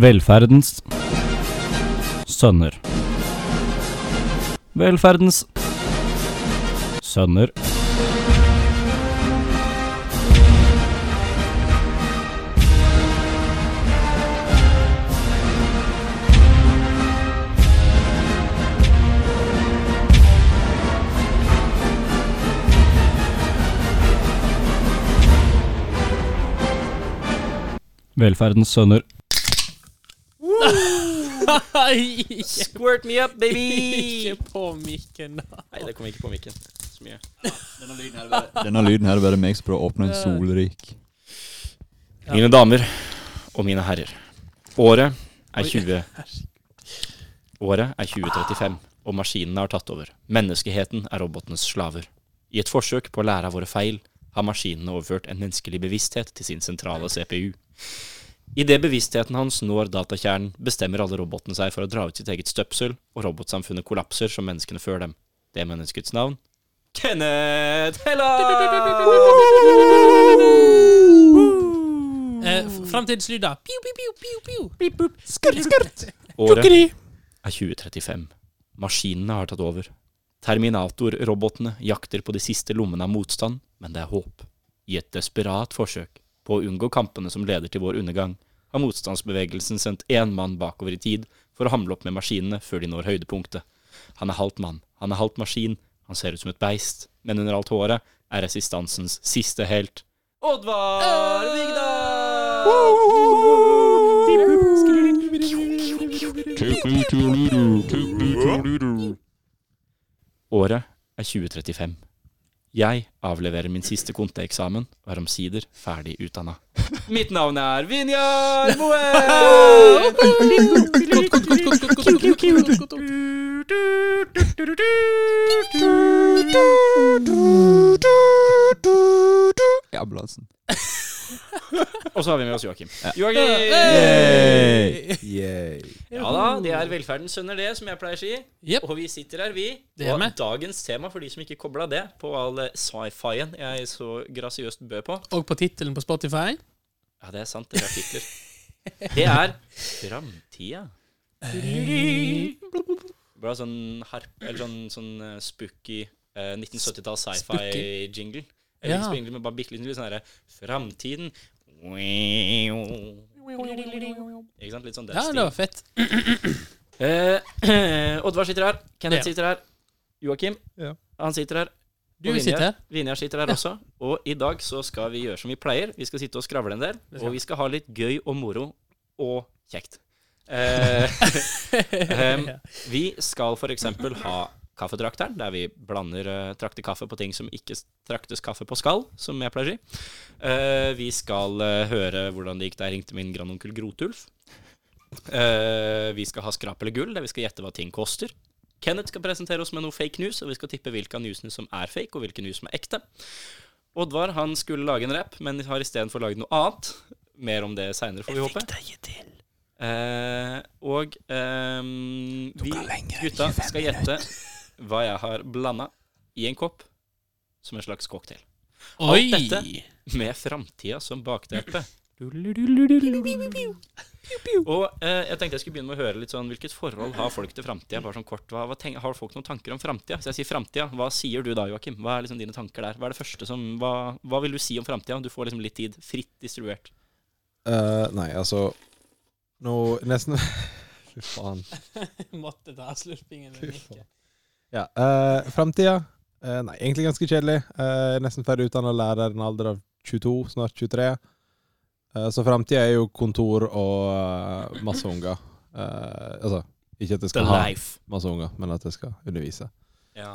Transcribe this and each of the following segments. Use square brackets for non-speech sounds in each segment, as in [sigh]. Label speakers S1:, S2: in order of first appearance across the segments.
S1: Velferdens sønner. Velferdens sønner. Velferdens sønner.
S2: Nei!
S3: Squirt me up, baby!
S2: [laughs] Ikke på mikken, da.
S3: Nei, det kom ikke på mikken. Så mye.
S4: Denne lyden her er bare meg som prøver å åpne en solrik.
S3: Mine damer og mine herrer. Året er 20... Året er 2035, og maskinene har tatt over. Menneskeheten er robotenes slaver. I et forsøk på å lære av våre feil har maskinene overført en menneskelig bevissthet til sin sentrale CPU. Idet bevisstheten hans når datakjernen, bestemmer alle robotene seg for å dra ut sitt eget støpsel, og robotsamfunnet kollapser som menneskene før dem. Det er menneskets navn Kenneth Ah. Helland!
S2: Eh, f- Framtidslyder. Piu, piu, piu, piu, piu.
S3: Året er 2035. Maskinene har tatt over. Terminator-robotene jakter på de siste lommene av motstand, men det er håp. I et desperat forsøk på å unngå kampene som leder til vår undergang, har motstandsbevegelsen sendt én mann bakover i tid for å hamle opp med maskinene før de når høydepunktet. Han er halvt mann, han er halvt maskin, han ser ut som et beist, men under alt håret er resistansens siste helt. Oddvar Vigdal! Året er 2035. Jeg avleverer min siste konteeksamen og er omsider ferdig
S2: [laughs]
S3: utdanna. Mitt navn er Vinjar Moen!
S4: Jablasen.
S3: Og så har vi med oss Joakim. Joakim!
S4: Hey.
S3: Ja da, det er velferdens sønner, det, som jeg pleier å si.
S2: Jepp.
S3: Og vi sitter her, vi.
S2: Det er
S3: og
S2: med.
S3: dagens tema, for de som ikke kobla det på all sci-fien jeg så grasiøst bød på
S2: Og på tittelen på Spotify.
S3: Ja, det er sant, det er
S2: [laughs]
S3: titler. Det er framtida. Bra sånn harp, eller sånn, sånn eh, spooky eh, 1970-tall
S2: Spooky.
S3: sci-fi-jingle. Eller
S2: Ja.
S3: ikke jingle, men bare bitte liten lyd sånn herre Framtiden. Ikke sant? Litt sånn den
S2: Ja, det var
S3: stilen.
S2: fett.
S3: Eh, [clears throat] Oddvar sitter her.
S2: Ja.
S3: Kenneth sitter her. Joakim,
S5: Ja.
S3: han sitter her.
S2: Du
S3: Og Vinje-
S2: sitter her.
S3: Vinjar sitter her også. Og i dag så skal vi gjøre som vi pleier. Vi skal sitte og skravle en del. Og vi skal ha litt gøy og moro og kjekt.
S2: [laughs]
S3: Eh, [laughs] ehm, em, vi skal f.eks. ha kaffetrakteren, der vi blander eh, traktekaffe på ting som ikke s- traktes kaffe på skal, som jeg pleier å si. Eh, vi skal eh, høre hvordan det gikk da jeg ringte min grandonkel Grotulf. Eh, vi skal ha skrap eller gull, der vi skal gjette hva ting koster. Kenneth skal presentere oss med noe fake news, og vi skal tippe hvilke av newsene som er fake, og hvilke news som er ekte. Oddvar han skulle lage en rap, men har istedenfor lagd noe annet. Mer om det seinere, får vi håpe. Eh, og ehm, vi gutta skal gjette hva jeg har blanda i en kopp som en slags cocktail.
S2: Oi!
S3: dette. Med framtida som bakteppe. Og eh, jeg tenkte jeg skulle begynne med å høre litt sånn hvilket forhold har folk til framtida? Bare sånn kort, hva, hva tenk, har folk noen tanker om framtida? Hvis jeg sier framtida, hva sier du da, Joakim? Hva er liksom dine tanker der? Hva er det første som Hva, hva vil du si om framtida? Du får liksom litt tid fritt distribuert.
S5: Eh, nei, altså Nå nesten [laughs] Fy faen.
S2: [laughs] Måtte ta slurpingen
S5: Fy
S2: med mikken.
S5: faen. Ja, uh, Framtida? Eh, nei, egentlig ganske kjedelig. Eh, nesten ferdig utdanna lærer i en alder av 22, snart 23. Eh, så framtida er jo kontor og eh, masse unger. Eh, altså, ikke at jeg skal ha
S3: life.
S5: masse unger, men at jeg skal undervise.
S3: Ja.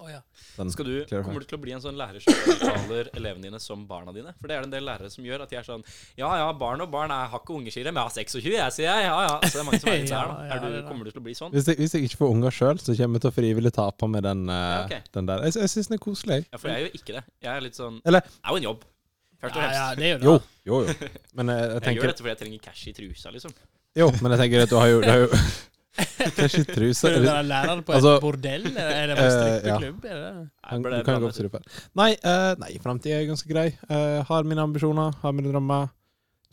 S2: Å ja.
S5: Den-
S3: Skal du,
S5: Clear
S3: kommer du til å bli en sånn lærer som omtaler elevene dine som barna dine? For det er det en del lærere som gjør, at de er sånn Ja ja, barn og barn er hakket unger, sier de. Men jeg har 26, jeg, sier jeg. Ja ja. Så det er
S2: [laughs]
S3: mange som er litt sånn her,
S2: Ja, ja,
S3: da. Er
S2: det
S3: du,
S2: er det.
S3: kommer du til å bli sånn?
S5: Hvis jeg, hvis jeg ikke får unger sjøl, så kommer jeg til å frivillig ta på meg den, eh,
S3: ok.
S5: den der. Jeg, jeg syns den er koselig.
S3: Ja, for jeg gjør jo ikke det. Jeg er litt sånn
S5: Eller-
S3: Det er jo en jobb, først og
S2: ja,
S3: fremst.
S2: ja, det er jo
S5: Jo,
S2: det.
S5: jo,
S3: [laughs]
S5: jo. Men eh, jeg
S3: Jeg gjør
S5: tenker
S3: dette fordi jeg trenger cash i trusa, liksom.
S5: Jo, men jeg tenker at du har jo, du
S2: [laughs]
S5: har jo Kanskje truse
S2: Skal du være lærer på et
S5: Altså-
S2: bordell? eller Er det
S5: Eh,
S2: bare
S5: ja.
S2: strippeklubb? Er det det?
S3: Nei, ble
S5: du
S3: det
S5: kan gå
S3: blandet
S5: opp til det før. Nei, uh, nei framtida er ganske grei. Eh, har mine ambisjoner, har mine drømmer.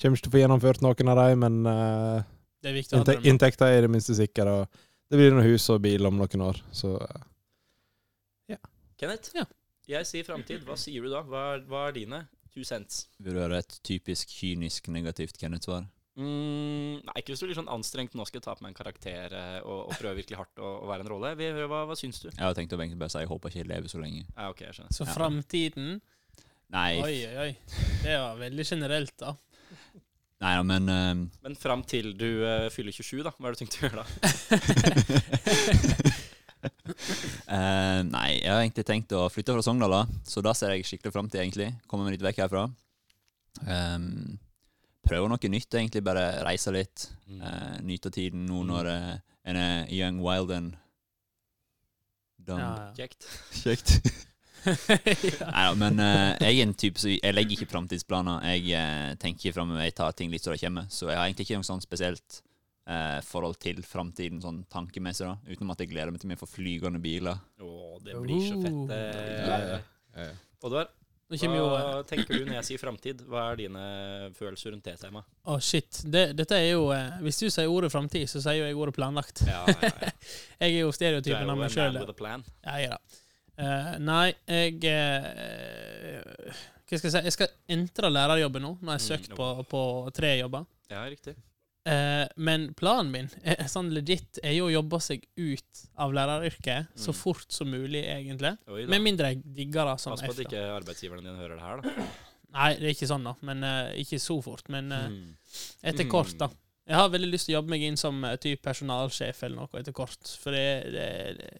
S5: Kommer ikke til å få gjennomført noen av dem, men eh,
S2: Det er viktig å ha
S5: Inntek
S2: drømmer.
S5: inntekta er i det minste sikker, og det blir noe hus og bil om noen år. Så eh,
S3: Kenneth,
S2: Ja.
S3: jeg sier framtid. Hva sier du da? Hva er, hva er dine 20 cents?
S4: Vil du høre et typisk kynisk negativt Kenneth-svar?
S3: Mm, nei, ikke hvis du blir sånn anstrengt nå skal jeg ta på meg en karakter eh, og, og prøve virkelig hardt å, å være en rolle. Vi hører, hva, hva syns du?
S4: Jeg har tenkt å egentlig bare si jeg håper ikke jeg lever så lenge.
S3: Ja, ok, jeg skjønner.
S2: Så
S4: Ja.
S2: framtiden
S4: Nei,
S2: Oi, oi, oi. Det var veldig generelt, da.
S4: nei da, men ehm, [laughs]
S3: Men fram til du eh, fyller 27, da. Hva er det du tenkt å gjøre [laughs] da?
S4: eh, Nei, jeg har egentlig tenkt å flytte fra Sogndal, da, så da ser jeg skikkelig fram til, egentlig. Komme meg litt vekk herfra. Um, prøve noe nytt, egentlig. Bare reise litt.
S3: Mm.
S4: Eh, nyte tiden nå når eh, en er young, wild and dumb.
S2: Ja, ja.
S3: [laughs] Kjekt.
S4: [laughs] Kjekt.
S2: ja. [laughs]
S4: Nei da, men eh, jeg er en type som Jeg legger ikke framtidsplaner. Jeg eh, tenker framover, jeg tar ting litt så det kommer. Så jeg har egentlig ikke noe sånn spesielt eh, forhold til framtiden sånn tankemessig, da. Utenom at jeg gleder meg til vi får flygende biler.
S3: Å, det blir så fett. eh.
S5: Ja, ja, ja.
S3: Oddvar,
S2: Nå Oh. kommer jo eh,
S3: hva tenker du når jeg sier framtid? Hva er dine følelser rundt det temaet?
S2: Å, shit. Det, dette er jo eh, Hvis du sier ordet framtid, så sier jo jeg ordet planlagt.
S3: Ja,
S2: [laughs]
S3: ja, ja.
S2: Jeg er jo
S3: Du er
S2: stereotypen
S3: jo
S2: av
S3: en
S2: meg
S3: man
S2: sjøl.
S3: with a plan.
S2: Ja, jeg er det. Eh, nei, jeg eh, Hva skal jeg si? Jeg skal entre lærerjobben nå. Nå har jeg søkt
S3: Mm,
S2: på, på tre jobber.
S3: Ja, riktig.
S2: Eh, men planen min er, sånn legit er jo å jobbe seg ut av læreryrket så
S3: Mm.
S2: fort som mulig, egentlig.
S3: Oi, da.
S2: Med mindre jeg digger det som
S3: Pass på at
S2: F. da.
S3: ikke arbeidsgiverne dine hører det her, da.
S2: Nei, det er ikke sånn, da. Men eh, ikke så fort. Men eh,
S3: Mm.
S2: etter
S3: Mm.
S2: kort, da. Jeg har veldig lyst til å jobbe meg inn som eh, typ personalsjef eller noe etter kort. For det, det, det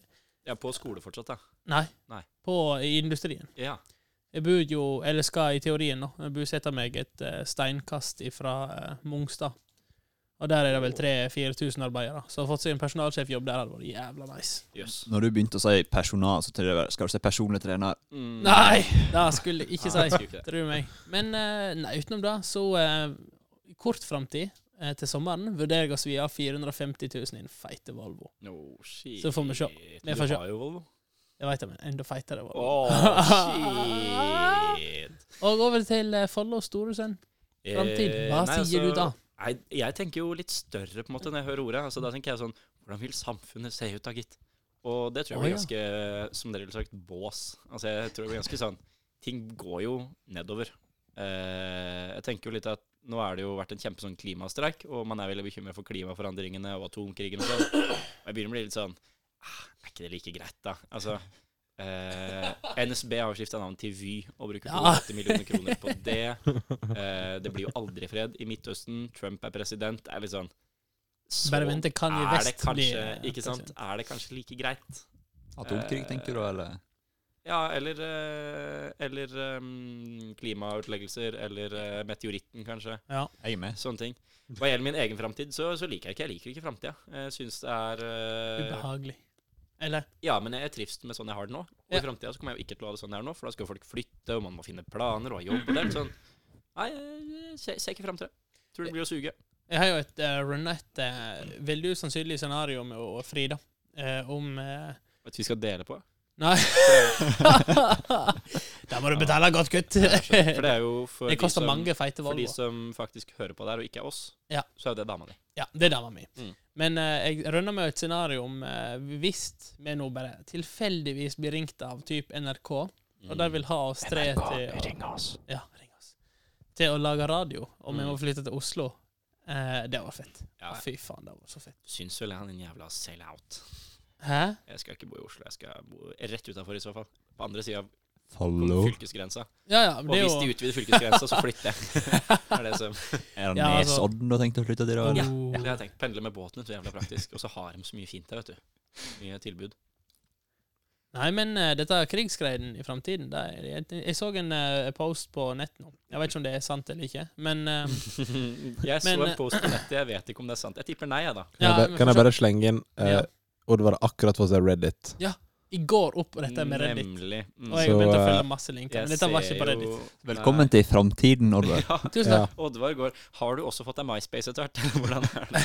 S3: Ja, på skole fortsatt, da.
S2: Nei.
S3: Nei.
S2: På, I industrien.
S3: Ja.
S2: Jeg bor jo, eller skal i teorien nå, jeg bosette meg et eh, steinkast fra Mongstad. Og der er det vel 3000-4000 arbeidere. Så å ha fått seg en personalsjefjobb der hadde vært jævla nice.
S3: Jøs.
S4: Når du begynte å si personal, så til det var- skal du si personlig trener.
S3: Mm.
S2: Nei! [laughs] Det skulle jeg ikke
S3: Nei,
S2: si.
S3: jeg skulle ikke det.
S2: Tro meg. Men eh, nei, utenom det, så eh, i kort framtid, eh, til sommeren, vurderer jeg å svi av 450 000 i en feite Volvo.
S3: No, shit.
S2: Så får vi se. Vi får
S3: Du
S2: se.
S3: har jo Volvo.
S2: Jeg veit jeg, men enda feitere Volvo.
S3: Åh, shit.
S2: [laughs] Og over til eh, Follo Storesund. Framtid. Hva
S3: Eh, nei,
S2: sier
S3: altså,
S2: du da?
S3: Nei, jeg tenker jo litt større på en måte når jeg hører ordet. Altså, da tenker jeg sånn Hvordan vil samfunnet se ut da, gitt? Og det tror jeg
S2: Å,
S3: blir
S2: ja.
S3: ganske, som dere ville sagt, bås. Altså, jeg tror det blir ganske sånn Ting går jo nedover. Eh, jeg tenker jo litt at nå er det jo vært en kjempesånn klimastreik, og man er veldig bekymra for klimaforandringene og atomkrigen og sånn. Og jeg begynner å bli litt sånn ah, Er ikke det like greit, da? Altså eh, NSB har jo skifta navn til Vy og bruker
S2: Ja.
S3: 280 millioner kroner på det. Eh, det blir jo aldri fred i Midtøsten. Trump er president. Det er litt sånn så
S2: Bare vent til Kanye
S3: er det
S2: West blir,
S3: kanskje,
S2: eh,
S3: ikke sant? Er det kanskje like greit?
S4: Atomkrig, tenker du, eller?
S3: Ja, eller, eh, eller eh, klimautleggelser, eller eh, meteoritten, kanskje.
S4: Jeg er med.
S3: Sånne ting. Hva gjelder min egen framtid, så, så liker jeg ikke Jeg liker ikke framtida. Jeg syns det er eh,
S2: Ubehagelig. Eller?
S3: Ja, men jeg trives med sånn jeg har det nå. Og
S2: Ja.
S3: i framtida så kommer jeg jo ikke til å ha det sånn jeg har det nå, for da skal folk flytte, og man må finne planer og ha jobb. Og det er litt sånn Nei, jeg ser, ser ikke fram til det. Tror det blir å suge.
S2: Jeg har jo et uh, et eh, veldig usannsynlig scenario med å- Frida. eh, om eh,
S3: At vi skal dele på. [laughs]
S2: Nei. [laughs] Der må du betale godt, gutt. [laughs]
S3: For det er jo for,
S2: det
S3: de
S2: koster
S3: som,
S2: mange feite
S3: for de
S2: Volvo.
S3: som faktisk hører på der, og ikke er oss,
S2: Ja.
S3: så er det dama di.
S2: Ja, det er dama mi.
S3: Mm.
S2: Men eh, jeg rønner meg et scenario om eh, hvis vi nå bare tilfeldigvis blir ringt av typ NRK, og
S3: Mm.
S2: de vil ha Mm. oss tre til å,
S3: oss.
S2: ja, ring oss. til å lage radio, og vi
S3: Mm.
S2: må flytte til Oslo. Eh, det var fett.
S3: Ja, jeg
S2: Fy faen, det var så fett.
S3: syns vel han er en jævla sell-out.
S2: Hæ?
S3: Jeg skal ikke bo i Oslo, jeg skal bo rett utafor i så fall. På andre sida av
S4: Follow.
S3: fylkesgrensa.
S2: Ja, ja.
S3: Og
S2: Det er
S3: hvis de
S2: jo
S3: utvider fylkesgrensa, så flytter
S2: [laughs]
S3: jeg. Det er det som
S4: Er det
S2: Ja, altså-
S4: Nesodden du har tenkt å flytte til?
S2: Ja.
S4: Eller?
S3: Det har jeg tenkt. Pendle med båten er så jævla praktisk. Og så har de så mye fint der, vet du. Mye tilbud.
S2: Nei, men eh, dette er krigsgreien i framtiden. Jeg, jeg så en eh, post på nett nå. Jeg vet ikke om det er sant eller ikke, men eh,
S3: [laughs]
S5: Mm.
S3: Jeg så
S2: Men, eh,
S3: en post på nettet, jeg vet ikke om det er sant. Jeg tipper nei, jeg, da.
S5: Kan, jeg,
S2: men
S5: bare- kan jeg
S2: fortsatt-
S5: bare slenge inn eh,
S2: Ja.
S5: Oddvar har akkurat fått seg Reddit.
S2: I går opprettet jeg med Reddit,
S3: Nemlig. Mm.
S2: og jeg
S5: Så,
S2: begynte å
S5: eh,
S2: følge masse linker. Men dette var ikke på Reddit.
S4: Velkommen til framtiden, Oddvar.
S3: [laughs]
S2: [laughs]
S3: Ja,
S2: Tusen
S5: Ja. [laughs]
S2: takk.
S3: Oddvar går Har du også fått deg MySpace etter hvert? [laughs] eller Hvordan er det?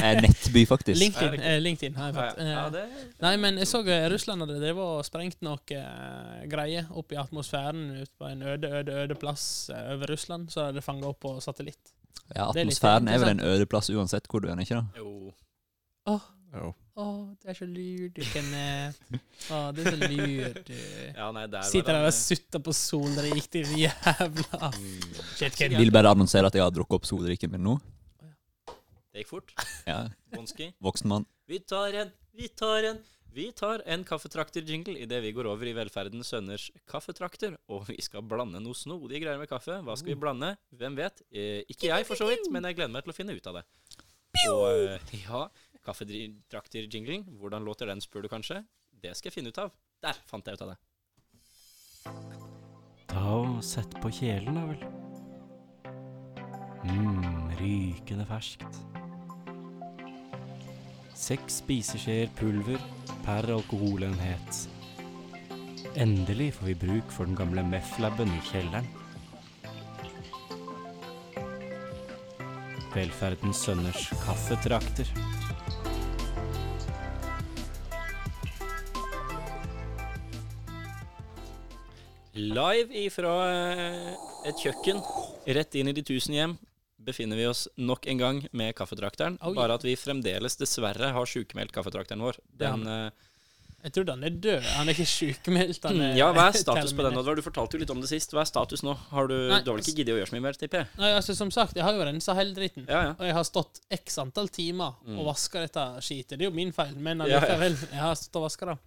S4: Eh, Nettby,
S3: Er
S4: faktisk.
S3: det
S2: LinkedIn,
S3: ikke-
S2: eh, LinkedIn har jeg
S3: Ja,
S2: fått. Eh,
S3: ja, det
S2: Nei, men jeg så eh, Russland hadde drevet og sprengt noe eh, greie opp i atmosfæren ute på en øde, øde, øde plass eh, over Russland. Så hadde det fanget opp på satellitt.
S4: Ja,
S2: Det er litt
S4: atmosfæren er, vel en øde plass uansett hvor du er, ikke da?
S3: Jo.
S5: Jo.
S2: Å, du er så lur, du, Kenneth. Å, du er så lur, du.
S3: Ja, nei, der
S2: Sitter
S3: var
S2: der og
S3: det.
S2: sutter på soldrikk, din jævla
S3: Mm.
S2: Shit,
S4: Jeg
S2: Kenneth.
S4: Vil bare annonsere at jeg har drukket opp soldrikken min nå.
S3: eh, Det gikk fort.
S4: Ja,
S3: Vanskelig.
S4: Voksen mann.
S3: Vi tar en, vi tar en, vi tar en kaffetrakter-jingle idet vi går over i Velferdens sønners kaffetrakter. Og vi skal blande noe snodige greier med kaffe. Hva skal vi
S2: Oh.
S3: blande? Hvem vet? Eh, ikke jeg, for så vidt, men jeg gleder meg til å finne ut av det. Og eh, ja, kaffetrakter-jinglen, hvordan låter den, spør du kanskje? Det skal jeg finne ut av. Der fant jeg ut av det.
S1: Ta og sett på kjelen, da vel. mm, rykende ferskt. Seks spiseskjeer pulver per alkoholenhet. Endelig får vi bruk for den gamle MEF-laben i kjelleren. Velferdens sønners kaffetrakter.
S3: Live ifra eh, et kjøkken, rett inn i de tusen hjem, befinner vi oss nok en gang med kaffetrakteren.
S2: Oh, ja.
S3: Bare at vi fremdeles dessverre har sykemeldt kaffetrakteren vår. Den, eh,
S2: [laughs] Jeg trodde han er død. Han er ikke sjukmeldt.
S3: Mm, Ja,
S2: [laughs]
S3: hva er status på den? Oddvar? Du fortalte jo litt om det sist. Hva er status nå? Har du,
S2: Nei,
S3: du har vel ikke giddet å gjøre så mye mer, tipper jeg?
S2: Nei, altså, som sagt, jeg har jo rensa hele dritten.
S3: Ja, ja.
S2: Og jeg har stått x antall timer og vaska dette skitet. Det er jo min feil, men
S3: Mm. Ja, ja.
S2: allikevel. Jeg har stått og vaska det.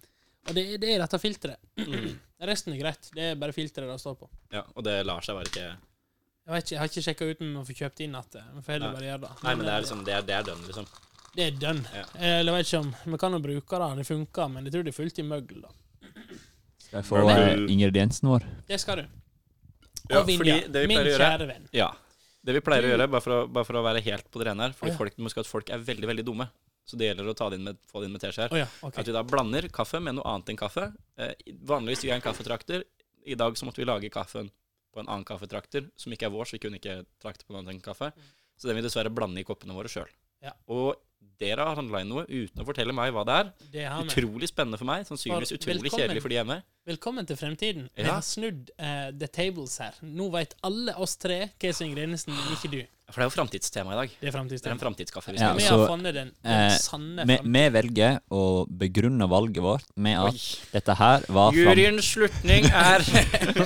S2: Og det, det er dette filteret.
S3: Mm.
S2: [clears throat] Resten er greit. Det er bare filteret det står på.
S3: ja. Og det lar seg bare ikke
S2: Jeg, vet ikke, jeg har ikke sjekka ut om vi får kjøpt inn at Vi får heller
S3: Nei.
S2: bare gjøre det.
S3: Nei, men det er liksom Det er, det er dønn, liksom.
S2: Det er done. Eh,
S3: Ja.
S2: Eller jeg vet ikke om Vi kan jo bruke det, det funker, men jeg tror det er fullt i møgl, da.
S4: Skal jeg få eh, ingrediensen vår?
S2: Det skal du.
S3: Ja,
S2: Og Vinja,
S3: fordi det vi
S2: min
S3: pleier å gjøre
S2: kjære venn.
S3: Ja. Det vi pleier å gjøre, bare for å, bare for å være helt på det rene her Fordi
S2: Ja.
S3: folk, du må huske at folk er veldig, veldig dumme. Så det gjelder å ta det inn med, få det inn med teskje her.
S2: Å ja, OK.
S3: At vi da blander kaffe med noe annet enn kaffe. Eh, vanligvis gjør jeg en kaffetrakter. I dag så måtte vi lage kaffen på en annen kaffetrakter som ikke er vår, så vi kunne ikke trakte på noe annet enn kaffe. Så den vil dessverre blande i koppene våre sjøl.
S2: Ja.
S3: Og dere har handla inn noe uten å fortelle meg hva det er.
S2: Det er her med.
S3: Utrolig spennende for meg. Sannsynligvis
S2: For-
S3: utrolig
S2: velkommen.
S3: kjedelig for de hjemme.
S2: Velkommen til fremtiden.
S3: Ja.
S2: Vi har snudd eh, the tables her. Nå veit alle oss tre hva som er ingrediensen, men ikke du.
S3: For det er jo framtidstema i dag.
S2: Det er
S3: Det er en
S2: framtidstema.
S3: framtidskaffe vi
S4: Ja,
S3: skal
S2: vi
S3: ja,
S2: har
S4: så,
S2: funnet den, den
S4: eh,
S2: sanne
S4: Vi,
S2: framtiden.
S4: vi velger å begrunne valget vårt med at dette her var fram,
S3: Juryens slutning er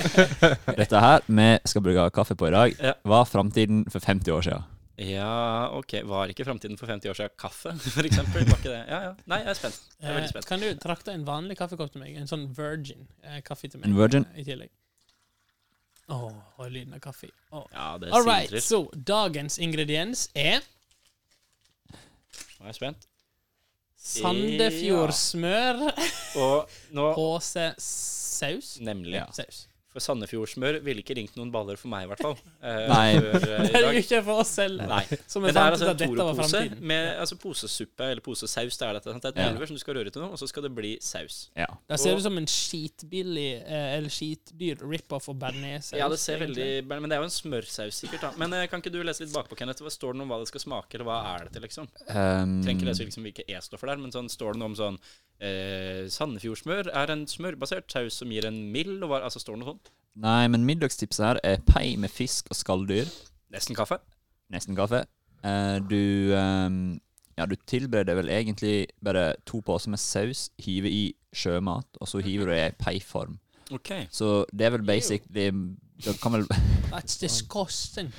S3: [laughs]
S4: Dette her vi skal bruke kaffe på i dag,
S3: Ja.
S4: var framtiden for 50 år siden.
S3: Ja, OK. Var ikke framtiden for 50 år siden kaffe, for eksempel? Var ikke det? Ja, ja. Nei, jeg er spent. Jeg er veldig
S2: Eh,
S3: spent.
S2: kan du trakte en vanlig kaffekopp til meg? En sånn virgin eh, kaffe til meg
S4: En virgin?
S2: eh, i tillegg. Å, og lyden av kaffe. Åh.
S3: Ja, det
S2: Eh, All right,
S3: sildrer.
S2: så dagens ingrediens er
S3: Nå er jeg spent.
S2: Sandefjord smør,
S3: Eh, Og nå
S2: HC saus.
S3: Nemlig.
S4: Ja.
S2: Saus.
S3: For Sandefjordsmør ville ikke ringt noen baller for meg, i hvert fall. eh,
S4: Nei. [laughs]
S3: før, eh, i
S2: Det er
S3: dag.
S2: jo ikke for oss selv.
S3: Nei.
S2: Som
S3: Men
S2: vi
S3: det er
S2: fant
S3: altså
S2: ut
S3: en
S2: at dette var
S3: Toro-pose
S2: framtiden.
S3: med altså, posesuppe, eller posesaus, det er dette. sant? Det er et
S4: Ja.
S3: pulver som du skal røre til noe, og så skal det bli saus.
S4: Ja.
S2: Det ser ut som en skitbillig eh, eller skitdyr rip-off av bearnéssaus.
S3: Ja, det ser
S2: egentlig.
S3: veldig Men det er jo en smørsaus, sikkert. da Men eh, kan ikke du lese litt bakpå, Kenneth? Hva står det noe om hva det skal smake, eller hva er det til, liksom?
S4: Um,
S3: Trenger ikke lese liksom hvilke E-stoffer det er, men sånn står det noe om sånn eh, Sandefjordsmør er en smørbasert saus som gir en mild og var Altså, står det noe sånt?
S4: Nei, men middagstipset her er pei med fisk og skalldyr.
S3: Nesten kaffe.
S4: Nesten kaffe. Eh, du ehm, Ja, du tilbereder vel egentlig bare to poser med saus, hiver i sjømat, og så hiver du i ei peiform.
S3: OK.
S4: Så det er vel basically Det, kan vel, [laughs]
S2: That's disgusting.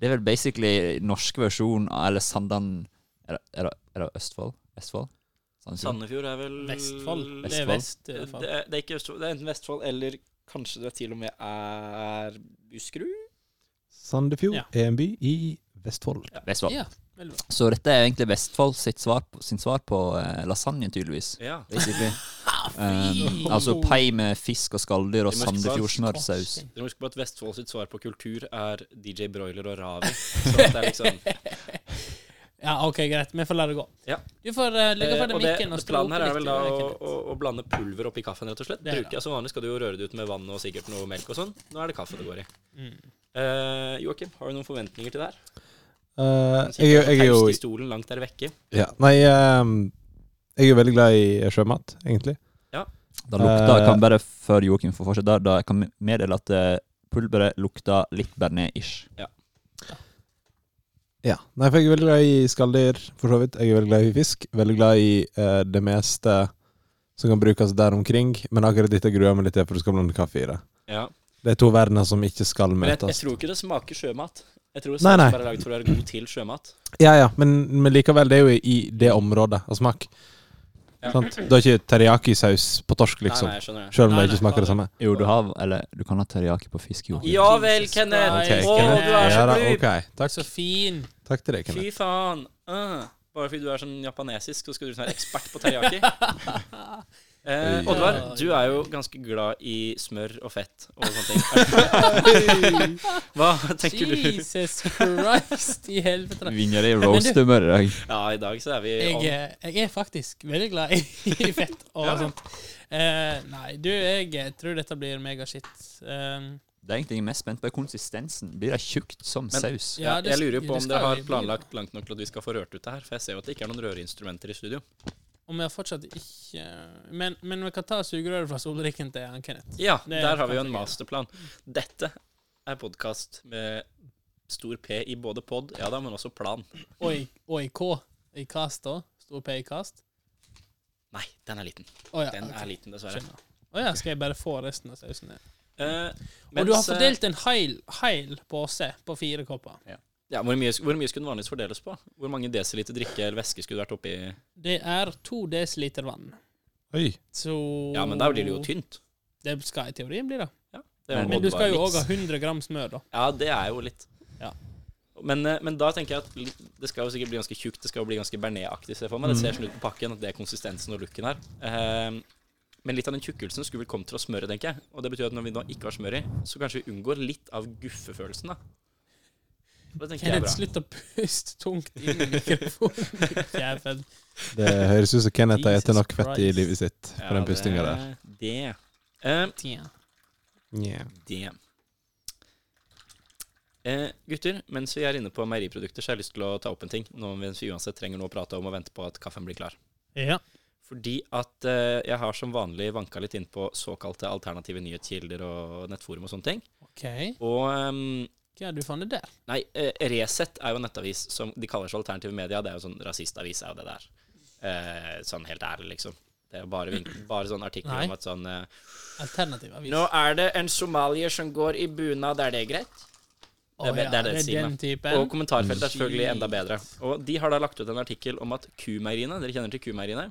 S4: det er vel basically norsk versjon av Eller Sandan Er det, er det, er det Østfold? Vestfold? Sandefjord?
S3: Sandefjord er vel
S2: Vestfold. Det
S4: Vestfold.
S2: er vest, i
S3: Det,
S2: hvert fall.
S3: er- det er ikke Østfold, det er enten Vestfold eller kanskje det til og med er Buskerud?
S5: Sandefjord
S2: Ja.
S5: er en by i Vestfold.
S4: Vestfold.
S2: Ja, veldig bra.
S4: Så dette er egentlig Vestfold sitt svar på, sin svar på eh, lasagne, tydeligvis.
S3: Ja.
S4: Basically. Um, altså pei med fisk og skalldyr og
S3: Det må ikke
S4: Sandefjordsmørsaus.
S2: Disgusting.
S3: Dere må huske på at Vestfold sitt svar på kultur er DJ Broiler og [laughs] Ravi. Så det er liksom
S2: Ja, OK, greit. Vi får la det gå.
S3: Ja.
S2: Du får eh, legge
S3: Eh,
S2: fra deg
S3: og det,
S2: mikken og
S3: planen
S2: strope
S3: her er vel da
S2: litt. eh,
S3: å, å, å blande pulver oppi kaffen, rett og slett.
S2: Det er det.
S3: Bruker jeg som vanlig, skal du jo røre det ut med vann og sikkert noe melk og sånn. Nå er det kaffe det går i.
S2: Mm.
S3: Eh, Joakim, har du noen forventninger til det her?
S5: Eh,
S3: Du
S5: jeg,
S3: sitter
S5: jeg er jo
S3: taust i stolen langt der vekke.
S5: ja, Nei, ehm, jeg er veldig glad i sjømat, egentlig.
S4: Da lukta
S5: Eh,
S4: jeg kan bare Før Joakim får fortsette, da, da jeg kan meddele at eh, pulveret lukta litt bearnés-ish.
S5: Ja. Nei, for jeg er veldig glad i skalldyr, for så vidt. Jeg er veldig glad i fisk. Veldig glad i eh, det meste som kan brukes der omkring. Men akkurat dette gruer jeg meg litt til, for du skal blande kaffe i det.
S3: Ja.
S5: Det er to verdener som ikke skal
S3: Men jeg, jeg
S5: møtes.
S3: tror ikke det smaker sjømat. Jeg tror det
S5: Nei,
S3: smaker
S5: nei.
S3: bare lagd for å være god til sjømat.
S5: Ja, ja, men, men likevel, det er jo i det området av smak.
S3: Ja.
S5: Sant? Du har ikke teriyaki-saus på torsk, liksom.
S3: Nei, nei, jeg skjønner det.
S5: Selv om
S2: Nei,
S5: det ikke
S2: nei,
S5: smaker det samme.
S4: Jo, du har Eller du kan ha teriyaki på fisk, jo.
S3: Ja vel,
S2: Jesus
S3: Kenneth.
S2: Christ.
S3: Å,
S5: Kenneth.
S3: du er så
S5: Ja da,
S3: blyg.
S5: ok. Takk.
S2: Så fin.
S5: Takk til deg, Kenneth.
S3: Fy faen. Øh. bare fordi du er sånn japanesisk, så skal du være sånn ekspert på teriyaki.
S2: [laughs]
S3: Eh, Oddvar, du er jo ganske glad i smør og fett og sånne
S2: [laughs]
S3: ting. Hva tenker du?
S2: Jesus Christ i helvete.
S4: Vinjer i
S2: roaster
S4: roastemør i dag.
S3: [laughs] Ja, i dag så er vi
S2: Jeg,
S3: on.
S2: eh, jeg er faktisk veldig glad i [laughs] fett og
S3: Ja.
S2: sånt. Eh, nei, du, jeg eh, tror dette blir megashit. Um,
S4: Det er egentlig jeg er mest spent på er konsistensen. Blir det tjukt som saus?
S2: ja, det
S3: jeg
S2: sk-
S3: lurer jo på
S2: det
S3: om
S2: skal
S3: dere har
S2: jo bli-
S3: planlagt langt nok til at vi skal få rørt ut det her. For jeg ser jo at det ikke er noen røreinstrumenter i studio.
S2: Og vi har fortsatt ikke Men, men vi kan ta sugerøret fra solrikken til han Kenneth.
S3: Ja,
S2: Det
S3: der har
S2: kan
S3: vi jo en
S2: fungere.
S3: masterplan. Dette er podkast med stor P i både pod, ja da, men også plan.
S2: Og i, og i K. I kast, da. Stor P i kast.
S3: Nei, den er liten.
S2: Å ja.
S3: Den er
S2: ok.
S3: liten, dessverre.
S2: Skjønner. Å ja, skal jeg bare få resten av sausen? ned?
S3: Eh,
S2: Og du har
S3: mens, eh,
S2: fordelt en heil, heil påse på fire kopper.
S3: Ja, hvor mye, hvor mye skulle den vanligvis fordeles på? Hvor mange desiliter drikke eller væske skulle det vært oppi
S2: Det er to desiliter vann.
S5: Oi.
S2: Så
S3: Ja, men der blir det jo tynt.
S2: Det skal i teorien bli, da.
S3: Det er jo
S2: Men du skal jo
S3: Oddvar-vits.
S2: òg ha 100 gram smør, da.
S3: Ja, det er jo litt.
S2: Ja.
S3: Men, eh, men da tenker jeg at li- det skal jo sikkert bli ganske tjukt. Det skal jo bli ganske Bernet-aktig, ser jeg for meg. Det
S2: Mm.
S3: ser sånn ut på pakken at det er konsistensen og looken her. Eh, men litt av den tjukkelsen skulle vel komme til å smøre, tenker jeg. Og det betyr at når vi nå ikke har smør i, så kanskje vi unngår litt av guffefølelsen, da. Og Det tenker jeg er
S2: Kenneth,
S3: bra.
S2: slutt å puste tungt inn i mikrofonen.
S3: [laughs]
S2: Jævel.
S5: Det høres ut som Kenneth har spist
S2: Jesus
S5: nok fett i
S2: Christ.
S5: livet sitt for den pustinga der.
S3: Ja, det- det. Eh,
S2: Tja.
S3: det. Eh, gutter, mens vi er inne på meieriprodukter, så har jeg lyst til å ta opp en ting. Nå mens vi uansett trenger noe å prate om og vente på at kaffen blir klar.
S2: Ja.
S3: Fordi at eh, jeg har som vanlig vanka litt inn på såkalte alternative nyhetskilder og nettforum og sånne ting.
S2: OK.
S3: Og ehm,
S2: Hva har du funnet der?
S3: Nei, eh, Resett er jo en nettavis som de kaller seg alternative media. Det er jo sånn rasistavis, er jo det der. Eh, sånn helt ærlig, liksom. Det er jo bare, vink- bare sånn artikler
S2: Nei.
S3: om at sånn eh,
S2: Alternativ avis.
S3: Nå er det en somalier som går i bunad, er det greit?
S2: Å
S3: det er- det er den stilen,
S2: den
S3: Og
S2: typen.
S3: kommentarfeltet er selvfølgelig enda bedre. Og de har da lagt ut en artikkel om at kumeieriene, dere kjenner til kumeieriene,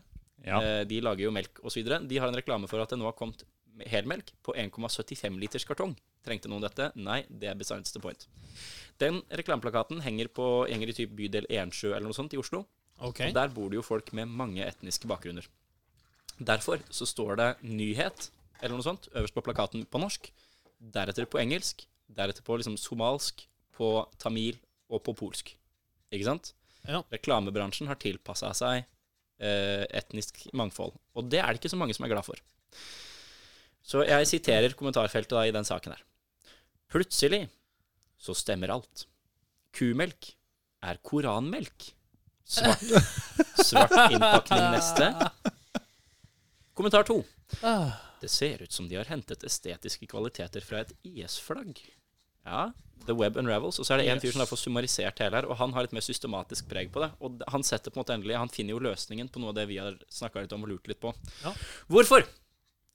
S4: Ja.
S3: eh, de lager jo melk osv., de har en reklame for at det nå har kommet med helmelk på 1,75 liters kartong. Trengte noen dette? Nei, det er besides the point. Den reklameplakaten henger, på, henger i typ bydel Ensjø eller noe sånt i Oslo.
S2: OK.
S3: Og der bor det jo folk med mange etniske bakgrunner. Derfor så står det 'nyhet' eller noe sånt øverst på plakaten på norsk, deretter på engelsk, deretter på liksom somalsk, på tamil og på polsk. Ikke sant?
S2: Ja.
S3: Reklamebransjen har tilpassa seg eh, etnisk mangfold, og det er det ikke så mange som er glad for. Så jeg siterer kommentarfeltet da i den saken her. Plutselig så stemmer alt. Kumelk er koranmelk. Svart, svart innpakning neste. Kommentar to.
S2: Ah.
S3: Det ser ut som de har hentet estetiske kvaliteter fra et IS-flagg. Ja, The Web Unravels. Og så er det en fyr som har fått summarisert hele her, og han har et mer systematisk preg på det. Og d- han setter på en måte endelig Han finner jo løsningen på noe av det vi har snakka litt om og lurt litt på.
S2: Ja.
S3: Hvorfor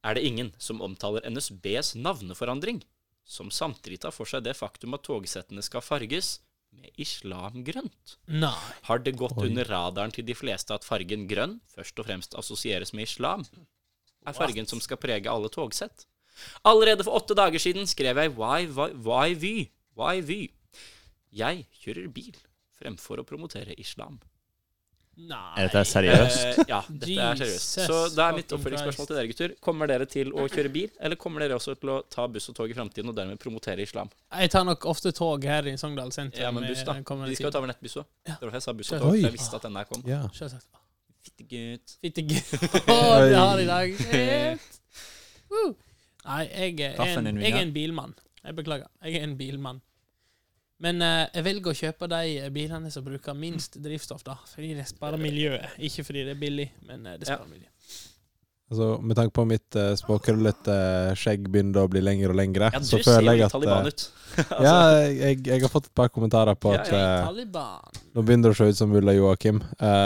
S3: er det ingen som omtaler NSBs navneforandring, som samtidig tar for seg det faktum at togsettene skal farges med islamgrønt?
S2: Nei.
S3: har det gått under radaren til de fleste at fargen grønn først og fremst assosieres med islam, er fargen som skal prege alle togsett. Allerede for åtte dager siden skrev jeg Why, why, why Vy? Why Vy? Jeg kjører bil fremfor å promotere islam.
S4: Er
S2: Nei.
S4: dette seriøst?
S3: Eh, ja, dette er seriøst.
S2: Jesus
S3: Så da er mitt
S2: fucking
S3: oppfølgingsspørsmål
S2: Christ.
S3: til dere, gutter. Kommer dere til å kjøre bil, eller kommer dere også til å ta buss og tog i framtiden og dermed promotere islam?
S2: Jeg tar nok ofte tog her i Sogndal sentrum.
S3: Ja, men buss, da.
S2: eh, kommer det
S3: Vi skal jo
S2: til.
S3: ta over nettbuss òg. Det var derfor jeg sa buss og
S2: Oi.
S3: tog, for jeg visste at den der kom.
S5: Ja.
S2: Selvsagt.
S3: Fittegutt.
S2: Fitte g...
S3: [laughs]
S2: Å, det har i dag. Shit. Woo. Nei, jeg er, en,
S4: Kaffen din, Vinja.
S2: jeg er en bilmann. Jeg beklager. Jeg er en bilmann. Men eh, jeg velger å kjøpe de bilene som bruker minst drivstoff, da. Fordi det sparer miljøet. Ikke fordi det er billig, men eh, det sparer miljø.
S5: Altså, med tanke på mitt uh, småkrøllete eh, skjegg begynner å bli lengre og lengre,
S3: Ja, du
S5: så
S3: ser
S5: føler jeg
S3: litt
S5: at
S3: Taliban
S5: eh,
S3: ut. [laughs] Altså,
S5: Ja, jeg, jeg har fått et par kommentarer på
S3: Ja,
S5: at
S2: Hey,
S5: eh,
S2: Taliban.
S5: nå begynner det å se ut som mulla Joakim. Eh,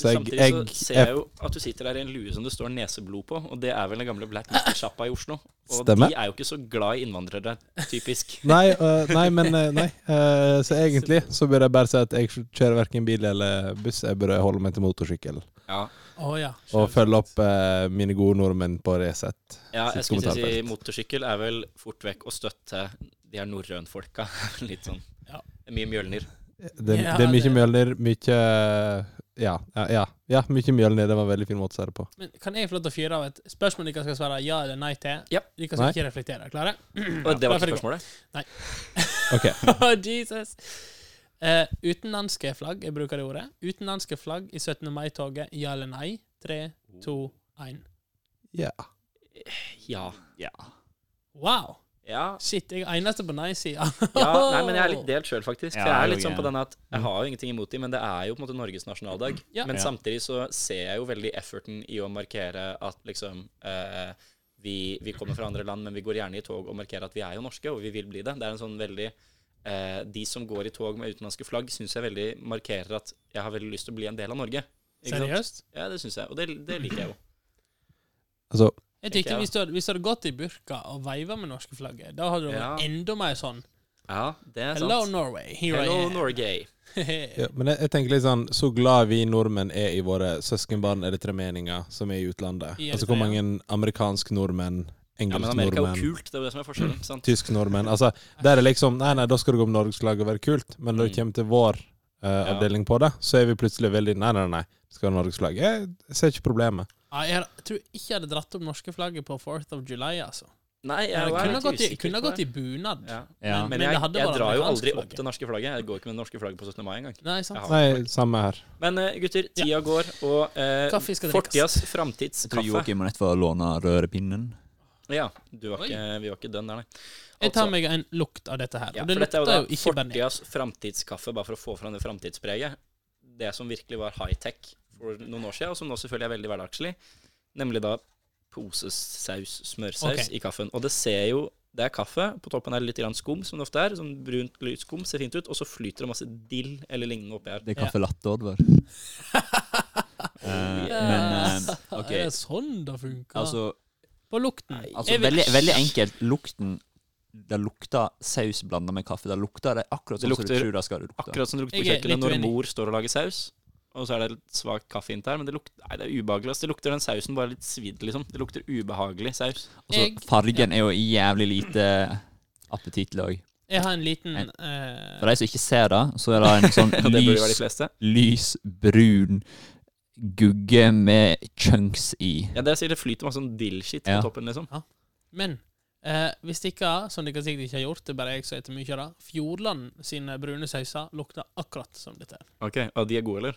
S5: så jeg,
S3: Samtidig
S5: jeg,
S3: så ser jeg jo at du sitter der i en lue som det står neseblod på, og det er vel den gamle Black Metal-sjappa i Oslo. Og
S5: Stemmer.
S3: de er jo ikke så glad i innvandrere,
S5: [laughs]
S3: typisk.
S5: Nei, øh, nei, men øh, nei. Eh, så egentlig så burde jeg bare si at jeg kjører verken bil eller buss. Jeg burde holde meg til motorsykkel
S3: Ja,
S2: Å ja.
S5: og følge opp eh, mine gode nordmenn på Resett.
S3: ja jeg
S5: Sitt
S3: skulle til å si
S5: kommentarfelt.
S3: motorsykkel er vel fort vekk å støtte de her norrønfolka. [laughs] Litt sånn
S2: Ja.
S3: mye mjølner.
S5: Det,
S2: Ja,
S5: det er mye
S2: det-
S5: mjølner, mye ja, ja, ja, ja, mye mjølner. Det var en veldig fin måte å si det på.
S2: Men kan jeg få lov til å fyre av et spørsmål dere skal svare ja eller nei til?
S3: Ja.
S2: Dere
S5: Nei.
S2: skal ikke reflektere. Klare? [clears throat]
S3: Og det var
S2: derfor det
S3: ikke spørsmålet.
S2: [laughs]
S5: Ok,
S2: Oh, Jesus! Eh, utenlandske flagg, jeg bruker det ordet. Utenlandske flagg i 17. mai-toget, ja eller nei? Tre, to, én.
S5: ja.
S3: Ja.
S2: Wow!
S3: Ja.
S2: Shit, jeg er eneste på nei-sida.
S3: [laughs]
S2: [laughs]
S3: ja. Nei, men jeg er litt delt sjøl, faktisk.
S4: Ja,
S3: jeg er
S4: jo,
S3: litt sånn på
S4: ja.
S3: den at jeg har jo ingenting imot dem, men det er jo på en måte Norges nasjonaldag.
S2: Ja.
S3: Men
S4: Ja.
S3: samtidig så ser jeg jo veldig efforten i å markere at liksom eh, vi, vi kommer fra andre land, men vi går gjerne i tog og markerer at vi er jo norske, og vi vil bli det. Det er en sånn veldig eh, De som går i tog med utenlandske flagg, syns jeg veldig markerer at jeg har veldig lyst til å bli en del av Norge. Ikke sant?
S2: Seriøst?
S3: Ja, det syns jeg. Og det, det liker jeg jo.
S5: Altså,
S2: Jeg
S3: Tenker
S2: tykte
S3: jeg,
S2: vi stod, vi stod godt i burka og veiva med norske flagget. Da hadde det vært
S3: Ja.
S2: enda mer sånn
S3: Ja, det er
S2: Hello,
S3: sant.
S2: Norway. Here
S3: Hello,
S2: I am. [laughs]
S3: Norway.
S5: ja, men jeg, jeg tenker litt sånn Så glad vi nordmenn er i våre søskenbarn eritremeninger som er i utlandet.
S2: I
S5: Altså hvor
S2: Eritrea.
S5: mange amerikansk nordmenn,
S3: Ja, men
S5: engelsk
S3: Amerika er
S5: nordmenn
S3: jo kult. Det er jo det som er forskjellen. sant?
S5: tysk nordmenn. Altså, der er liksom Nei, nei, da skal du gå med norgesflagg og være kult. Men når du
S3: Mm.
S5: kommer til vår eh, avdeling på det, så er vi plutselig veldig Nei, nei, nei. Det skal være norgesflagg. Jeg ser ikke problemet.
S2: Ja, jeg har- tror ikke jeg hadde dratt opp norske flagget på 4th of July, altså.
S3: Nei, jeg,
S2: Jeg
S3: er
S2: kunne
S3: litt
S2: gått i,
S3: usikker
S2: kunne
S3: på det.
S2: gått i bunad.
S3: Ja.
S4: Ja.
S3: Men,
S2: Men det
S3: jeg,
S2: hadde
S3: jeg
S2: bare
S3: drar jo
S2: amerikansk
S3: aldri opp
S2: flagg.
S3: det norske flagget. Jeg går ikke med det norske flagget på 17. mai engang.
S2: Nei, sant?
S3: Ja.
S5: Nei, samme her.
S3: Men eh, gutter, tida går, og eh,
S2: Kaffe skal drikkes.
S3: fortidas
S4: Jeg tror
S3: framtidskaffe
S4: Joakim må nett få låne rørepinnen.
S3: Ja, du var
S2: Oi.
S3: ikke, vi var ikke dønn der, nei.
S2: Jeg tar
S3: Altså,
S2: meg en lukt av dette her.
S3: ja,
S2: Og det
S3: for dette
S2: lukter jo
S3: er jo da
S2: ikke bearnés.
S3: fortidas framtidskaffe, bare for å få fram det framtidspreget. Det som virkelig var high-tech for noen år siden, og som nå selvfølgelig er veldig hverdagslig, nemlig da posesaus, smørsaus,
S2: Ok.
S3: i kaffen. Og det ser jo det er kaffe, på toppen er det litt grann skum, som det ofte er. Sånn brunt, lyst skum, ser fint ut. Og så flyter det masse dill eller lignende oppi her.
S4: Det er
S2: Ja.
S4: caffè latte, Oddvar. Eh, men eh, OK.
S2: Er det sånn det funker?
S4: Altså,
S2: på lukten.
S4: altså
S2: Jeg vil-
S4: veldig, veldig enkelt. Lukten Det lukter saus blanda med kaffe. Det lukter det er akkurat
S3: Det
S4: sånn som du
S3: lukter
S4: tror det skal lukte.
S3: Akkurat som det lukter på
S2: Jeg er
S3: kjøkkenet
S2: litt
S3: når
S2: uenig.
S3: mor står og lager saus. Og så er det litt svak kaffe inntil her, men det lukter Nei, det er ubehagelig. ass. Det lukter den sausen bare litt svidd, liksom. Det lukter ubehagelig saus.
S2: Jeg-
S4: Altså, fargen er jo jævlig lite appetittlig òg.
S2: Jeg har en liten
S4: En-
S2: eh,
S4: For de som ikke ser det, så er det en
S3: [laughs]
S4: sånn
S3: Og det burde jo være de
S4: lys,
S3: fleste.
S4: lys brun gugge med chunks i.
S3: Ja, det sier det flyter masse sånn dill-shit
S4: Ja.
S3: på toppen, liksom.
S2: Men eh, hvis dere, som dere sikkert ikke har gjort, det er bare jeg som spiser mye av det Fjordland sine brune sauser lukter akkurat som dette. her.
S3: Ok, Og de er gode, eller?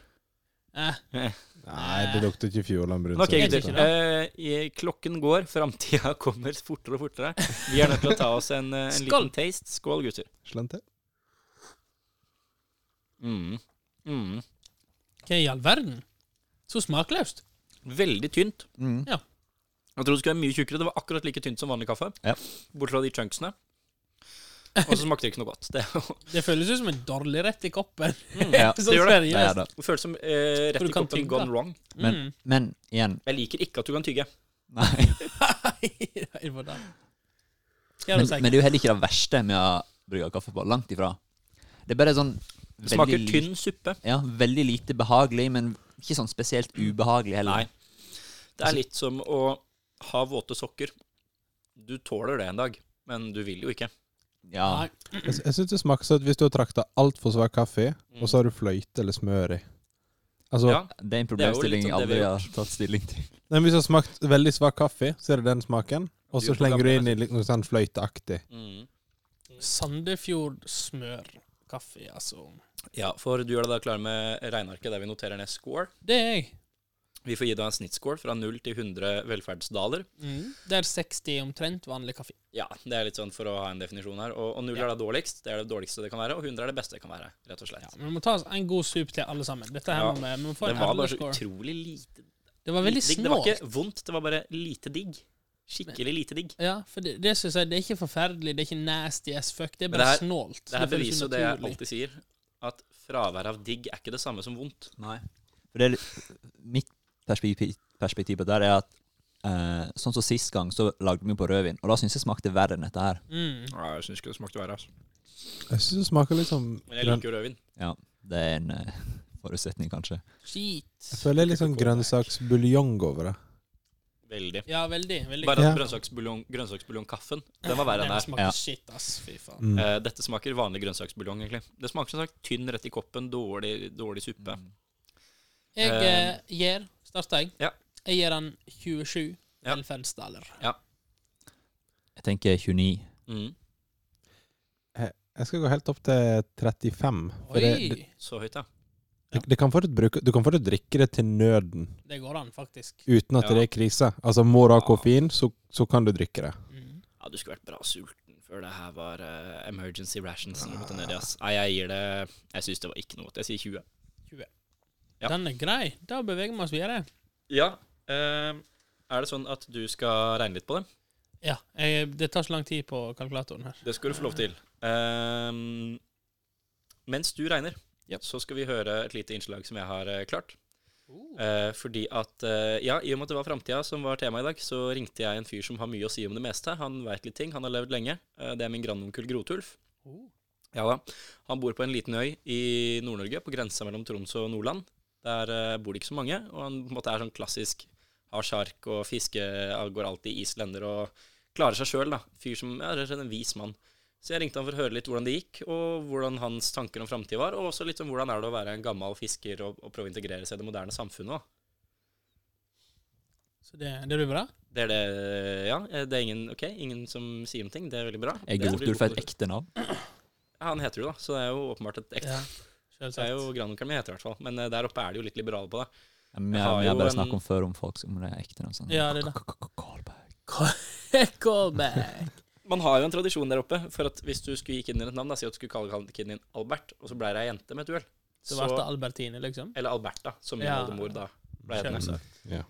S2: Eh,
S5: Nei, det lukter ikke Fjordland brun
S3: Men ok,
S2: Jeg
S5: saus.
S2: synes
S3: gutter. Eh, i- klokken går, framtida [laughs] kommer fortere og fortere. Vi er nødt til å ta oss en, eh, en
S2: Skål.
S3: liten taste. Skål, gutter.
S5: Slent til.
S3: Mm. Mm.
S2: hva i all verden? Så smakløst.
S3: Veldig tynt.
S4: Mm.
S3: Jeg trodde det skulle være mye tjukkere. Det var akkurat like tynt som vanlig kaffe.
S4: Ja.
S3: Bortsett fra de chunksene. Og så smakte det ikke noe godt. [laughs] Det,
S2: Det føles ut som en dårlig rett i koppen.
S4: [laughs] Ja,
S2: Så
S3: Mm. det gjør det.
S4: det er det.
S3: det føles som eh,
S2: For
S3: rett
S2: du
S3: i
S2: kan
S3: koppen
S2: tygge.
S3: gone wrong.
S2: Mm. [laughs]
S4: Men igjen [laughs]
S3: Jeg liker ikke at du kan tygge.
S4: Nei.
S2: Det var det. Hva har
S4: Men,
S2: du sagt?
S4: men det er jo heller ikke det verste med å brygge kaffe på. Langt ifra. Det er bare sånn
S3: Det smaker
S4: veldig
S3: tynn suppe.
S4: li- Ja, veldig lite behagelig, men ikke sånn spesielt ubehagelig heller.
S3: Nei. Det er litt som å ha våte sokker. Du tåler det en dag, men du vil jo ikke.
S4: Ja.
S2: Nei.
S5: Jeg, jeg syns det smaker sånn at hvis du har trakta altfor svak kaffe, og så har du fløyte eller smør i Altså,
S3: Ja.
S4: Det er
S3: Det
S4: en
S3: er jo litt
S4: problemstilling jeg
S3: sånn det vi
S4: aldri
S3: har
S4: har tatt stilling til.
S5: nei, men Hvis du har smakt veldig svak kaffe, så er det den smaken, og så
S3: Du gjør det
S5: slenger du
S3: gamle,
S5: inn i litt noe sånn fløyteaktig.
S3: Mm.
S2: Sandefjord smørkaffe, altså.
S3: Ja, for du gjør deg da klar med regnearket der vi noterer ned score.
S2: Det er jeg.
S3: Vi får gi deg en snittscore fra 0 til 100 velferdsdaler.
S2: Mm. Det er 60 omtrent vanlig kaffe.
S3: Ja, det er litt sånn for å ha en definisjon her. Og, og 0 er da dårligst. Det er det dårligste det kan være. Og 100 er det beste det kan være, rett og slett.
S2: Ja, men vi må ta oss en god sup til alle sammen. Dette her
S3: Ja.
S2: må vi, vi må få
S3: Det
S2: en
S3: var
S2: ærlig
S3: bare så
S2: score.
S3: utrolig lite
S2: Det var veldig
S3: lite digg. Det var
S2: snålt.
S3: ikke vondt, det var bare lite digg. Skikkelig lite digg.
S2: Ja, for det, det synes jeg det er ikke forferdelig, det er ikke nasty as fuck, det er
S3: Men
S2: bare
S3: det her-
S2: snålt.
S3: Det her
S2: føles
S3: beviser jo det jeg
S2: unaturlig.
S3: alltid sier, at fravær av digg er ikke det samme som vondt.
S4: Nei. For det er, litt- mitt perspektiv, perspektiv på det der er at eh, sånn som sist gang, så lagde vi på rødvin, og da syns jeg smakte verre enn dette her.
S2: Mm.
S3: Ja, jeg syns ikke det smakte verre. Altså.
S5: Jeg syns det smaker litt som
S3: Men jeg
S5: grønn-
S3: liker jo rødvin.
S4: Ja, det er en eh, [laughs] forutsetning, kanskje.
S2: Shit.
S5: Jeg føler litt sånn grønnsaksbuljong over det.
S3: Veldig.
S2: Ja, veldig. veldig.
S3: Bare at
S5: Ja.
S3: grønnsaksbuljong- grønnsaksbuljongkaffen, den var verre enn
S2: Den
S3: her.
S2: smaker
S4: Ja.
S2: shit, ass. Fy faen.
S5: Mm.
S3: Eh, dette smaker vanlig grønnsaksbuljong, egentlig. Det smaker som sagt tynn rett i koppen, dårlig, dårlig suppe.
S2: Jeg eh, gir Starter jeg?
S3: Ja.
S2: Jeg gir den 27
S3: Ja.
S2: velferdsdaler.
S4: Jeg tenker 29.
S3: Mm.
S5: Jeg skal gå helt opp til 35. For det, det,
S2: Oi!
S3: Så høyt, ja.
S5: det, det kan fortsatt bruke, du kan fortsatt drikke det til nøden
S2: Det går an, faktisk.
S5: uten at
S3: Ja.
S5: det er krise. Altså, må du ha
S3: Ja.
S5: koffein, så, så kan du drikke det.
S2: Mm.
S3: Ja, du skulle vært bra sulten før det her var eh, emergency rations. Når du måtte ned, i, ass. Nei, jeg gir det Jeg syns det var ikke noe godt. Jeg sier 20. Ja.
S2: Den er grei. Da beveger vi oss videre.
S3: Ja. ehm, er det sånn at du skal regne litt på det?
S2: Ja, jeg, Det tar så lang tid på kalkulatoren her.
S3: Det skal du få lov til. Ehm, mens du regner, så skal vi høre et lite innslag som jeg har eh, klart. Eh, fordi at eh, Ja, i og med at det var framtida som var tema i dag, så ringte jeg en fyr som har mye å si om det meste. Han veit litt ting. Han har levd lenge. Eh, det er min grandonkel Grotulf.
S2: Oh.
S3: Ja da. Han bor på en liten øy i Nord-Norge, på grensa mellom Troms og Nordland. Der eh, bor det ikke så mange, og han på en måte er sånn klassisk har sjark og fiske, går alltid islender og klarer seg sjøl, da. Fyr som ja, rett og slett en vis mann. Så jeg ringte han for å høre litt hvordan det gikk, og hvordan hans tanker om framtida var, og også litt om hvordan er det å være en gammel fisker og, og prøve å integrere seg i det moderne samfunnet. da.
S2: Så det, det blir bra?
S3: Det er det Ja, eh, det er ingen Ok, ingen som sier noen ting. Det er veldig bra.
S4: Er
S3: Det blir
S4: Grotulf et
S3: god-
S4: ekte navn?
S3: Ja, han heter jo da, så det er jo åpenbart et ekte
S2: Ja.
S3: Det er jo
S2: Selvsagt.
S3: Granonkelen min heter i hvert fall. Men eh, der oppe er de jo litt liberale på det.
S4: Ja, men Vi
S3: Jeg
S4: har,
S3: har
S4: vi har
S3: jo
S4: bare
S3: en-
S4: snakket om før om folk som det er ekte navn. Sånn.
S2: Ja, det er det.
S4: Karlberg.
S2: Callback.
S3: Man har jo en tradisjon der oppe for at hvis du skulle gi kiden din et navn, da, si at du skulle kalle kiden din Albert, og så ble det ei jente med et uhell.
S2: Så
S3: Så-
S2: ble det Albertine, liksom?
S3: Eller Alberta, som min
S2: Ja.
S3: oldemor da ble hetende.
S2: Skjønner.
S5: Ja.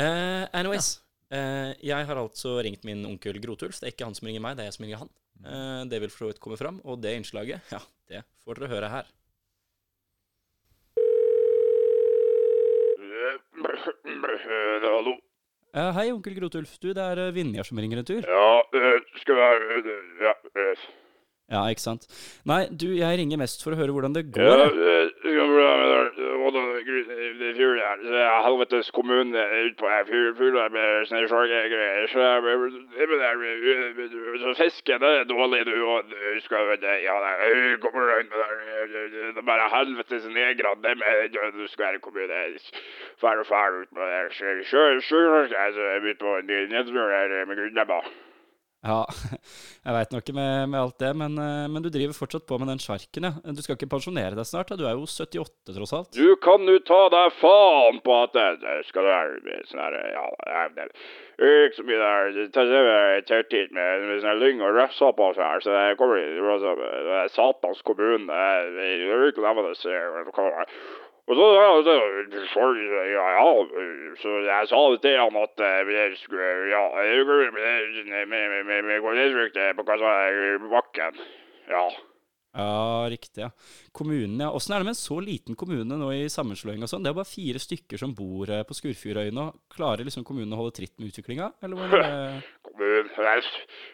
S3: Eh, anyways, eh, jeg har altså ringt min onkel Grotulf. Det er ikke han som ringer meg, det er jeg som ringer han. Eh, det vil for så vidt komme fram. Og det innslaget, ja, det får dere høre her.
S6: Hallo?
S3: Eh, hei, onkel Grotulf. Du, det er eh, Vinjar som ringer en tur.
S6: Ja, eh, skal jeg eh, Ja, eh,
S3: Ja, ikke sant. Nei, du, jeg ringer mest for å høre hvordan det går.
S6: ja
S3: jeg.
S6: eh, skal vi Hvordan det fyren her det er Helvetes kommune ute på her fyren fyren med sånne sjargegreier. Så jeg men- men jeg- så Fisken det er dårlig, du, og du skal det- Ja, nei, kommer du inn med det der, Det er bare helvetes negrene. Det med du skal være kommune. Fær og fær ut med det. Sjø, sjø, sjø, altså, jeg er ute på en nedtur her med grunnlemmer.
S3: Ja, [laughs] jeg veit nok ikke med, med alt det, men, eh, men du driver fortsatt på med den sjarken, ja. Du skal ikke pensjonere deg snart, da. Du er jo 78, tross alt.
S6: Du kan jo ta deg faen på at det, det skal være sånn her Ja, det er- det er ikke så mye der. Det tar seg tertid med, med sånn her lyng og røfsa på seg her, så det kommer det er altså, det er Satans kommune. Det er det er ikke levende å se hva det kommer. Og så, ja, så, sorry, ja, ja, så jeg sa det til han at eh, jeg skulle, ja, jeg skulle med, med, med, med, med kollektivtrykket på kassa her i bakken. Ja.
S3: Ja, riktig, ja. Kommunen, ja. Åssen er det med en så liten kommune nå i sammenslåing og sånn? Det er jo bare fire stykker som bor eh, på Skurfjordøyene, og klarer liksom kommunen å holde tritt med utviklinga, eller hvordan er
S6: [laughs]
S3: det?
S6: kommunen. Jeg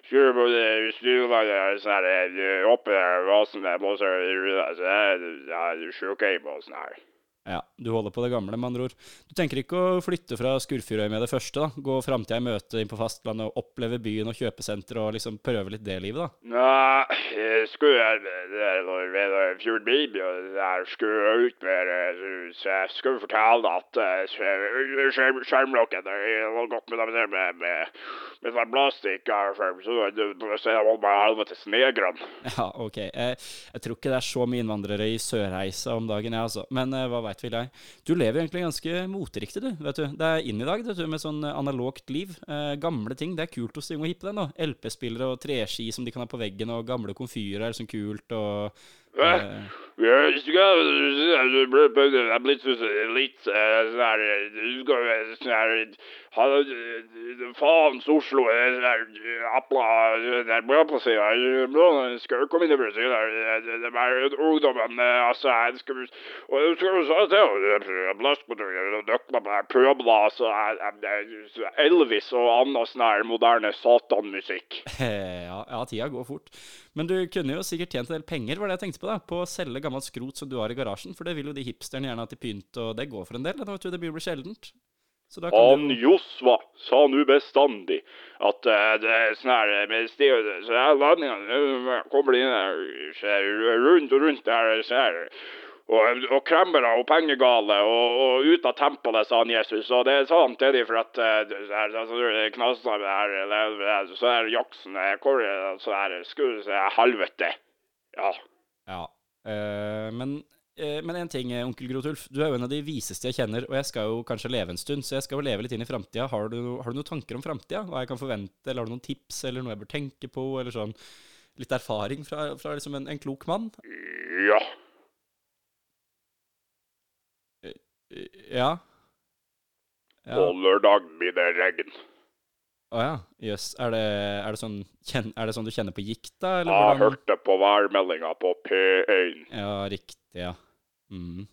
S6: skulle på det styrvannet sånn her, eh, oppe der, vasen der, blåser i ruta, så jeg jeg er sjukehjem og sånn her.
S3: Ja, du holder på det gamle, med andre ord. Du tenker ikke å flytte fra Skurfjordøy med det første, da? Gå framtida i møte inn på fastlandet, og oppleve byen og kjøpesenter, og liksom prøve litt det livet, da? [laughs]
S6: Nei, jeg skulle jeg det er noe- det er noe fjord baby, og jeg skulle ut med det, så- så jeg skulle fortelle at eh, skjerm- skjerm- skjermlokken det var godt med dem der med, med, med sånn plastikk, ja, skjerm, så det- det- så jeg var bare helvetes negrene.
S3: Ja, ok. Jeg, jeg tror ikke det er så mye innvandrere i Sørreisa om dagen, jeg, altså. Men eh, hva veit vel jeg. Du lever jo egentlig ganske moteriktig, du. vet du. Det er inn i dag, vet du, med sånn eh, analogt liv. Eh, gamle ting. Det er kult hos de unge hippe, det nå. LP-spillere og treski som de kan ha på veggen, og gamle komfyrer er sånn liksom kult, og
S6: Hva?
S3: Eh,
S6: Ja, du skal du blir- blir- er blitt så litt eh, sånn her eh, Du skal være sånn her eh, ha, eh, Faens Oslo eh, sånn her, eh, Apla eh, Det er bra plassert. eh, bra, eh, Skal du komme inn i Brasil? Det er jo ungdommen eh, altså, her skal du- Og du skal jo se til eh, eh, Blaskmotorer og døkler, pøbler altså, eh, eh, eh, Elvis og annen sånn her moderne satanmusikk.
S3: Eh, ja, ja, tida går fort. Men du kunne jo sikkert tjent en del penger, var det jeg tenkte på, da. På å selge gammelt skrot som du har i garasjen. For det vil jo de hipsterne gjerne at de pynter, og det går for en del. Det, vet du, det blir jo sjeldent. Så da kan
S6: Han
S3: du
S6: Josva sa nu bestandig at eh, det er sånn her eh, med stiv, så her landingene eh, kommer inn her, så her, rundt og rundt her, så her, og, eh, og kremmere og pengegale og, og ut av tempelet, sa han Jesus. Og det sa han til dem for at eh, det- så her, altså, det knasene med her, eller, eller, så her jaksen, eh, hvor er det, så her, eh, skulle så her, helvete. Ja.
S3: Ja. eh, men, eh, men en ting, eh, onkel Grotulf. Du er jo en av de viseste jeg kjenner, og jeg skal jo kanskje leve en stund, så jeg skal jo leve litt inn i framtida. Har, du- har du noen tanker om framtida? Hva jeg kan forvente, eller har du noen tips, eller noe jeg bør tenke på, eller sånn? Litt erfaring fra, fra liksom en, en klok mann?
S6: Ja.
S3: Ja. Ja.
S6: På lørdag blir det regn.
S3: Å ja, jøss. Er, det, er, det sånn, kjen- er det sånn du kjenner på gikt, da? Eller
S6: Jeg
S3: hvordan-
S6: hørte på værmeldinga på P1.
S3: Ja, riktig, ja. Mm.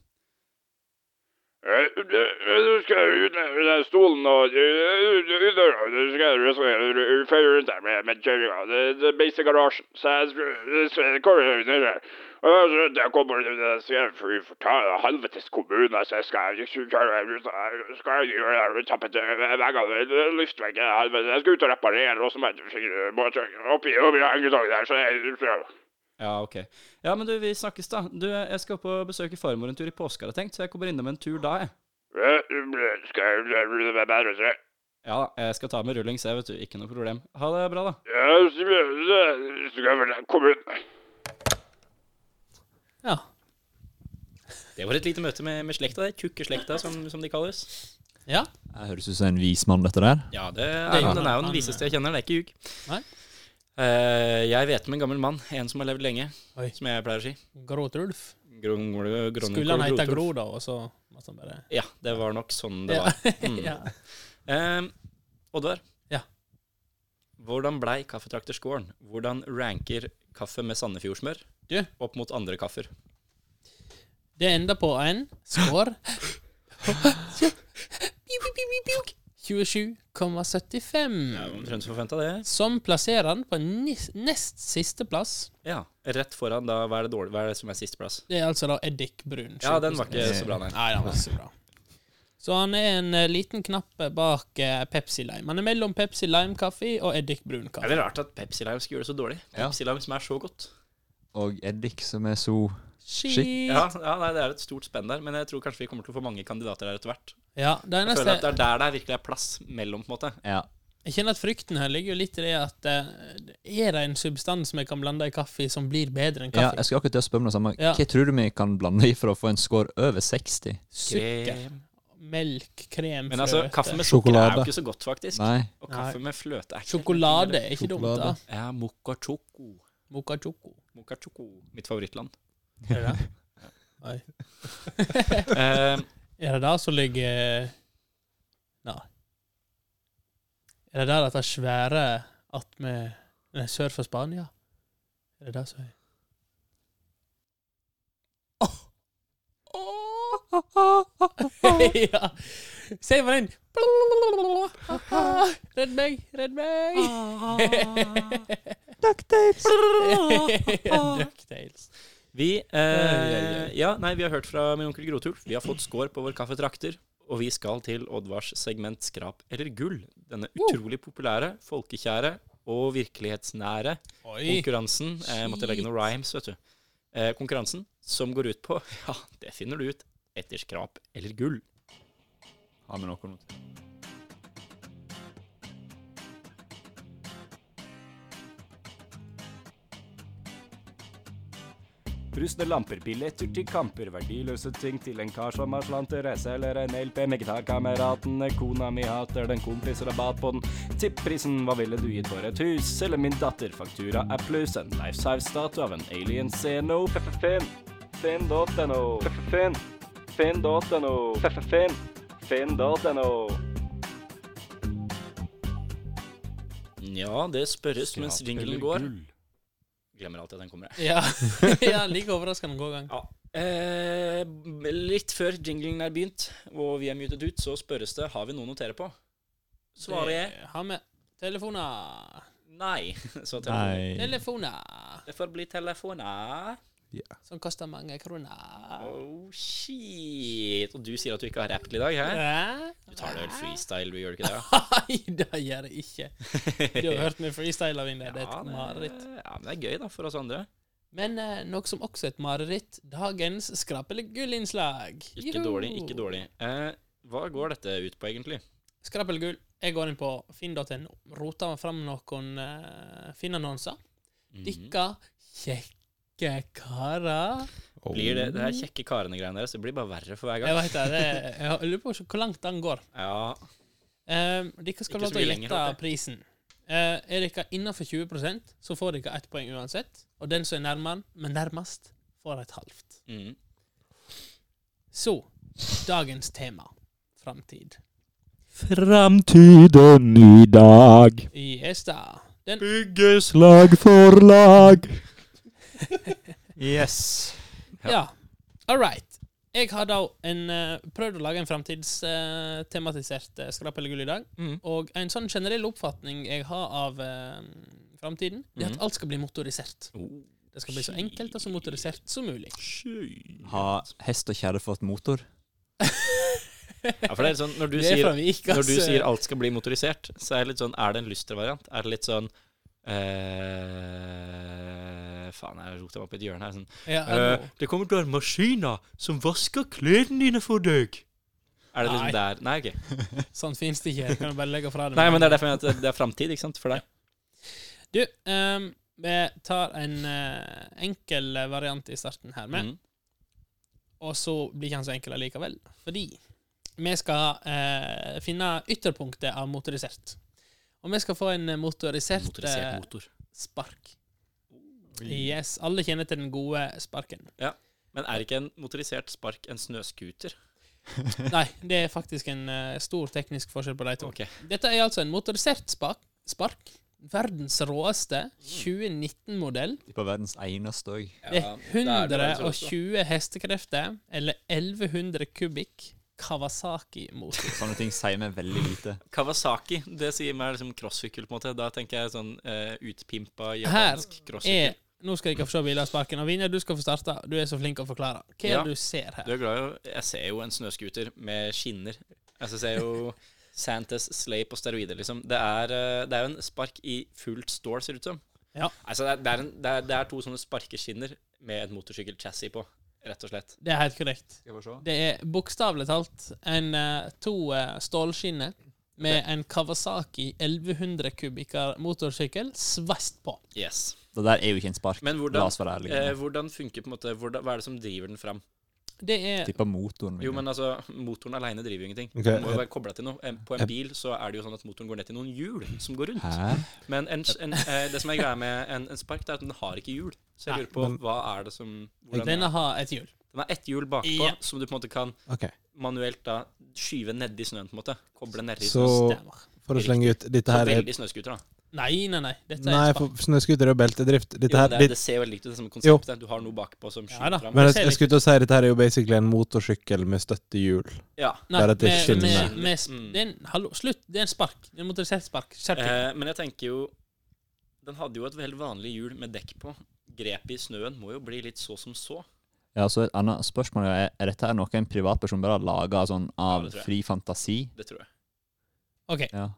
S6: Eh, Du skal ut med den stolen og eh, ut døra. Du skal eh, du skal- du feier rundt der med, med kjerringa. Det det er beist i garasjen. Så jeg skal- så jeg kommer ut der. Og så der kommer det der skal jeg fortelle helvetes kommune, så jeg skal jeg skal jeg skal gjøre det tappet veggene, luftveggen, helvete. Jeg skal ut og reparere, og så må jeg bare oppi oppi hengetaket der, så jeg
S3: Ja, ok. Ja, men du, vi snakkes, da. Du, jeg skal opp og besøke farmor en tur i påska, har jeg tenkt, så jeg kommer innom en tur da, jeg.
S6: Eh, Skal jeg være bedre, så jeg
S3: Ja, jeg skal ta med rullings, jeg, vet du. Ikke noe problem. Ha det bra, da.
S6: Ja, så så skal jeg vel komme ut.
S2: Ja.
S3: Det var et lite møte med, med slekta, det. Tjukke slekta, som, som de kalles.
S2: ja.
S4: Det høres ut som en vis mann, dette der.
S3: Ja, det
S2: Det
S3: er,
S2: gjør
S3: han, den
S2: han.
S3: er jo den
S2: Han-
S3: viseste jeg kjenner, det er ikke ljug.
S2: Nei.
S3: Eh, jeg vet om en gammel mann, en som har levd lenge,
S2: Oi.
S3: som jeg pleier å si.
S2: Gråtrulf.
S3: Grong- grong- grong-
S2: Skulle han hete
S3: grotulf.
S2: Gro, da, og så måtte han bare
S3: Ja, det var nok sånn det
S2: [laughs] Ja.
S3: var. Mm.
S2: ja.
S3: Ehm, Oddvar.
S2: Ja.
S3: Hvordan blei kaffetrakterskåren? Hvordan ranker kaffe med Sandefjordsmør
S2: Du.
S3: opp mot andre kaffer?
S2: Det ender på en score 27,75.
S3: Omtrent som forventa, det.
S2: Som plasserer han på nis- nest siste plass.
S3: Ja. Rett foran, da. Hva er det, dårlig, hva er det som er sisteplass?
S2: Det er altså da Eddik Brun.
S3: Ja, den var ikke så bra, nei.
S2: Nei, den var ikke så bra. Så han er en eh, liten knapp bak eh, Pepsi Lime. Han er mellom Pepsi Lime kaffe og Eddik Brun
S3: Er
S2: kaffe.
S3: det rart at Pepsi Lime skulle gjøre det så dårlig?
S4: Ja.
S3: Pepsi Lime som er så godt.
S4: Og Eddik, som er så
S2: Shit.
S3: Ja, ja nei, Det er et stort spenn der, men jeg tror kanskje vi kommer til å få mange kandidater der etter hvert.
S2: Ja, det
S3: Jeg føler at
S2: eneste
S3: det er der det virkelig er plass mellom, på en måte.
S4: Ja.
S2: Jeg kjenner at frykten her ligger jo litt i det at eh, Er det en substans vi kan blande i kaffe som blir bedre enn
S4: ja
S2: kaffe?
S4: jeg skulle akkurat til å spørre om det samme.
S2: Ja.
S4: Hva tror du vi kan blande i for å få en score over 60?
S2: Sukker,
S3: Krem.
S2: melk, krem,
S3: Men altså,
S2: fløte.
S3: kaffe med sukker er jo
S5: Sjokolade.
S3: ikke så godt, faktisk.
S4: Nei.
S3: Og kaffe med fløte er ikke
S2: Sjokolade er ikke dumt, da.
S5: Sjokolade.
S3: Ja, mocha choco.
S2: Mocha choco.
S3: Mocha choco. Mitt favorittland.
S2: Er det det? Oi.
S3: Eh,
S2: Er det der som ligger Nei. Er det der dette svære at vi Nei, sør for Spania? Er det der som er Åh! [laughs] ja. Se på den! Redd meg, redd meg! [laughs] Ducktails. Ducktails.
S3: vi,
S2: Oi,
S3: eh, ja, nei, vi har hørt fra min onkel Grotulf. Vi har fått score på vår kaffetrakter. Og vi skal til Oddvars segment Skrap eller gull. Denne utrolig populære, folkekjære og virkelighetsnære
S2: Oi.
S3: konkurransen. Eh, jeg måtte legge noen rhymes, vet du. Eh, konkurransen som går ut på [laughs] Ja, det finner du ut etter skrap eller gull.
S4: Har vi noe nå?
S7: Brusne lamper, billetter til kamper, verdiløse ting til en kar som har slant til reise eller en LP med gitarkameratene. Kona mi hater den, kompis rabatt på den. Tipprisen, hva ville du gitt for et hus? Eller min datter, faktura er pluss. En life size-statue av en alien sceno. Finn. Finn.no. Finn. Finn.no. Finn. Finn.no.
S3: Ja, det spørres mens jinglen
S1: Skrapeller
S3: går.
S1: gull.
S3: Glemmer alltid at den kommer. jeg.
S2: Ja, [laughs] ja like overraskende god gang.
S3: Eh, litt før jinglen er begynt, og vi er mutet ut, så spørres det har vi noe å notere på. Svarer jeg
S2: Det- Ha med telefoner.
S3: nei. [laughs] Så telefonen.
S4: Nei.
S2: Telefoner
S3: Det får bli telefoner.
S2: som koster mange kroner.
S3: Oh, shit. Og du sier at du ikke har rappet i dag, hæ?
S2: Hæ?
S3: Du tar det vel freestyle, du gjør du ikke det?
S2: [laughs] Nei, det gjør jeg ikke. [laughs] Du har hørt meg freestyle av inne. Det er
S3: [laughs] Ja,
S2: et mareritt.
S3: Ja, men det er gøy, da, for oss andre.
S2: Men eh, noe som også er et mareritt, dagens skrapelgullinnslag.
S3: Ikke dårlig, ikke dårlig. Eh, hva går dette ut på, egentlig?
S2: Skrapelgull. Jeg går inn på finn.no, roter fram noen eh, Finn-annonser.
S3: Mhm.
S2: Dykka kjekke karer.
S5: Mm.
S3: Blir det, det her kjekke karene-greiene deres, det blir bare verre for hver
S2: Jeg
S3: gang.
S2: vet det. det er- jeg lurer på hvor langt den går.
S3: Ja,
S2: Um, dere skal
S3: Ikke
S2: ha
S3: så
S2: lov til å
S3: mye lenger
S2: gjette
S3: opp,
S2: prisen. Eh, er dere innenfor 20 så får dere ett poeng uansett. Og den som er nærmere, men nærmest, får et halvt.
S3: mm.
S2: Så dagens tema framtid.
S7: Framtiden i dag
S2: Yes, da. Den
S7: bygges lag for lag.
S4: Yes.
S2: Ja. All right. Jeg har da en, eh, prøvd å lage en framtidstematisert uh, skrap eller gull i dag.
S3: Mhm.
S2: Og en sånn generell oppfatning jeg har av uh, framtiden, er
S3: Mhm.
S2: at alt skal bli motorisert.
S3: Oh,
S2: Det skal bli så enkelt og så motorisert som mulig.
S4: Har hest og kjerre fått motor?
S3: Ja, for det er litt sånn, når du,
S2: Det er
S3: sier,
S2: fra Vik,
S3: når du
S2: altså.
S3: sier alt skal bli motorisert, så er det litt sånn Er det en lystervariant? Er det litt sånn eh, Faen, jeg rota meg opp i et hjørne her. Sånn,
S2: Ja,
S3: eh,
S2: nå-
S3: det kommer til å være maskiner som vasker klærne dine for deg. Er det
S2: Nei.
S3: liksom der Nei, ok.
S2: Sånn finnes det ikke. Det Kan du bare legge fra deg.
S3: Nei, men det er derfor jeg mener at det er framtid, ikke sant? For deg.
S2: Du, ehm, vi tar en eh, enkel variant i starten her med,
S3: Mm.
S2: og så blir ikke han så enkel allikevel. Fordi vi skal eh, finne ytterpunktet av motorisert. Og vi skal få en motorisert,
S3: Motorisert
S2: eh,
S3: motor.
S2: spark. Yes, alle kjenner til den gode
S3: [laughs]
S2: sparken.
S3: Men er ikke en motorisert spark en snøscooter?
S2: Nei, det er faktisk en eh, stor teknisk forskjell på de to.
S3: Ok.
S2: Dette er altså en motorisert spark. spark verdens råeste
S3: Mm.
S2: 2019-modell.
S4: På verdens eneste òg.
S2: Det er 120 hestekrefter, eller 1100 kubikk
S4: [laughs]
S2: Kawasaki-motor.
S4: Sånne ting sier meg veldig lite.
S3: Kawasaki, det sier meg liksom crosssykkel, på en måte. Da tenker jeg sånn eh, utpimpa
S2: Her
S3: japansk
S2: Er-
S3: crosssykkel.
S2: Nå skal jeg ikke få se bilder av sparken. Og Vinje, du skal få starte. Du er så flink å forklare. Hva er
S3: Ja.
S2: det du ser
S3: Du
S2: her?
S3: er glad i Jeg ser jo en snøscooter med skinner. Altså, jeg ser jo Santas Slay på steroider, liksom. Det er, eh, det er jo en spark i fullt stål, ser det ut som.
S2: Ja.
S3: Altså, det er, det, er en, det, er, det er to sånne sparkeskinner med et motorsykkelchassis på, rett og slett.
S2: Det er helt korrekt.
S4: Skal vi se.
S2: Det er bokstavelig talt en, eh, to eh, stålskinner med en Kawasaki 1100 kubikker motorsykkel sveist på.
S3: Yes.
S4: Det der er jo ikke en spark.
S3: Men
S4: La
S3: hvordan,
S4: oss være ærlige.
S3: eh, hvordan funker på en måte hvordan, Hva er det som driver den fram?
S2: Det er
S4: Tipper motoren. vil
S3: Jo,
S4: jeg.
S3: men altså, motoren aleine driver jo ingenting.
S5: Ok.
S3: Den må jo være kobla til noe. En- På en bil så er det jo sånn at motoren går ned til noen hjul som går rundt.
S4: Hæ?
S3: Men en, en, eh, det som er greia med en, en spark, det er at den har ikke hjul. Så jeg lurer på hva er det som hvordan,
S2: Denne har et hjul.
S3: Den har ett hjul bakpå
S2: Ja.
S3: som du på en måte kan
S5: Ok,
S3: manuelt da skyve nedi snøen, på en måte. Koble nedi
S5: Så
S3: snøen.
S2: Stemmer.
S5: for å slenge ut Dette her er
S3: veldig snøscooter, da.
S2: Nei, nei, nei. Dette er
S5: Nei,
S2: en spark.
S5: for snøscooter er jo beltedrift.
S3: Jo,
S5: Dette
S3: men
S5: her
S3: det,
S5: litt-
S3: det ser veldig likt ut, det samme
S5: Jo.
S3: konseptet. Du har noe bakpå som
S2: Ja
S3: skyver
S2: da.
S3: fram.
S5: Men
S2: Det ser
S5: jeg, jeg
S2: litt-
S5: skulle til å si dette her er jo basically en motorsykkel med støttehjul.
S3: Ja.
S2: Nei,
S5: Bare at det
S2: med-
S5: skinner.
S2: med- med sp-
S3: Mm.
S2: det er en- Hallo, slutt. Det er en spark. Det er en motorisert spark. [laughs] Skjerp deg.
S3: Eh, men jeg tenker jo Den hadde jo et helt vanlig hjul med dekk på. Grepet i snøen må jo bli litt så som så.
S4: Ja, så Et annet spørsmål er er dette her noe en privatperson bare har laga sånn
S3: Ja,
S4: av
S3: det tror jeg.
S4: fri fantasi?
S3: Det tror jeg.
S2: OK.
S4: Ja.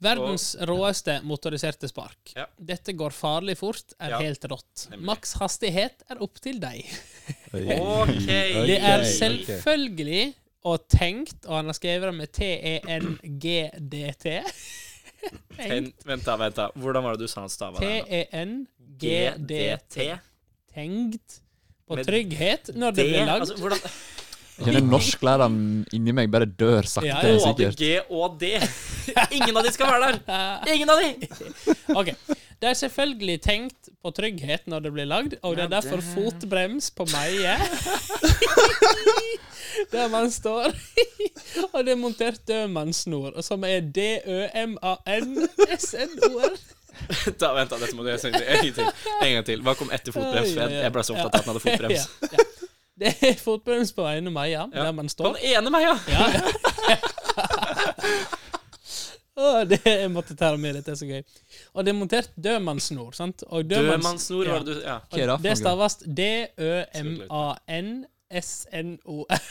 S2: Verdens råeste motoriserte spark.
S3: Ja.
S2: Dette går farlig fort, er
S3: Ja.
S2: helt rått.
S3: Nemlig.
S2: Maks hastighet er opp til deg.
S3: OK!
S2: Det er
S5: Ok,
S2: selvfølgelig og tenkt, og han har skrevet det med T-E-N-G-D-T.
S3: [laughs] Ten, vent, da. vent da Hvordan var det du sa han stava der? da?
S2: T-E-N-G-D-T. Tenkt På
S3: Men
S2: trygghet når det,
S3: Det,
S2: blir lagd.
S3: altså, hvordan
S4: Jeg kjenner norsklæreren inni meg bare dør sakte,
S2: Ja,
S4: men
S2: ja.
S4: sikkert.
S3: ABG og D? Ingen av de skal være der! Ingen av de!
S2: OK. Det er selvfølgelig tenkt på trygghet når det blir lagd, og det er derfor fotbrems på meie.
S3: [laughs]
S2: Der man står. [laughs] Og det er montert dødmannssnor, som er D-Ø-M-A-N-S-N-O-R.
S3: Da, vent, da, dette må du gjøre en gang til. En gang til. Hva kom etter fotbrems? For Jeg, jeg ble så opptatt av at han hadde fotbrems.
S2: [laughs] Ja, ja. Det er fotbrems på ene meia, der man
S3: På
S2: står.
S3: den ene meia!
S2: Ja. [laughs] Å, det, jeg måtte ta det med, dette er så gøy. Og det er montert dødmannssnor, sant? Og dødmanns-
S3: Dødmannssnor, var det du Ja.
S4: Hva er det for
S2: Det
S4: noe?
S2: staves D-Ø-M-A-N-S-N-O-R.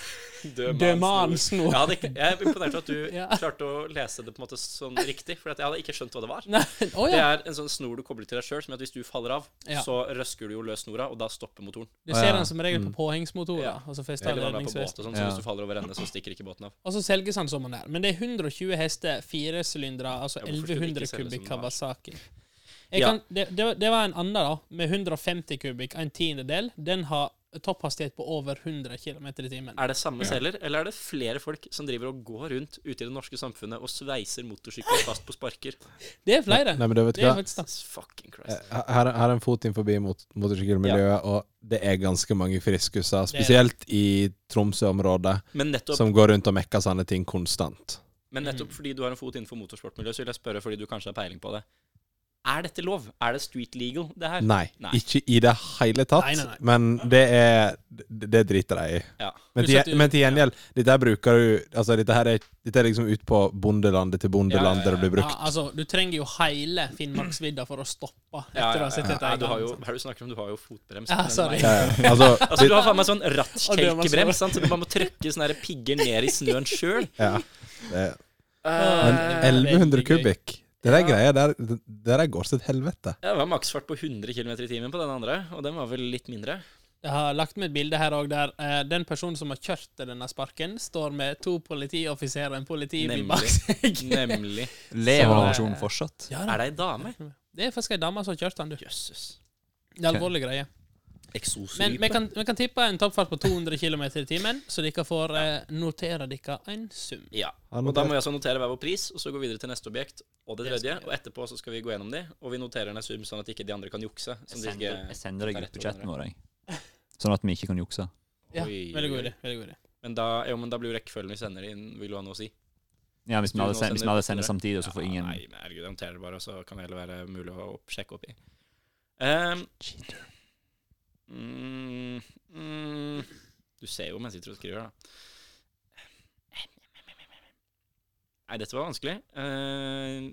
S2: Dødmannssnor.
S3: Ja, det, jeg er imponert over at du
S2: [laughs] Ja.
S3: klarte å lese det på en måte sånn riktig, for at jeg hadde ikke skjønt hva det var.
S2: [laughs]
S3: [laughs]
S2: Nei, Å
S3: Det
S2: ja.
S3: er en sånn snor du kobler til deg sjøl, som gjør at hvis du faller av,
S2: Ja.
S3: så røsker du jo løs snora, og da stopper motoren.
S2: Du ser
S4: ja.
S2: den som
S5: Mm.
S2: regel på
S3: Ja.
S2: påhengsmotorer. altså Og så fester
S3: Eller
S2: den
S3: hva det er på båt
S2: redningsvest.
S3: og sånn, så
S4: Ja.
S3: hvis du faller over ende, så stikker ikke båten av.
S2: Og så selges den som den er. Men det er 120 hester, fire sylindere, altså
S3: Ja, hvorfor skulle
S2: 1100
S3: de ikke selge som
S2: kubikk
S3: den er?
S2: Kawasaki.
S5: [laughs]
S2: Jeg
S3: Ja.
S2: kan, det, det, var- det var en annen, da, med 150 kubikk, en tiendedel. Den har topphastighet på over 100 km i timen.
S3: Er det samme celler, eller er det flere folk som driver og går rundt ute i det norske samfunnet og sveiser motorsykler fast på
S2: [laughs]
S3: sparker?
S2: Det er flere.
S5: Nei, men du vet
S2: Det er
S5: hva.
S2: faktisk det.
S3: Fucking Christ.
S5: Eh, Her, her er en fot inn forbi mot, motorsykkelmiljøet, og det er ganske mange friskuser, spesielt i Tromsø-området,
S3: Men nettopp,
S5: som går rundt og mekker sånne ting konstant.
S3: men nettopp fordi du har en fot innenfor motorsportmiljøet, så vil jeg spørre, fordi du kanskje har peiling på det, er dette lov? Er det street legal, det her?
S5: Nei,
S3: Nei.
S5: ikke i det hele tatt,
S2: Nei, nei, nei.
S5: men det er Det det driter de i.
S3: Ja.
S5: Men
S2: Pluss at
S5: til,
S2: du-
S5: men til gjengjeld, dette her bruker du Altså, dette her er, dette er liksom ut på bondelandet til bondeland der det blir
S2: Ja,
S5: brukt.
S2: altså, du trenger jo hele Finnmarksvidda for å stoppe. Etter
S3: Ja,
S2: du
S3: ja,
S2: har sett
S3: ja,
S2: dette
S3: ja,
S2: en
S3: du har
S2: gang,
S3: jo,
S2: sant?
S3: her du snakker om, du har jo fotbrems.
S2: Ja,
S3: men-
S2: sorry.
S5: Ja,
S2: [laughs]
S5: ja. altså,
S3: Altså, du har faen meg sånn rattkjelkebrems,
S2: dødmannsnor.
S3: sant? så du bare må trykke sånne her pigger ned i snøen sjøl.
S5: ja, det, men
S2: [laughs] Eh, veldig
S5: 1100
S2: gøy.
S5: kubikk Det der greia der, det der går sitt helvete.
S3: Det var maksfart på 100 km i timen på den andre, og den var vel litt mindre.
S2: Jeg har lagt med et bilde her òg der eh, den personen som har kjørt til denne sparken, står med to politioffiserer og en politibil
S3: Nemlig.
S2: bak seg.
S3: Nemlig.
S4: Lever
S2: Så-
S4: animasjonen fortsatt?
S2: [laughs] Ja,
S3: Er
S2: da.
S3: det ei dame?
S2: Det er faktisk ei dame som har kjørt den, du.
S3: Jøsses.
S2: Det er alvorlige greier. Men vi
S3: Eksosrype.
S2: kan, vi kan tippe en toppfart på 200 km i timen, så dere får eh, notere dere en sum.
S3: Ja.
S5: Han
S3: Og da
S5: noterte.
S3: må vi altså notere hver vår pris, og så gå videre til neste objekt og det tredje. Og etterpå så skal vi gå gjennom de, og vi noterer en sum sånn at ikke de andre kan jukse.
S4: Jeg
S3: Som de ikke...
S4: sender, jeg sender deg
S3: tar rett på
S4: gruppechatten vår, jeg. [laughs] Sånn at vi ikke kan jukse.
S2: Ja,
S3: Oi,
S2: veldig
S3: oi,
S2: god
S3: oi.
S2: idé. veldig god idé.
S3: Men da, jo, men da blir jo rekkefølgen vi sender inn, vil jo ha noe å si.
S4: Ja, Hvis vi
S3: Du
S4: hadde
S3: nå
S4: sendt, hvis vi
S3: sender
S4: hadde sendt
S3: til
S4: samtidig, så får
S3: Ja,
S4: ingen
S3: Nei, men herregud, jeg noterer det bare, og så kan det heller være mulig å opp, sjekke opp i. Ehm, mm, mm, du ser jo mens jeg sitter og skriver, da. Nei, dette var vanskelig. Ehm,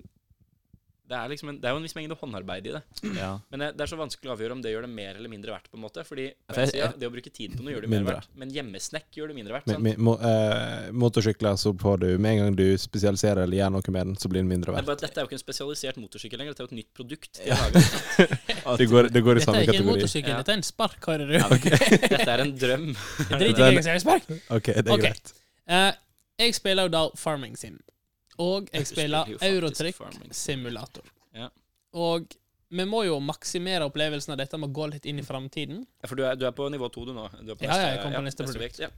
S3: det, er liksom en, det er jo en viss mengde håndarbeid i det.
S4: ja.
S3: Men det, det er så vanskelig å avgjøre om det gjør det mer eller mindre verdt. på en måte Fordi på
S4: For
S3: en
S4: Altså, jeg-
S3: side, det å bruke tid på noe gjør det mer
S5: Mindre.
S3: verdt, men hjemmesnekk gjør det mindre verdt.
S5: Med,
S3: Sant?
S5: med, mo, eh, motorsykler så får du Med en gang du spesialiserer eller gjør noe med den, så blir den mindre
S3: Det er
S5: verdt.
S3: bare at dette er jo ikke en spesialisert motorsykkel lenger, dette er jo et nytt produkt. de har laget.
S4: [laughs]
S5: Det går, det går i
S2: Dette
S5: samme
S2: er ikke en
S5: kategori.
S2: motorsykkel,
S3: Ja.
S2: dette er en spark, hører du. [laughs]
S3: [laughs] Dette er en drøm.
S2: Jeg driter i hva
S5: Den-
S2: jeg sier, spark.
S5: Ok, det er
S2: Ok.
S5: greit.
S2: Eh, jeg spiller jo da Farming Sim. Og jeg
S3: Du
S2: spiller
S3: spiller jo faktisk
S2: Eurotrick
S3: Farming Sim.
S2: Simulator.
S3: Ja.
S2: Og vi må jo maksimere opplevelsen av dette med å gå litt inn i framtiden.
S3: Ja, For du er, du er på nivå to, du nå. Du er på
S2: Ja, ja, jeg kom på neste produkt.
S3: objekt, Ja.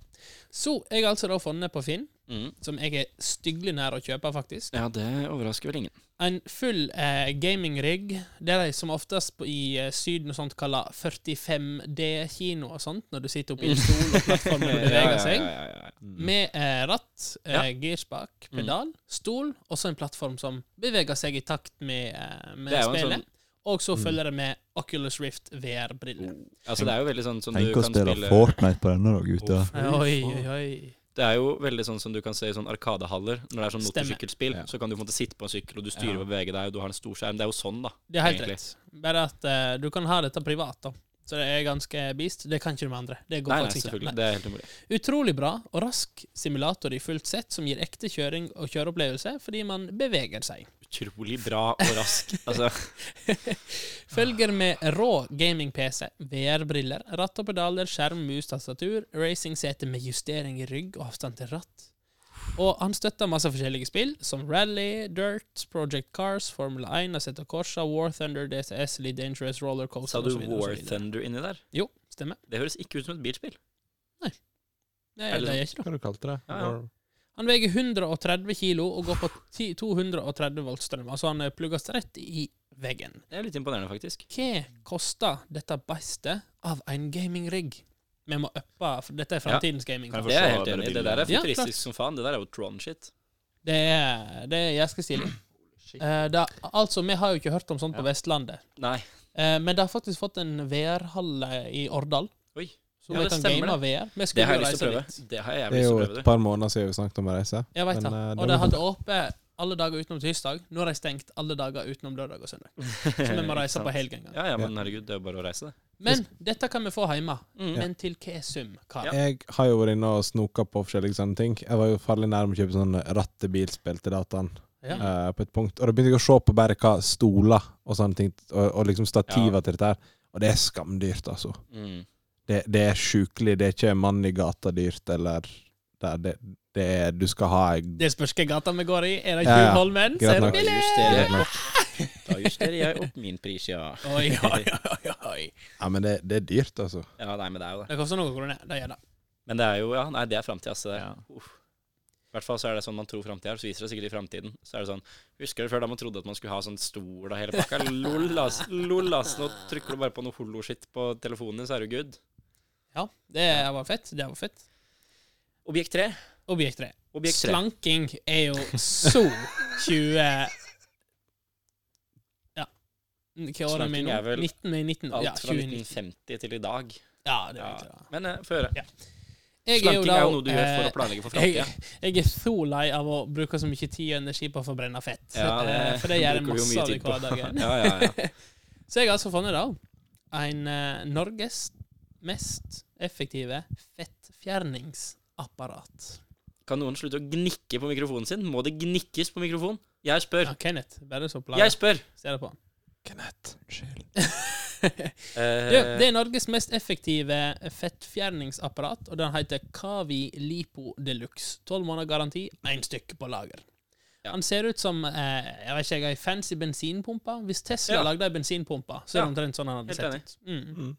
S2: Så jeg har altså da funnet på Finn,
S3: Mm.
S2: som jeg er styggelig nær å kjøpe, faktisk.
S3: ja, det overrasker [laughs] vel ingen.
S2: En full eh, gaming-rigg. Det er de som oftest på, i eh, Syden og sånt kaller 45D-kino og sånt, når du sitter oppe i en stol og
S3: [laughs]
S2: plattformen beveger seg.
S3: Ja, ja, ja, Mm. ja.
S2: Med eh, ratt, eh,
S3: Ja. Mm.
S2: girspak, pedal, stol, og så en plattform som beveger seg i takt med, eh, med
S3: Det er jo en sånn Mm.
S2: spillet. Og så følger det med Oculus Rift VR-briller.
S3: Altså, det er jo veldig sånn som du
S4: Tenk å
S3: kan
S4: spille
S3: spille
S4: Fortnite på denne, da, gutta.
S2: Oi, oi, oi.
S3: Det er jo veldig sånn som du kan se i sånn arkadehaller. Når det er sånn
S2: Stemmer.
S3: motorsykkelspill,
S5: Ja.
S3: så kan du på en måte sitte på en sykkel, og du styrer og beveger deg, og du har en stor skjerm. Det er jo sånn, da.
S2: Det er helt
S3: egentlig.
S2: rett. Bare at eh, du kan ha dette privat, da. Så det er ganske beast. Det kan ikke de andre. Det går
S3: Nei, nei,
S2: faktisk ikke.
S3: selvfølgelig.
S2: Nei.
S3: Det er helt umulig.
S2: Utrolig bra og rask simulator i fullt sett, som gir ekte kjøring og kjøreopplevelse fordi man beveger seg.
S3: Utrolig bra og
S2: [laughs]
S3: rask. Altså,
S2: Følger med rå gaming-PC, VR-briller, ratt og pedaler, skjerm, mus, tastatur, racing-sete med justering i rygg og avstand til ratt. Og han støtter masse forskjellige spill, som Rally, Dirt, Project Cars, Formula 1, Assetto Corsa, War Thunder, DCS, Lee Dangerous, Rollercoaster
S3: sa du
S2: og så videre, og så
S3: War
S2: videre.
S3: Thunder inni der?
S2: Jo, Stemmer.
S3: Det høres ikke ut som et bilspill.
S2: Nei,
S3: Eller-
S2: det er ikke det.
S5: Hva har du kalt det?
S3: Ja, ja.
S5: Or-
S2: Han veier 130 kilo og går på 10, 230 volt strøm, altså han plugges rett i veggen.
S3: Det er litt imponerende, faktisk.
S2: Hva koster dette beistet av en gaming-rigg? Vi må uppe, for dette er framtidens gaming.
S4: Kan jeg
S3: Det er jeg helt enig
S4: forstå
S3: i.
S4: bare
S3: Det der er
S2: bildet. Ja,
S3: futuristisk som faen. Det der er jo Tron-shit.
S2: Det er, det er jævlig stilig. Eh, det er, altså, vi har jo ikke hørt om sånt på Vestlandet,
S3: Nei.
S2: eh, men det har faktisk fått en VR-halle i Årdal.
S3: Oi.
S2: Så
S3: Ja,
S2: vi
S3: det
S2: kan
S3: stemmer
S2: game av VR. Vi
S3: Det
S2: skulle
S3: har
S2: jo
S3: jeg lyst til å prøve.
S2: reise dit.
S3: Det har jeg
S5: Det
S3: jævlig lyst
S5: er
S3: til
S5: jo
S3: å
S5: et
S3: [laughs] prøve. det.
S5: par måneder siden vi snakket om å reise.
S2: Jeg vet
S5: Men,
S2: det.
S5: eh,
S2: Og
S5: det
S2: de
S5: var-
S2: hadde åpent alle dager utenom tirsdag. Nå har de stengt alle dager utenom lørdag og søndag. Så vi må reise på helg en gang.
S3: Ja, ja, men herregud, det er jo bare å reise, det.
S2: Men dette kan vi få hjemme.
S3: Mm.
S2: Men til hva sum, kar?
S5: Jeg har jo vært inne og snoka på forskjellige sånne ting. Jeg var jo farlig nærme å kjøpe sånn rattebilspill til dataen
S2: Ja.
S5: eh, på et punkt. Og da begynte jeg å se på bare hva stoler og sånne ting, og, og liksom stativer
S3: Ja.
S5: til dette her. Og det er skamdyrt, altså.
S3: Mm.
S5: Det, det er sjukelig. Det er ikke mann i gata dyrt, eller der. Det, det er Du skal ha ei
S2: Det spørs hvilken gate vi går i. Er det
S5: Ja, ja.
S2: Tjuvholmen, så
S5: Greit
S2: er det
S5: nok.
S2: billig.
S3: Justerer
S5: Greit
S3: jeg opp. Da justerer jeg opp min pris, ja.
S2: Oi, oi, oi, oi.
S5: Ja, men det, det er dyrt, altså.
S3: Ja, nei, men det er jo det.
S2: Det koster noen kroner. Det gjør det.
S3: Men det er jo, ja, nei, det er framtida, så det
S4: Ja.
S3: uff. I hvert fall så er det sånn man tror framtida er, så viser det sikkert i framtiden. Så er det sånn Husker du før da man trodde at man skulle ha sånn stol og hele pakka? [laughs] Lol, ass. Lol, ass. Nå trykker du bare på noe holoshit på telefonen din, så er du good.
S2: Ja, det var fett. Det var fett.
S3: Objekt 3.
S2: Objekt 3.
S3: Objekt 3.
S2: Slanking er jo så 20 Ja. Hva år er vi
S3: Slanking
S2: nå?
S3: er vel
S2: 19, nei, 19,
S3: Alt
S2: ja,
S3: fra
S2: 2019.
S3: 1950 til i dag.
S2: Ja, det
S3: Ja.
S2: vet jeg. da.
S3: Men eh, få høre.
S2: Ja. Jeg
S3: Slanking er jo noe du gjør for
S2: eh,
S3: å planlegge for
S2: Jeg,
S3: framtida.
S2: jeg er så lei av å bruke så mye tid og energi på å forbrenne fett.
S3: Ja, det
S2: Eh, for det gjør jeg
S3: bruker vi jo
S2: masse
S3: mye
S2: av i
S3: tid på.
S2: hverdagen.
S3: [laughs] Ja, ja, ja.
S2: Så jeg har altså funnet da en eh, Norges mest effektive fettfjerningsapparat.
S3: Kan noen slutte å gnikke på mikrofonen sin? Må det gnikkes på mikrofonen? Jeg spør.
S2: Ja, Kenneth, bare så
S3: Jeg
S2: plaga.
S3: spør.
S2: Ser
S3: [laughs]
S2: det på han.
S3: Eh,
S2: Du, det er Norges mest effektive fettfjerningsapparat, og den heter Kavi Lipo Deluxe. Tolv måneder garanti, én stykk på lager.
S3: Ja.
S2: Han ser ut som eh, jeg vet ikke, ei fancy bensinpumpe. Hvis Tesla
S3: Ja.
S2: lagde ei bensinpumpe, så er
S3: Ja.
S2: det omtrent sånn han hadde
S3: Helt
S2: sett ut. Mm.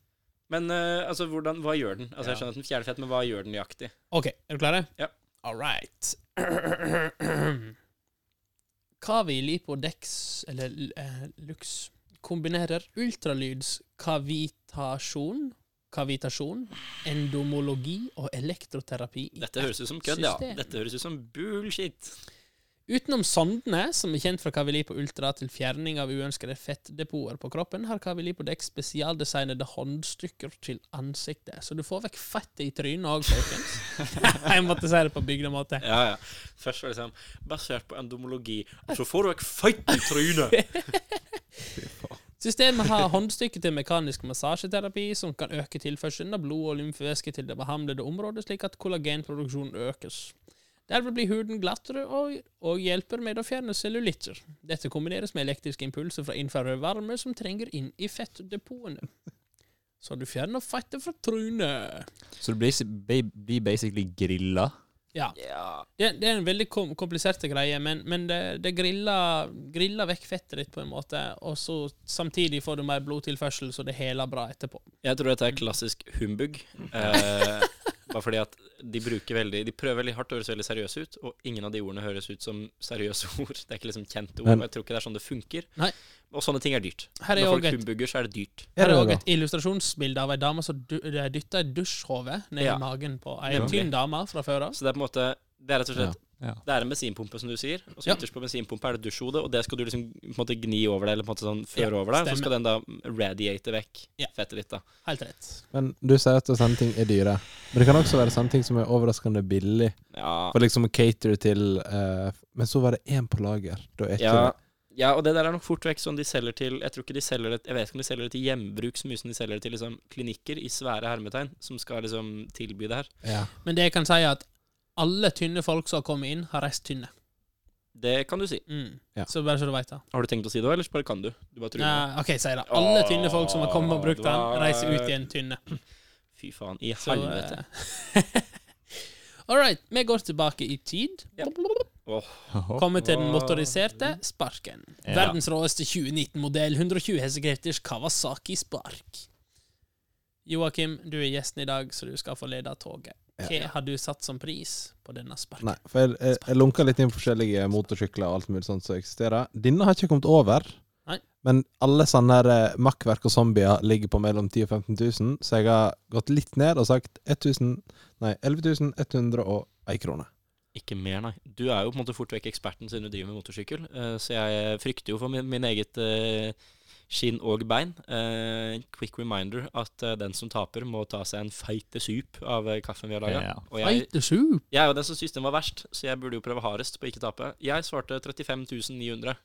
S3: Men eh, altså, hvordan, hva gjør den? Altså, Jeg skjønner at den fjerner fett, men hva gjør den nøyaktig?
S2: OK, er du klare?
S3: Ja.
S2: All right. [clears throat] Kavi Lipo Dex, eller eh, Lux, kombinerer ultralyds-kavitasjon, kavitasjon, endomologi og elektroterapi i
S3: Dette høres ut som kødd, ja.
S2: system.
S3: Dette høres ut som bullshit.
S2: Utenom sondene, som er kjent fra Kavilipo Ultra til fjerning av uønskede fettdepoter på kroppen, har Kavilipo Dex spesialdesignede håndstykker til ansiktet. Så du får vekk fettet i trynet òg, folkens. [laughs] Jeg måtte si det på bygdemåte.
S3: Ja, ja. Først var det sånn Basert på endomologi, og så får du ikke fight i trynet!
S2: Systemet har håndstykke til mekanisk massasjeterapi, som kan øke tilførselen av blod og lymfevæske til det behandlede området, slik at kollagenproduksjonen økes. Derved blir huden glattere og, og hjelper med å fjerne cellulitter. Dette kombineres med elektriske impulser fra infrarød varme som trenger inn i fettdepotene. Så du fjerner fettet fra trynet.
S4: Så du blir, si- ba- blir basically grilla.
S2: Ja. Det, det er en veldig kom kompliserte greie, men, men det, det griller, griller vekk fettet ditt på en måte, og så samtidig får du mer blodtilførsel, så det heler bra etterpå.
S3: Jeg tror dette er klassisk humbug. Eh, bare fordi at de bruker veldig De prøver veldig hardt å høres veldig seriøse ut, og ingen av de ordene høres ut som seriøse [laughs] ord. Det er ikke liksom kjente ord, og
S5: Men-
S3: jeg tror ikke det er sånn det funker.
S2: Nei.
S3: Og sånne ting er dyrt.
S2: Her er
S3: Når
S2: òg
S3: folk
S2: et,
S3: humbugger, så er det dyrt.
S2: her er
S5: det
S2: også
S5: da?
S2: et illustrasjonsbilde av ei dame som du- eh, dytter et dusjhode ned
S3: Ja.
S2: i magen på ei
S3: Nemlig.
S2: tynn dame fra før av.
S3: Så det er på en måte Det er rett og slett
S4: Ja.
S3: Det er en bensinpumpe, som du sier. Og så
S2: Ja.
S3: ytterst på bensinpumpa er det dusjhode, og det skal du liksom på en måte gni over deg, eller på en måte sånn føre
S2: Ja,
S3: over deg. Så
S2: stemmer.
S3: skal den da radiate vekk
S2: Ja.
S3: fettet ditt, da.
S2: Helt rett.
S5: Men du sier at sånne ting er dyre. Men det kan også være sånne ting som er overraskende billig.
S3: Ja.
S5: For liksom å cater til eh, Men så var det én på lager. Da er ikke
S3: ja. Ja, og det der er nok fort vekk sånn de selger til Jeg tror ikke de selger det Jeg vet ikke om de selger det til hjemmebruk så mye som de selger det til liksom klinikker i svære hermetegn, som skal liksom tilby det her.
S5: det ja.
S2: Men det jeg kan si, er at alle tynne folk som har kommet inn, har reist tynne.
S3: Det kan du si.
S2: Mm.
S5: Ja.
S2: Så bare så du veit det.
S3: Har du tenkt å si det òg, eller bare kan du? Du bare tror det.
S2: Nei, OK, si det. Alle tynne folk som har kommet og brukt den,
S3: Åh,
S2: reiser ut
S3: det var-
S2: igjen tynne.
S3: Fy faen. I
S2: Så,
S3: helvete.
S2: eh, [laughs] All right, vi går tilbake i tid.
S3: Ja. Åh.
S2: Kommer til den motoriserte sparken. Verdens råeste 2019-modell, 120 hestekrefters Kawasaki Spark. Joakim, du er gjesten i dag, så du skal få lede toget.
S5: Ja.
S2: Hva har du satt som pris på denne sparken?
S5: Nei, for jeg, jeg, jeg lunka litt inn på forskjellige motorsykler og alt mulig sånt som eksisterer. Denne har ikke kommet over.
S2: Nei.
S5: Men alle sånne her, eh, makkverk og zombier ligger på mellom 10 000 og 15 000, så jeg har gått litt ned og sagt 1000 Nei, 11 101 kroner.
S3: Ikke mer, nei. Du er jo på en måte fort vekk eksperten siden du driver med motorsykkel, eh, så jeg frykter jo for min, min eget eh, skinn og bein. Eh, En quick reminder at eh, den som taper, må ta seg en feite sup av eh, kaffen vi har laga.
S4: Ja.
S3: Og jeg,
S2: Feite sju!
S3: jeg er jo den som syntes den var verst, så jeg burde jo prøve hardest på ikke tape. Jeg svarte 35 900.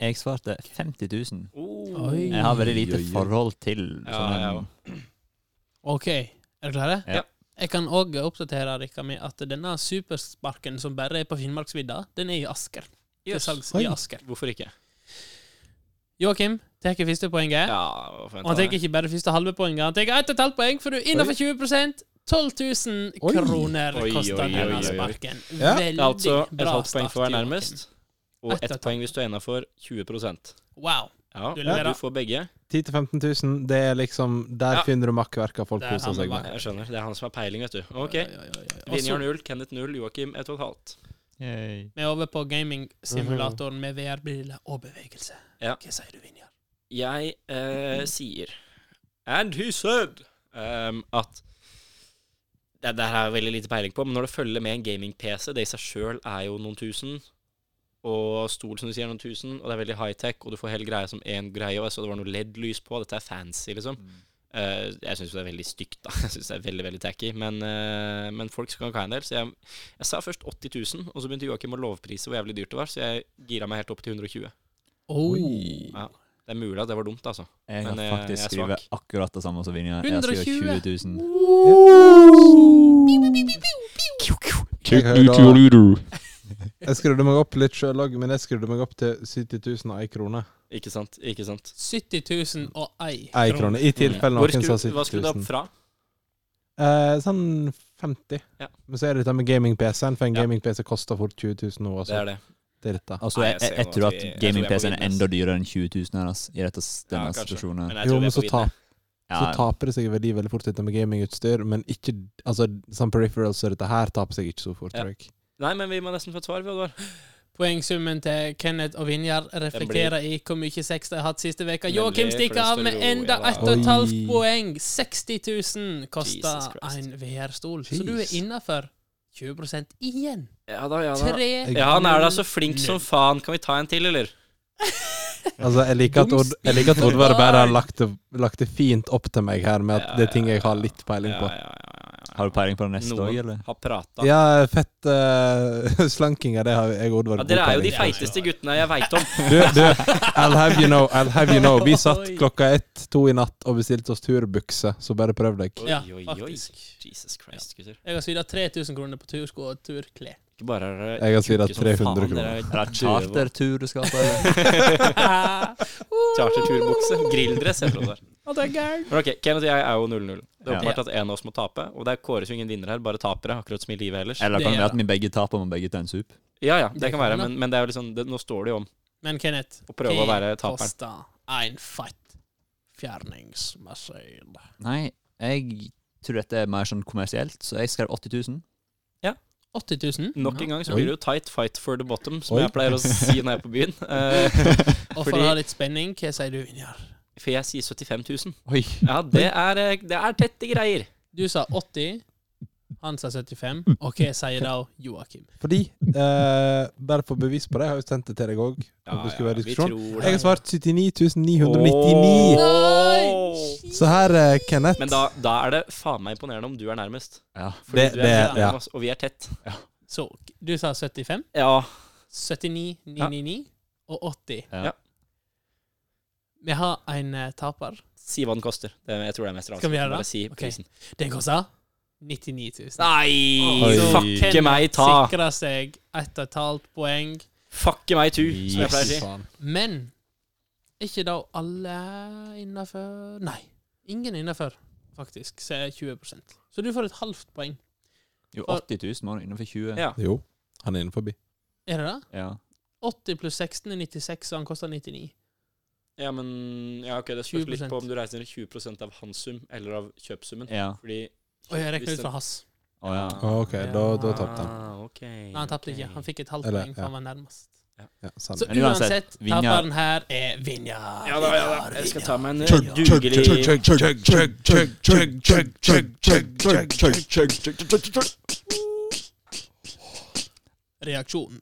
S4: Jeg svarte 50 000.
S3: Oh.
S2: Oi.
S4: Jeg har veldig lite
S5: Oi, oi, oi.
S4: forhold til
S3: Ja,
S4: sånne
S3: jeg òg.
S2: OK, er dere klare?
S4: Ja.
S2: Jeg kan òg oppdatere dere med at denne supersparken som bare er på Finnmarksvidda, den er i Asker. Til
S3: Yes.
S2: salgs
S5: Oi.
S2: i Asker.
S3: Hvorfor ikke?
S2: Joakim tar første poenget.
S3: Ja, hvorfor
S2: Og han tar
S3: jeg ta det?
S2: ikke bare første halve poenget, han tar ett og et halvt poeng, for du er innafor 20 12 000
S5: Oi.
S2: kroner
S3: Oi, oi,
S2: koster
S3: oi,
S2: denne
S3: oi, oi.
S2: sparken.
S5: Ja.
S2: Veldig
S3: Det er altså et
S2: bra
S3: halvt poeng for å være
S2: start,
S3: nærmest,
S2: Joakim.
S3: og
S2: Ett og
S3: ett
S2: et
S3: poeng hvis du er innafor 20
S2: Wow.
S3: Ja,
S2: Du
S3: du,
S2: leverer.
S3: får begge.
S5: 10 000 15 000, det er liksom Der
S3: Ja.
S5: finner du makkverka folk
S2: Der har
S5: koser
S2: vi
S5: seg med.
S2: makkverk.
S3: Jeg skjønner. Det er han som har peiling, vet du. OK.
S2: Oi, oi, oi, oi. Og så-
S3: Vinjar null, Kenneth null, Joakim ett og et halvt.
S2: Vi er over på gaming-simulatoren med VR-briller og bevegelse.
S3: Ja.
S2: Hva sier du, Vinjar?
S3: Jeg eh, sier And he said ehm, at det, det her har jeg veldig lite peiling på, men når det følger med en gaming-PC Det i seg sjøl er jo noen tusen, og stol som du sier, er noen tusen, og det er veldig high-tech, og du får hele greia som én greie, og jeg så det var noe LED-lys på, dette er fancy, liksom. Eh, jeg syns det er veldig stygt, da. [laughs] Jeg synes det er veldig veldig tacky. Men, eh, men folk skal nok ha en del. Så jeg, jeg sa først 80 000, og så begynte Joakim å lovprise hvor jævlig dyrt det var, så jeg gira meg helt opp til 120 000.
S4: Oi.
S3: Det er mulig at det var dumt, altså.
S4: Jeg har
S3: Men, eh, jeg
S4: faktisk
S3: er
S4: skrevet
S3: svak.
S4: akkurat det samme som Vinja. Jeg har skrevet
S2: 120
S4: 20 000.
S5: Jeg, hører- jeg skrudde meg opp litt sjøl òg, men jeg skrudde meg opp til 70 000 og ei krone.
S3: Ikke sant? ikke sant
S2: 70 000 og ei
S5: Ei krone, i tilfelle
S3: Hvor
S5: noen sa
S3: skru, hva
S5: 70
S3: skulle du opp
S5: 000.
S3: fra?
S5: Eh, sånn 50.
S3: Ja.
S5: Men så er det dette med gaming-PC-en, for en
S3: Ja.
S5: gaming-PC koster fort 20 000 nå. Altså.
S3: Det er det.
S5: Det er dette.
S4: Altså,
S3: Nei,
S4: jeg,
S3: jeg
S4: jeg,
S3: ser
S4: jeg
S3: jo
S4: tror
S3: at
S4: at
S3: vi- jeg tror vi er
S4: gaming-PC-en
S3: på
S4: er enda dyrere enn 20 000 her, ass, i dette, denne
S3: Ja, kanskje.
S4: situasjonen. her.
S3: Men jeg
S5: Jo,
S3: tror vi
S5: men
S3: er på
S5: så,
S3: vinden.
S5: tap,
S4: Ja,
S5: så taper det seg i verdi veldig fort dette med gamingutstyr, men ikke Altså, sånn peripherals som dette her taper seg ikke så fort,
S3: Ja.
S5: tror jeg.
S3: Nei, men vi må nesten få et svar, vi, Oddvar.
S2: Poengsummen til Kenneth og Vinjar reflekterer i hvor mye sex de har hatt siste veka.
S3: Nemlig,
S2: Joakim stikker
S3: for
S2: av
S3: det
S2: med
S3: står jo-
S2: enda
S3: ja.
S2: ett og et halvt
S5: Oi.
S2: poeng. 60 000 koster
S3: Jesus Christ.
S2: en VR-stol. Så du er
S5: Jeez.
S2: innafor 20 igjen.
S3: Ja da, ja da.
S2: Tre
S5: Jeg-
S3: Ja, han er da så flink som faen. Kan vi ta en til, eller?
S5: Altså, jeg liker at Odd- jeg liker at Oddvar bare har lagt det, lagt det fint opp til meg her, med at det er ting jeg har litt peiling
S3: Ja,
S5: på.
S3: ja, ja, ja.
S4: Har du peiling på det neste
S3: Noen
S4: òg, eller?
S3: har prata. Ja,
S5: Ja, fett eh, [laughs] slankinger, det har jeg og Oddvar god
S3: dere er jo de
S5: peiling på.
S3: feiteste guttene jeg veit om.
S5: Du, du, I'll have you know, I'll have you know. Vi satt klokka ett, to i natt og bestilte oss turbukse, så bare prøv deg.
S2: Ja,
S3: Oi, oi, oi.
S2: faktisk.
S3: Jesus Christ, gutter.
S2: Jeg har svidd av 3000 kroner på tursko og turklær.
S3: Ikke bare er dere
S5: Jeg har svidd av
S3: tjukke som faen,
S5: 300
S3: dere er
S4: Er det
S3: døve.
S4: chartertur du skal på,
S3: [laughs]
S4: eller?
S3: Charterturbukse. Grilldress, heter det der.
S2: Å, det er gærent.
S3: Men ok, Kenneth og jeg er jo 0-0. Det er
S4: Ja.
S3: åpenbart at en av oss må tape. Og det er kåres jo ingen vinner her, bare tapere. Akkurat som i livet ellers.
S4: Eller
S2: Det
S4: kan det
S2: er
S4: være at vi begge taper, men begge tar en sup?
S3: Ja, ja,
S2: Det
S3: det kan
S2: kan
S3: være,
S2: hende.
S3: men, men det er jo liksom det, Nå står det jo om
S2: Men Kenneth,
S3: å prøve å være
S2: Hva
S3: taperen.
S2: koster en feit fjerningsmaskin?
S4: Nei, jeg tror dette er mer sånn kommersielt, så jeg skrev 80 000.
S2: 80 000?
S3: Nok en gang så
S5: Oi.
S3: blir det jo tight fight for the bottom, som
S5: Oi.
S3: jeg pleier å si når jeg er på
S5: [laughs]
S3: byen. Eh,
S2: Og for
S3: Fordi-
S2: å ha litt spenning, hva sier du, Vinjar?
S3: for jeg sier 75 000.
S5: Oi.
S3: Ja, det er, eh, det er tette greier.
S2: Du sa 80, han sa 75, og hva sier da Joakim?
S5: Fordi, eh, bare for bevis på det, jeg har jo sendt det til deg òg. om det skulle være
S3: vi
S5: diskusjon.
S3: tror
S5: Jeg har
S3: det.
S5: svart 79 999.
S3: Åh.
S5: Så her, eh, Kenneth
S3: Men da, da er det faen meg imponerende om du er nærmest.
S4: Ja.
S3: Fordi
S5: Det-
S3: du er
S5: det-
S3: nærmest,
S5: ja.
S3: og vi er tett.
S2: Så du sa 75,
S3: Ja.
S2: 79, 999 og 80.
S4: Ja.
S3: Ja.
S2: Vi har en eh, taper.
S3: Si hva den koster. Det- Jeg tror det er mest
S2: Skal vi gjøre det?
S3: Bare si
S2: Ok.
S3: prisen.
S2: Den kosta 99 000.
S3: Nei!
S5: Oi.
S3: Fucke meg ta!
S2: Sikra seg ett og et halvt poeng.
S3: Fucke meg tu, som jeg
S5: Yes,
S3: pleier å si.
S5: faen.
S2: Men ikke da alle innafor Nei, ingen innafor, faktisk. Så er 20 Så du får et halvt poeng.
S4: Jo,
S2: For-
S4: 80 000 var det innenfor 20.
S3: Ja.
S5: Jo, han er inne forbi.
S2: Er det det?
S4: Ja.
S2: 80 pluss 16 er 96, så han koster 99.
S3: Ja, men ja, ok, det spørs litt
S2: 20%.
S3: på om du regner 20 av hans sum eller av kjøpsummen.
S4: Ja.
S3: Fordi
S2: Og jeg regner
S3: hvis
S2: ut
S3: den-
S2: fra Hass.
S4: Å ja.
S5: Ah, Ok, da, da tapte han.
S3: Ah, ok.
S2: Nei, han tapte ikke. Han fikk et halvt
S5: Eller, Sånn.
S2: poeng, for han var nærmest.
S5: Ja, sant.
S2: Så
S4: Men uansett,
S2: uansett,
S4: Vinjar-
S2: taperen her er Vinjar.
S3: Ja da, ja da. Jeg skal ta meg en eh,
S5: Chug, chug,
S3: dugelig
S5: chug, chug, chug, chug, chug, chug, chug, chug, chug, chug, chug, chug, chug, chug, chug, chug.
S2: Reaksjonen.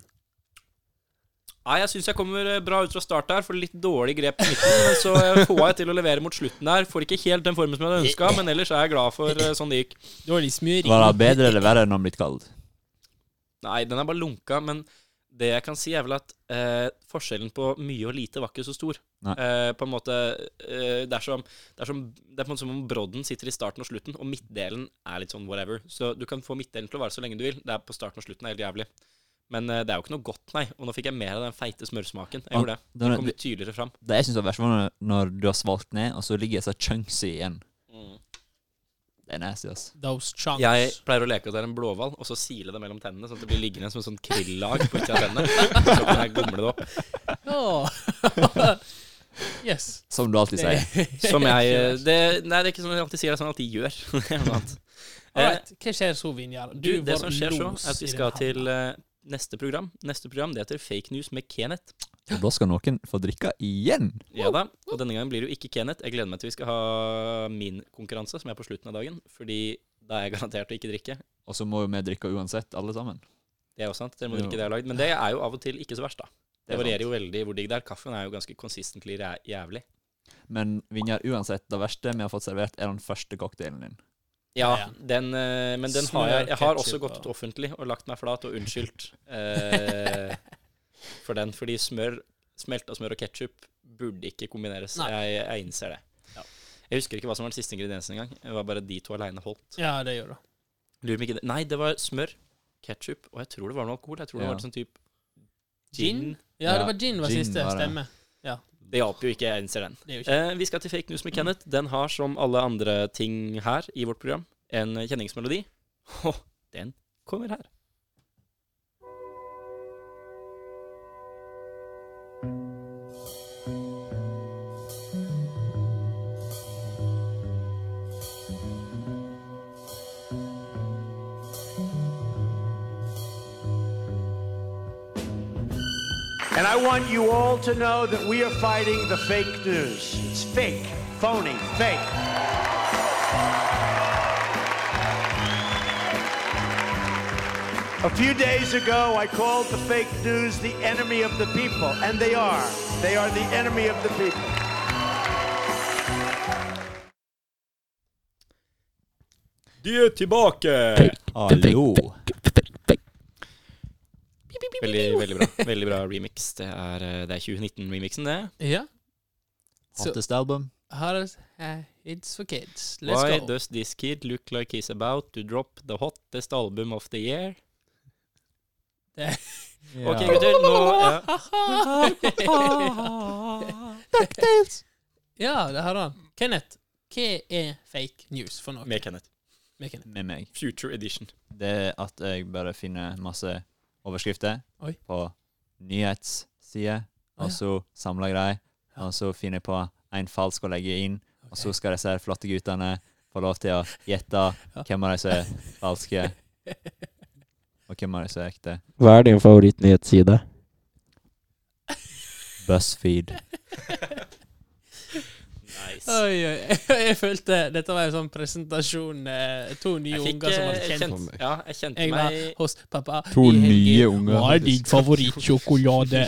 S3: Nei, jeg syns jeg kommer eh, bra ut fra start her, for litt dårlig grep i midten. Men så eh, får jeg til å levere mot slutten her. Får ikke helt den formen som jeg hadde
S5: Eh,
S3: ønska, men ellers er jeg glad for eh, sånn det gikk.
S2: Dårlig smøring.
S4: Var det bedre eller verre enn han blitt kald?
S3: Nei, den er bare lunka, men det jeg kan si, er vel at eh, forskjellen på mye og lite var ikke så stor.
S4: Nei.
S3: Eh, på en måte eh, det, er som, det, er som, det er på en måte som om brodden sitter i starten og slutten, og midtdelen er litt sånn whatever. Så du kan få midtdelen til å vare så lenge du vil. Det er på starten og slutten er helt jævlig. Men eh, det er jo ikke noe godt, nei. Og nå fikk jeg mer av den feite smørsmaken. Jeg
S4: Ah,
S3: gjorde det.
S4: Det,
S3: Det kom litt tydeligere fram.
S4: det jeg syns var verst, var når, når du har svalt ned, og så ligger disse chunksy igjen. Det er nasty, ass.
S2: Those chunks.
S3: Jeg pleier å leke at det er en blåhval, og så sile det mellom tennene, sånn at det blir liggende som et sånt krillag på utsida av tennene. Så kan jeg
S4: [laughs]
S3: gomle det opp.
S2: Åh. [laughs] yes.
S4: Som du alltid sier.
S2: [laughs]
S3: Som jeg eh, det, Nei, det er ikke som jeg alltid sier, det er sånn jeg alltid gjør. [laughs] Det er noe annet. Eh,
S2: Alright, hva skjer så, Vinjar?
S3: Du,
S2: Du,
S3: det
S2: var
S3: som skjer så,
S2: los
S3: er at vi
S2: i
S3: skal
S2: den
S3: til eh, neste program. Neste program det heter Fake News med Kenneth.
S4: Og da skal noen få drikke igjen.
S3: Ja da, Og denne gangen blir det jo ikke Kenneth. Jeg gleder meg til vi skal ha min konkurranse, som er på slutten av dagen. Fordi da er jeg garantert å ikke drikke.
S4: Og så må jo vi drikke uansett, alle sammen.
S3: Det er jo sant. Dere må
S4: Jo.
S3: drikke det jeg har lagd. Men det er jo av og til ikke så verst, da. Det
S4: Det er
S3: varierer
S4: sant.
S3: jo veldig hvor digg det er. Kaffen er jo ganske consistently ræ- jævlig.
S4: Men Vinjar, uansett, det verste vi har fått servert, er den første cocktailen din.
S3: Ja,
S2: Ja.
S3: den, eh, men den
S2: Smør
S3: har jeg Jeg har
S2: ketchup
S3: også gått
S2: og-
S3: ut offentlig og lagt meg flat og unnskyldt eh, for den. Fordi smør, smelta smør og ketsjup burde ikke kombineres.
S2: Nei.
S3: Jeg, jeg innser det.
S2: Ja.
S3: Jeg husker ikke hva som var den siste ingrediensen engang. Det var bare de to aleine holdt.
S2: Ja, det gjør det.
S3: Lurer meg ikke det. Nei, det var smør, ketsjup, og jeg tror det var noe alkohol. Jeg tror det
S4: Ja.
S3: var sånn type
S2: Gin?
S3: gin.
S2: Ja, det
S4: Ja,
S2: var gin var
S4: gin
S2: siste.
S4: var det.
S2: Stemmer.
S3: Det hjalp jo ikke, jeg innser den.
S2: Det er jo ikke
S3: Eh, vi skal til Fake News med Kenneth. Den har, som alle andre ting her i vårt program, en kjenningsmelodi. Og den kommer her.
S8: And I want you all to know that we are fighting the fake news. It's fake, phony, fake. A few days ago, I called the fake news the enemy of the people, and they are. They are the enemy of the people.
S3: De er tilbake!
S4: Hallo!
S3: Veldig, veldig bra. Veldig bra remix. Det er, eh, det er 2019-remixen, det.
S2: Ja. Så-
S4: Hottest album.
S2: Her er eh, It's for kids. Let's
S3: Why
S2: [laughs] go.
S3: does this kid look like he's about to drop the hottest album of the year?
S2: Det-
S3: Ok, gutter. Nå ja.
S2: [laughs] ja, det har han. Kenneth, hva er fake news for noe?
S3: Med Kenneth.
S2: Med Kenneth.
S4: Med meg.
S3: Future Edition.
S4: Det er at jeg bare finner masse overskrifter
S2: Oi.
S4: på nyhetssider,
S2: Å, ja.
S4: og så samler jeg dem,
S2: Ja.
S4: og så finner jeg på en falsk å legge inn, og så skal disse her flotte guttene få lov til å gjette hvem av de som
S2: [laughs]
S4: er falske, og hvem av de som er ekte.
S9: Hva er din favorittnyhetsside?
S4: BuzzFeed.
S3: Nice.
S2: Oi, oi. [laughs] Jeg følte dette var en sånn presentasjon. eh, To nye
S3: Jeg fikk
S2: unger som hadde
S3: eh,
S2: kjent
S3: kjent Ja, jeg kjente
S2: Jeg var
S3: meg
S2: hos pappa.
S5: To
S2: i helgen.
S5: nye unger.
S2: Hva er din
S3: [laughs]
S2: favorittsjokolade?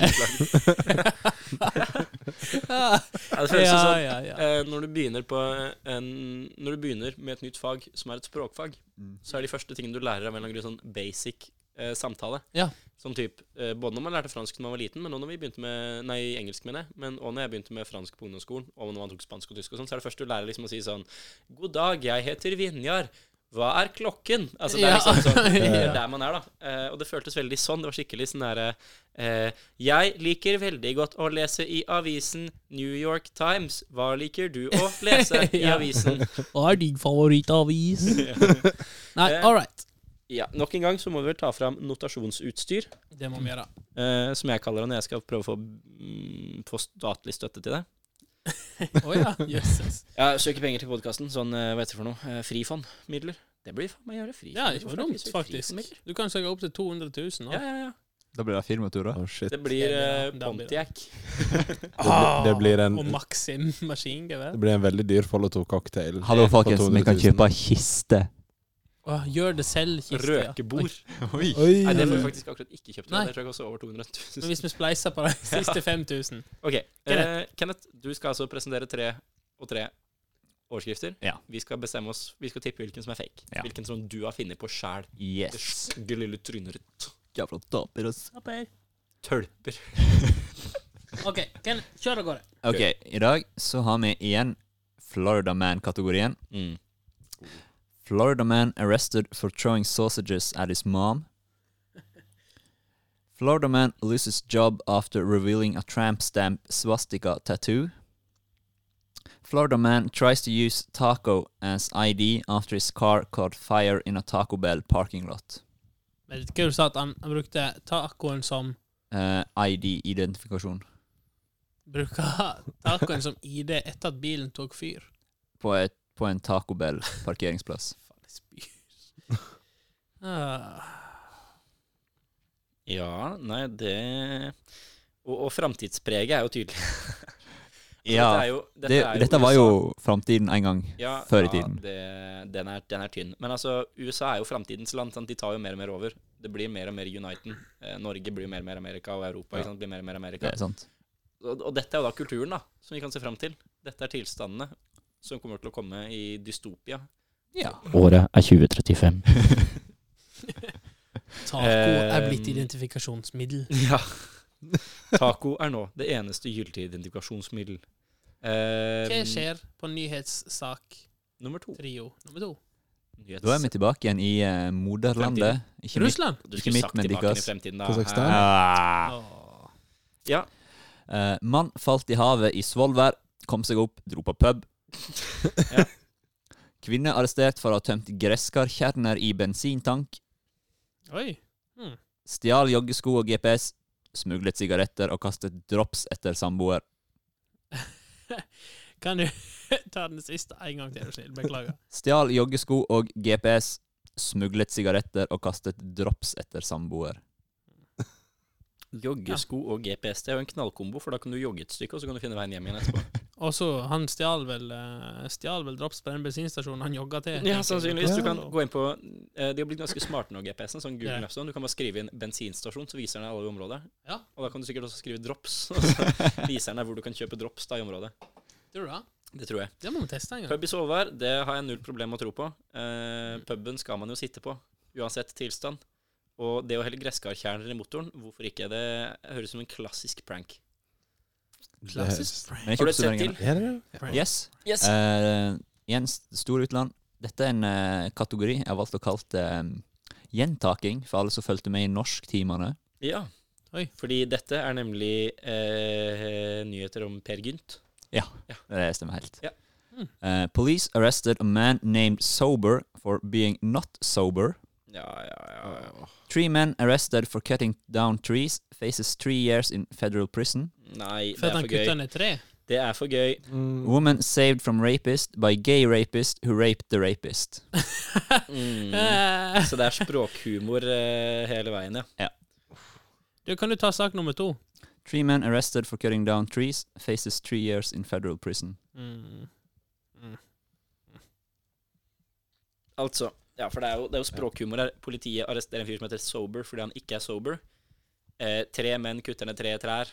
S2: [laughs] ja,
S3: Ja, Det føles jo sånn
S2: ja, ja.
S3: Eh, når, du begynner på en, når du begynner med et nytt fag som er et språkfag, så er de første tingene du lærer av en eller annen grunn sånn basic eh, samtale.
S2: Ja.
S3: Sånn typ, eh, Både når man lærte fransk da man var liten, men også når vi begynte med Nei, engelsk, mener jeg. Men også når jeg begynte med fransk på ungdomsskolen, og når man tok spansk og tysk og sånn, så er det første du lærer liksom å si sånn God dag, jeg heter Vinjar. Hva er klokken? Altså, det er
S2: Ja.
S3: liksom sånn, det
S2: [laughs] Ja.
S3: er der man er, da. Eh, og det føltes veldig sånn. Det var skikkelig sånn derre Eh, jeg liker veldig godt å lese i avisen New York Times. Hva liker du [laughs] å lese i
S2: Ja.
S3: [laughs] avisen?
S2: Hva er din favorittavis? Nei,
S3: Eh.
S2: all right.
S3: Ja, Nok en gang så må vi vel ta fram notasjonsutstyr,
S2: Det må vi gjøre.
S3: eh, som jeg kaller det når jeg skal prøve å få, mm, få statlig støtte til det.
S2: [laughs] Å ja, jøsses.
S3: Ja, søker penger til podkasten. Sånn, eh, hva heter det for noe? Eh, Frifondmidler. Det blir faen meg å gjøre. Frifond.
S2: Ja, ikke for
S3: Hvorfor er det
S2: dumt,
S3: ikke så-
S2: faktisk.
S3: frifondmidler?
S2: Du kan søke opp til 200 000
S3: Ja,
S2: nå.
S3: ja, ja.
S4: Da blir det firmatur, da.
S5: Oh, shit.
S3: Det blir eh,
S2: Det blir-
S3: Pontiac. [laughs]
S5: Det, blir- det, blir en,
S2: Og
S5: det
S2: Maxim maskingevær.
S5: blir en veldig dyr Follow 2-cocktail.
S4: Hallo,
S5: For
S4: folkens.
S5: 200
S4: Vi
S5: 000.
S4: kan kjøpe kiste.
S2: Å, Gjør det selv, kiste. ja.
S3: Røkebord.
S4: Oi.
S5: Oi.
S3: Nei, det får vi faktisk akkurat ikke kjøpt.
S2: Nei.
S3: Det tror jeg også er over 200 000.
S2: Men hvis vi spleiser [laughs] på de siste 5000
S3: Ok, eh,
S2: Kenneth.
S3: Kenneth, du skal altså presentere tre og tre overskrifter.
S4: Ja.
S3: Vi skal bestemme oss, vi skal tippe hvilken som er fake.
S4: Ja.
S3: Hvilken som du har funnet på sjæl. Det
S4: Yes.
S3: stygge lille trynet ditt.
S4: Jævla taper, ass.
S3: Tølper.
S2: OK, Ken, kjør av gårde.
S4: Ok, i dag så har vi igjen Florida Man-kategorien.
S3: Mm.
S4: Florida man arrested for throwing sausages at his mom. Florida man loses job after revealing a tramp stamp swastika tattoo. Florida man tries to use taco as ID after his car caught fire in a Taco Bell parking lot.
S2: Men Hva du sa at han, han brukte tacoen som
S4: Eh, ID-identifikasjon
S2: Bruker [laughs] tacoen som ID etter at bilen tok fyr?
S4: på, et- på en Taco
S3: [laughs]
S4: Bell parkeringsplass.
S2: Faen, jeg
S5: [laughs]
S2: spyr. Ah,
S3: Ja, nei, det Og, og framtidspreget er jo tydelig. [laughs]
S4: Ja,
S3: jo,
S4: det,
S3: er jo
S4: dette var
S3: USA.
S4: jo framtiden en gang.
S3: Ja,
S4: før i
S3: ja,
S4: tiden.
S3: Det, den, er, den er tynn. Men altså, USA er jo framtidens land. Sant? De tar jo mer og mer over. Det blir mer og mer Uniten. Eh, Norge blir jo mer og mer Amerika, og Europa ikke sant? blir mer og mer Amerika.
S4: Det er sant.
S3: Og, og dette er jo da kulturen da, som vi kan se fram til. Dette er tilstandene som kommer til å komme i dystopia.
S9: Året er 2035.
S2: taco er
S3: Eh,
S2: blitt identifikasjonsmiddel.
S3: Ja. [laughs] Taco er nå det eneste gyldige identifikasjonsmiddel. Eh,
S2: Hva skjer på nyhetssak-trio
S3: Nummer to.
S2: nummer to?
S3: Nyhets.
S4: [laughs] Da er vi tilbake igjen i eh, moderlandet. Ikke mitt.
S2: Russland!
S3: Du
S4: ikke
S3: skulle
S4: mitt,
S3: sagt
S4: men
S3: tilbake
S4: Dickas.
S3: i fremtiden, da.
S5: Kasakhstan?
S3: Eh,
S4: Ah.
S2: Åh.
S4: Eh, mann falt i havet i Svolvær, kom seg opp, dro på pub.
S3: [laughs] Ja.
S4: Kvinne arrestert for å ha tømt gresskarkjerner i bensintank.
S2: Oi.
S4: Stjal joggesko og GPS. Smuglet sigaretter og kastet drops etter samboer.
S2: Kan du [laughs] ta den siste en gang til, er du snill? Beklager.
S4: Stjal joggesko og GPS. Smuglet sigaretter og kastet drops etter
S3: [laughs]
S4: samboer.
S3: Joggesko og GPS det er jo en knallkombo, for da kan du jogge et stykke, og så kan du finne veien hjem igjen
S2: [laughs]
S3: etterpå.
S2: Og så, han stjal vel eh, Stjal vel drops på den bensinstasjonen han jogga til.
S3: Ja, sannsynligvis. Du kan
S2: Ja.
S3: gå inn på eh, De har blitt ganske smarte nå, GPS-en. Sånn Google
S2: Ja.
S3: Maps. og sånn. Du kan bare skrive inn 'bensinstasjon', så viser den deg alle områder.
S2: Ja.
S3: Og da kan du sikkert også skrive 'drops',
S4: [laughs]
S3: [laughs] og så viser den deg hvor du kan kjøpe drops da i området.
S2: Tror du det?
S3: Det tror jeg.
S2: Det må vi teste en gang.
S3: Pub i Svolvær, det har jeg null problem med å tro på. Eh, puben skal man jo sitte på, uansett tilstand. Og det å helle gresskarkjerner i motoren, hvorfor ikke? Det høres ut som en klassisk prank.
S2: Klassisk prank.
S4: Men jeg
S3: Har du
S4: kjøpte
S3: sett
S4: den
S3: til?
S4: ene.
S5: Er det det?
S4: Yes.
S3: Yes.
S4: Eh, Jens Store Utland. Dette er en eh, kategori jeg har valgt å kalle det eh, gjentaking, for alle som fulgte med i norsktimene.
S3: Ja.
S2: Oi.
S3: Fordi dette er nemlig eh, nyheter om Per Gynt.
S4: Det stemmer helt.
S3: Ja.
S2: Mm.
S4: Eh, police arrested a man named Sober for being not sober.
S3: Ja, ja, ja.
S4: Three men arrested for cutting down trees faces three years in federal prison.
S3: Nei, det
S2: For at
S3: er
S2: han
S3: for
S2: kutta
S3: gøy.
S2: ned tre?
S3: Det er for gøy.
S5: Mm.
S4: Woman saved from rapist by gay rapist who raped the rapist.
S2: [laughs]
S3: Mm.
S2: Eh,
S3: Så det er språkhumor eh, hele veien, ja.
S2: du, kan du ta sak nummer to?
S4: Three men arrested for cutting down trees faces three years in federal prison.
S2: Mm. Mm.
S3: Altså, ja, for det er jo, det er jo språkhumor her. Politiet arresterer en fyr som heter Sober fordi han ikke er sober. Eh, tre menn kutter ned tre trær.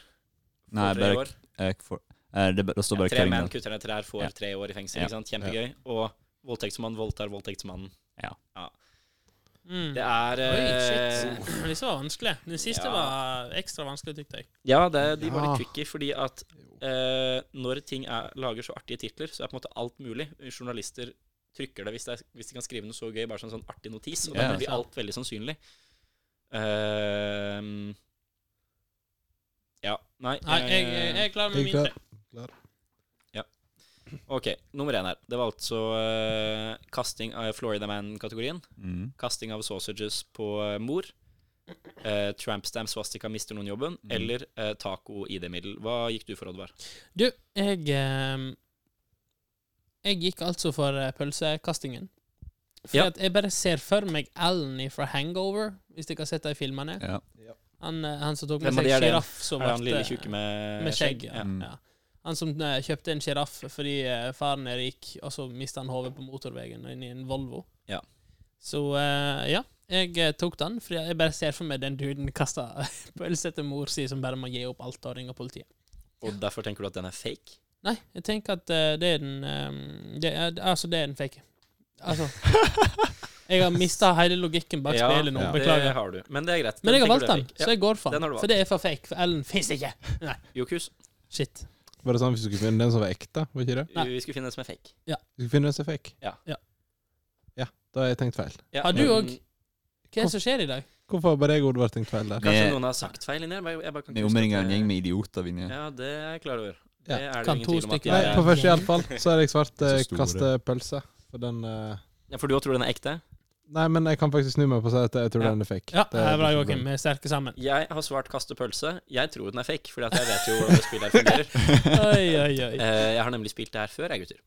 S3: Får
S4: Nei,
S3: tre
S4: bare-
S3: år.
S4: Eh, for, eh, det, det står
S3: Ja,
S4: bare
S3: tre
S4: cutting
S3: menn
S4: down.
S3: kutter ned trær, får
S4: Ja.
S3: tre år i fengsel.
S4: Ja.
S3: Ikke sant? Kjempegøy. Og voldtektsmann voldtar voldtektsmannen.
S2: Mm. [clears throat]
S3: Det er
S2: Oi,
S3: eh,
S2: shit. Men disse var vanskelige. Den siste
S3: Ja.
S2: var ekstra vanskelig, tykte jeg.
S3: Ja, det, de var
S4: Ah.
S3: litt
S5: Ja.
S3: tricky, fordi at eh, når ting er, lager så artige titler, så er på en måte alt mulig. Journalister trykker det hvis, det er, hvis de kan skrive noe så gøy, bare som en sånn artig notis, og da
S4: Ja.
S3: blir alt veldig sannsynlig. Ehm, ja. Nei.
S2: Nei, jeg,
S3: eh,
S2: jeg er klar med
S5: Jeg er
S2: min tre.
S3: OK, nummer én her. Det var altså eh, kasting av Florida Man-kategorien.
S4: Mm.
S3: Kasting av sausages på eh, mor. eh, Tramp Stamp Swastika mister noen jobben, eller eh, Taco ID-middel. Hva gikk du for, Oddvar?
S2: Du, jeg eh, Jeg gikk altså for eh, pølsekastingen. For
S3: Ja.
S2: at jeg bare ser for meg Alan fra Hangover, hvis dere har sett de filmene.
S4: Ja.
S2: Han, eh, han som tok
S3: Hvem
S2: med
S3: av de
S2: seg
S3: er det? Mm.
S2: sjiraff som
S3: Er han
S2: ble-
S3: lille tjukke med,
S2: med skjegg.
S3: Ja.
S2: Ja. Ja. Han som eh, kjøpte en sjiraff fordi eh, faren er rik, og så mista han hodet på motorveien og inn i en Volvo.
S3: Ja.
S2: Så eh, ja, jeg eh, tok den, for jeg bare ser for meg den duden [laughs] kasta pølse til mor si, som bare må gi opp alt og ringe politiet.
S3: Og derfor tenker du at den er fake?
S2: Nei, jeg tenker at eh, det er den eh, det er, Altså, det er den fake. [laughs] Altså Jeg har mista hele logikken bak
S3: Ja,
S2: spillet nå.
S5: ja.
S3: Det
S2: Beklager.
S3: har du. Men det er greit.
S2: Men jeg har
S3: tenker
S2: valgt
S3: du er
S2: den,
S3: fake.
S2: så jeg går for
S3: den har
S2: den.
S3: du
S2: For det er for fake. For Ellen fins ikke.
S3: Ja. Jokus,
S2: Shit.
S5: Var det sånn vi skulle finne den som var ekte? Var ikke det?
S2: Nei.
S3: vi skulle finne en som er fake.
S5: Vi skulle finne den som er fake.
S3: Ja.
S2: Ja.
S5: Ja, da har jeg tenkt feil.
S3: Ja,
S2: Har du
S3: men
S2: òg? Hva er det som skjer i dag?
S5: Hvorfor har bare jeg og Oddvar tenkt feil der?
S3: Kanskje
S4: Vi-
S3: noen har sagt feil inni her? men jeg bare kan ikke
S4: Vi
S3: huske
S4: omringer
S3: Sånn at
S4: en
S3: det-
S4: gjeng med idioter. Vinje.
S3: Ja, det er jeg klar over.
S5: Ja.
S3: Det er det
S2: Kan
S3: ingen
S2: to
S3: tvil om at
S2: stykker-
S5: Nei,
S3: jeg
S5: på
S3: er.
S5: første iallfall [laughs] så har jeg svart eh,
S4: Så store.
S5: kaste pølse. For den eh,
S3: Ja, For du òg tror den er ekte?
S5: Nei, men jeg kan faktisk snu meg på å si at jeg tror
S3: Ja.
S5: den er fake.
S2: Ja, det
S5: Det
S2: er bra,
S5: ikke
S2: Joakim. Vi er sterke sammen.
S3: Jeg har svart kaste pølse. Jeg tror den er fake, Fordi at jeg vet jo hvordan det spillet her fungerer.
S2: Oi, oi,
S3: Eh,
S2: oi.
S3: Jeg har nemlig spilt det her før, jeg, gutter.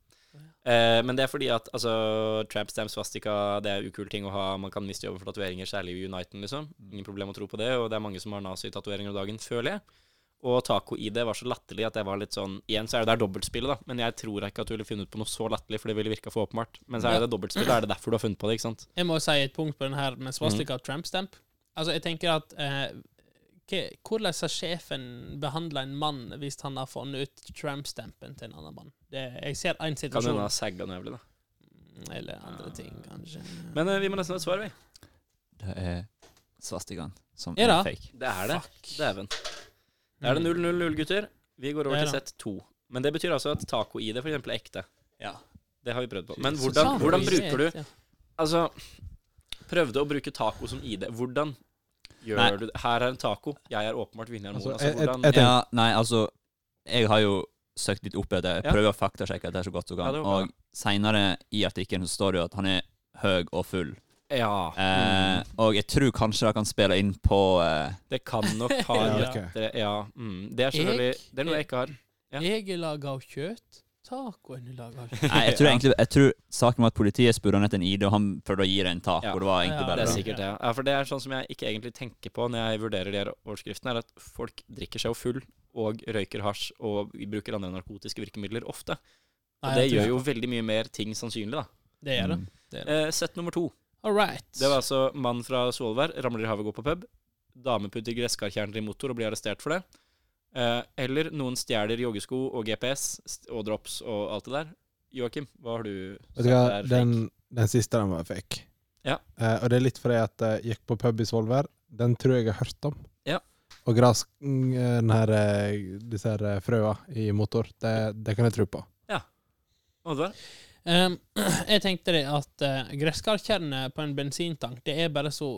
S3: Eh, Men det er fordi at altså, tramp stamp swastika det er ukule ting å ha. Man kan miste jobben for tatoveringer, særlig i Uniten, liksom. Ingen problem å tro på det, og det er mange som har nazitatoveringer om dagen, føler jeg. Og taco-ID var så latterlig at jeg var litt sånn Igjen så er det der dobbeltspillet, da, men jeg tror ikke at du ville funnet på noe så latterlig, for det ville virka for åpenbart. Men så er det det dobbeltspillet, er det derfor du har funnet på det, ikke sant?
S2: Jeg må si et punkt på den her med
S3: Mm.
S2: swastika og tramp stamp. Altså, jeg tenker at eh, hva- Hvordan har sjefen behandla en mann hvis han har funnet ut tramp stampen til en annen mann? Det, jeg ser én
S3: Kan
S2: situasjon.
S3: hende ha sagga noe jævlig, da.
S2: Eller andre ting, kanskje.
S3: Men eh, vi må nesten ha et svar, vi.
S4: Det er svastikaen som
S2: Ja
S4: er
S2: da.
S4: fake.
S3: Det er det. Dæven. Da
S4: Mm.
S3: er det 0-0-0, gutter. Vi går over
S2: Det er
S3: til
S2: det.
S3: sett to. Men det betyr altså at taco-ID for eksempel er ekte.
S4: Ja.
S3: Det har vi prøvd på. Men
S4: Jesus.
S3: hvordan,
S4: Faen,
S3: hvordan
S4: det
S3: bruker du
S2: Ja.
S3: Altså, prøvde å bruke taco som ID. Hvordan gjør
S4: Nei.
S3: du det? Her er en taco. Jeg er åpenbart vinneren.
S5: Altså,
S3: Altså, altså,
S5: jeg- jeg-
S3: hvordan
S5: jeg tenker-
S4: Ja, nei, altså Jeg har jo søkt litt opp i det.
S3: Ja.
S4: Jeg prøver å faktasjekke dette så godt du
S3: Ja,
S4: kan.
S3: det var bra.
S4: og seinere i artikkelen så står det jo at han er høy og full.
S3: Ja.
S4: Eh,
S3: Mm.
S4: og jeg tror kanskje det kan spille inn
S3: [laughs]
S4: på eh,
S3: Det kan nok
S4: [laughs]
S3: ha en
S5: Ja,
S3: ja,
S5: ok.
S3: ja, mm. Det er selvfølgelig
S2: Jeg-
S3: Det er noe jeg ikke har. Ja.
S2: Jeg er laga av kjøtt. Tacoen er laga av kjøtt.
S4: Nei, jeg tror egentlig Jeg tror saken var at politiet spurte han etter en ID, og han prøvde å gi det en tak.
S3: Ja.
S4: Og det var egentlig
S2: Ja,
S4: bare
S3: Det er
S4: det.
S3: sikkert det. ja. Ja, for det er sånn som jeg ikke egentlig tenker på når jeg vurderer de her overskriftene, er at folk drikker seg jo full og røyker hasj og bruker andre narkotiske virkemidler ofte. Og
S2: Nei,
S3: det
S2: jeg tror
S3: gjør jo veldig mye mer ting sannsynlig, da.
S2: Det gjør det.
S4: Mm.
S3: Eh, sett nummer to.
S2: All right.
S3: Det var altså mann fra Svolvær, ramler i havet og går på pub. Dame putter gresskarkjerner i motor og blir arrestert for det. Eh, eller noen stjeler joggesko og GPS st- og drops og alt det der. Joakim, hva har du
S5: Vet du hva,
S3: sagt er fake?
S5: den, den siste den var fake.
S3: Ja.
S5: Eh, og det er litt fordi at jeg gikk på pub i Svolvær. Den tror jeg jeg har hørt om.
S3: Ja.
S5: Og gras, mm, den her, eh, disse her eh, frøa i motor, det, det kan jeg tro på.
S3: Oddvar?
S2: Ehm, [clears throat] jeg tenkte det at uh, gresskarkjerner på en bensintank, det er bare så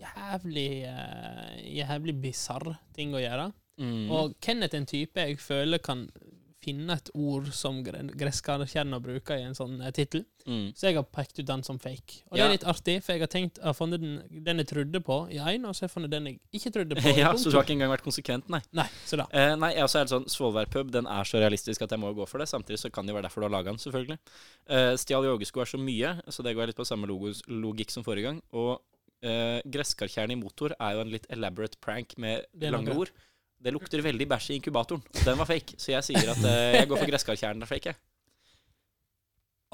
S2: jævlig eh, Jævlig bisarr ting å gjøre.
S3: Mm,
S2: Og Kenneth er en type jeg føler kan finne et ord som gre- gresskarkjerner bruker i en sånn eh, tittel.
S3: Mm.
S2: Så jeg har pekt ut den som fake. Og det
S3: Ja.
S2: er litt artig, for jeg har tenkt jeg har funnet den, den jeg trodde på i én, og så har jeg funnet den jeg ikke trodde på. i
S3: [laughs] ja,
S2: punkt
S3: så du har ikke engang vært konsekvent, nei.
S2: to. Nei, så da.
S3: Eh, nei, jeg også er litt sånn Svolvær pub, den er så realistisk at jeg må gå for det. Samtidig så kan det jo være derfor du har laga den, selvfølgelig. Eh, Stjal joggesko er så mye, så det går litt på samme logos, logikk som forrige gang. Og eh, gresskarkjerne i motor er jo en litt elaborate prank med
S2: Det er
S3: lange
S2: noe.
S3: ord. Det lukter veldig bæsj i inkubatoren. og Den var fake, så jeg sier at eh, jeg går for gresskarkjernen er fake, jeg.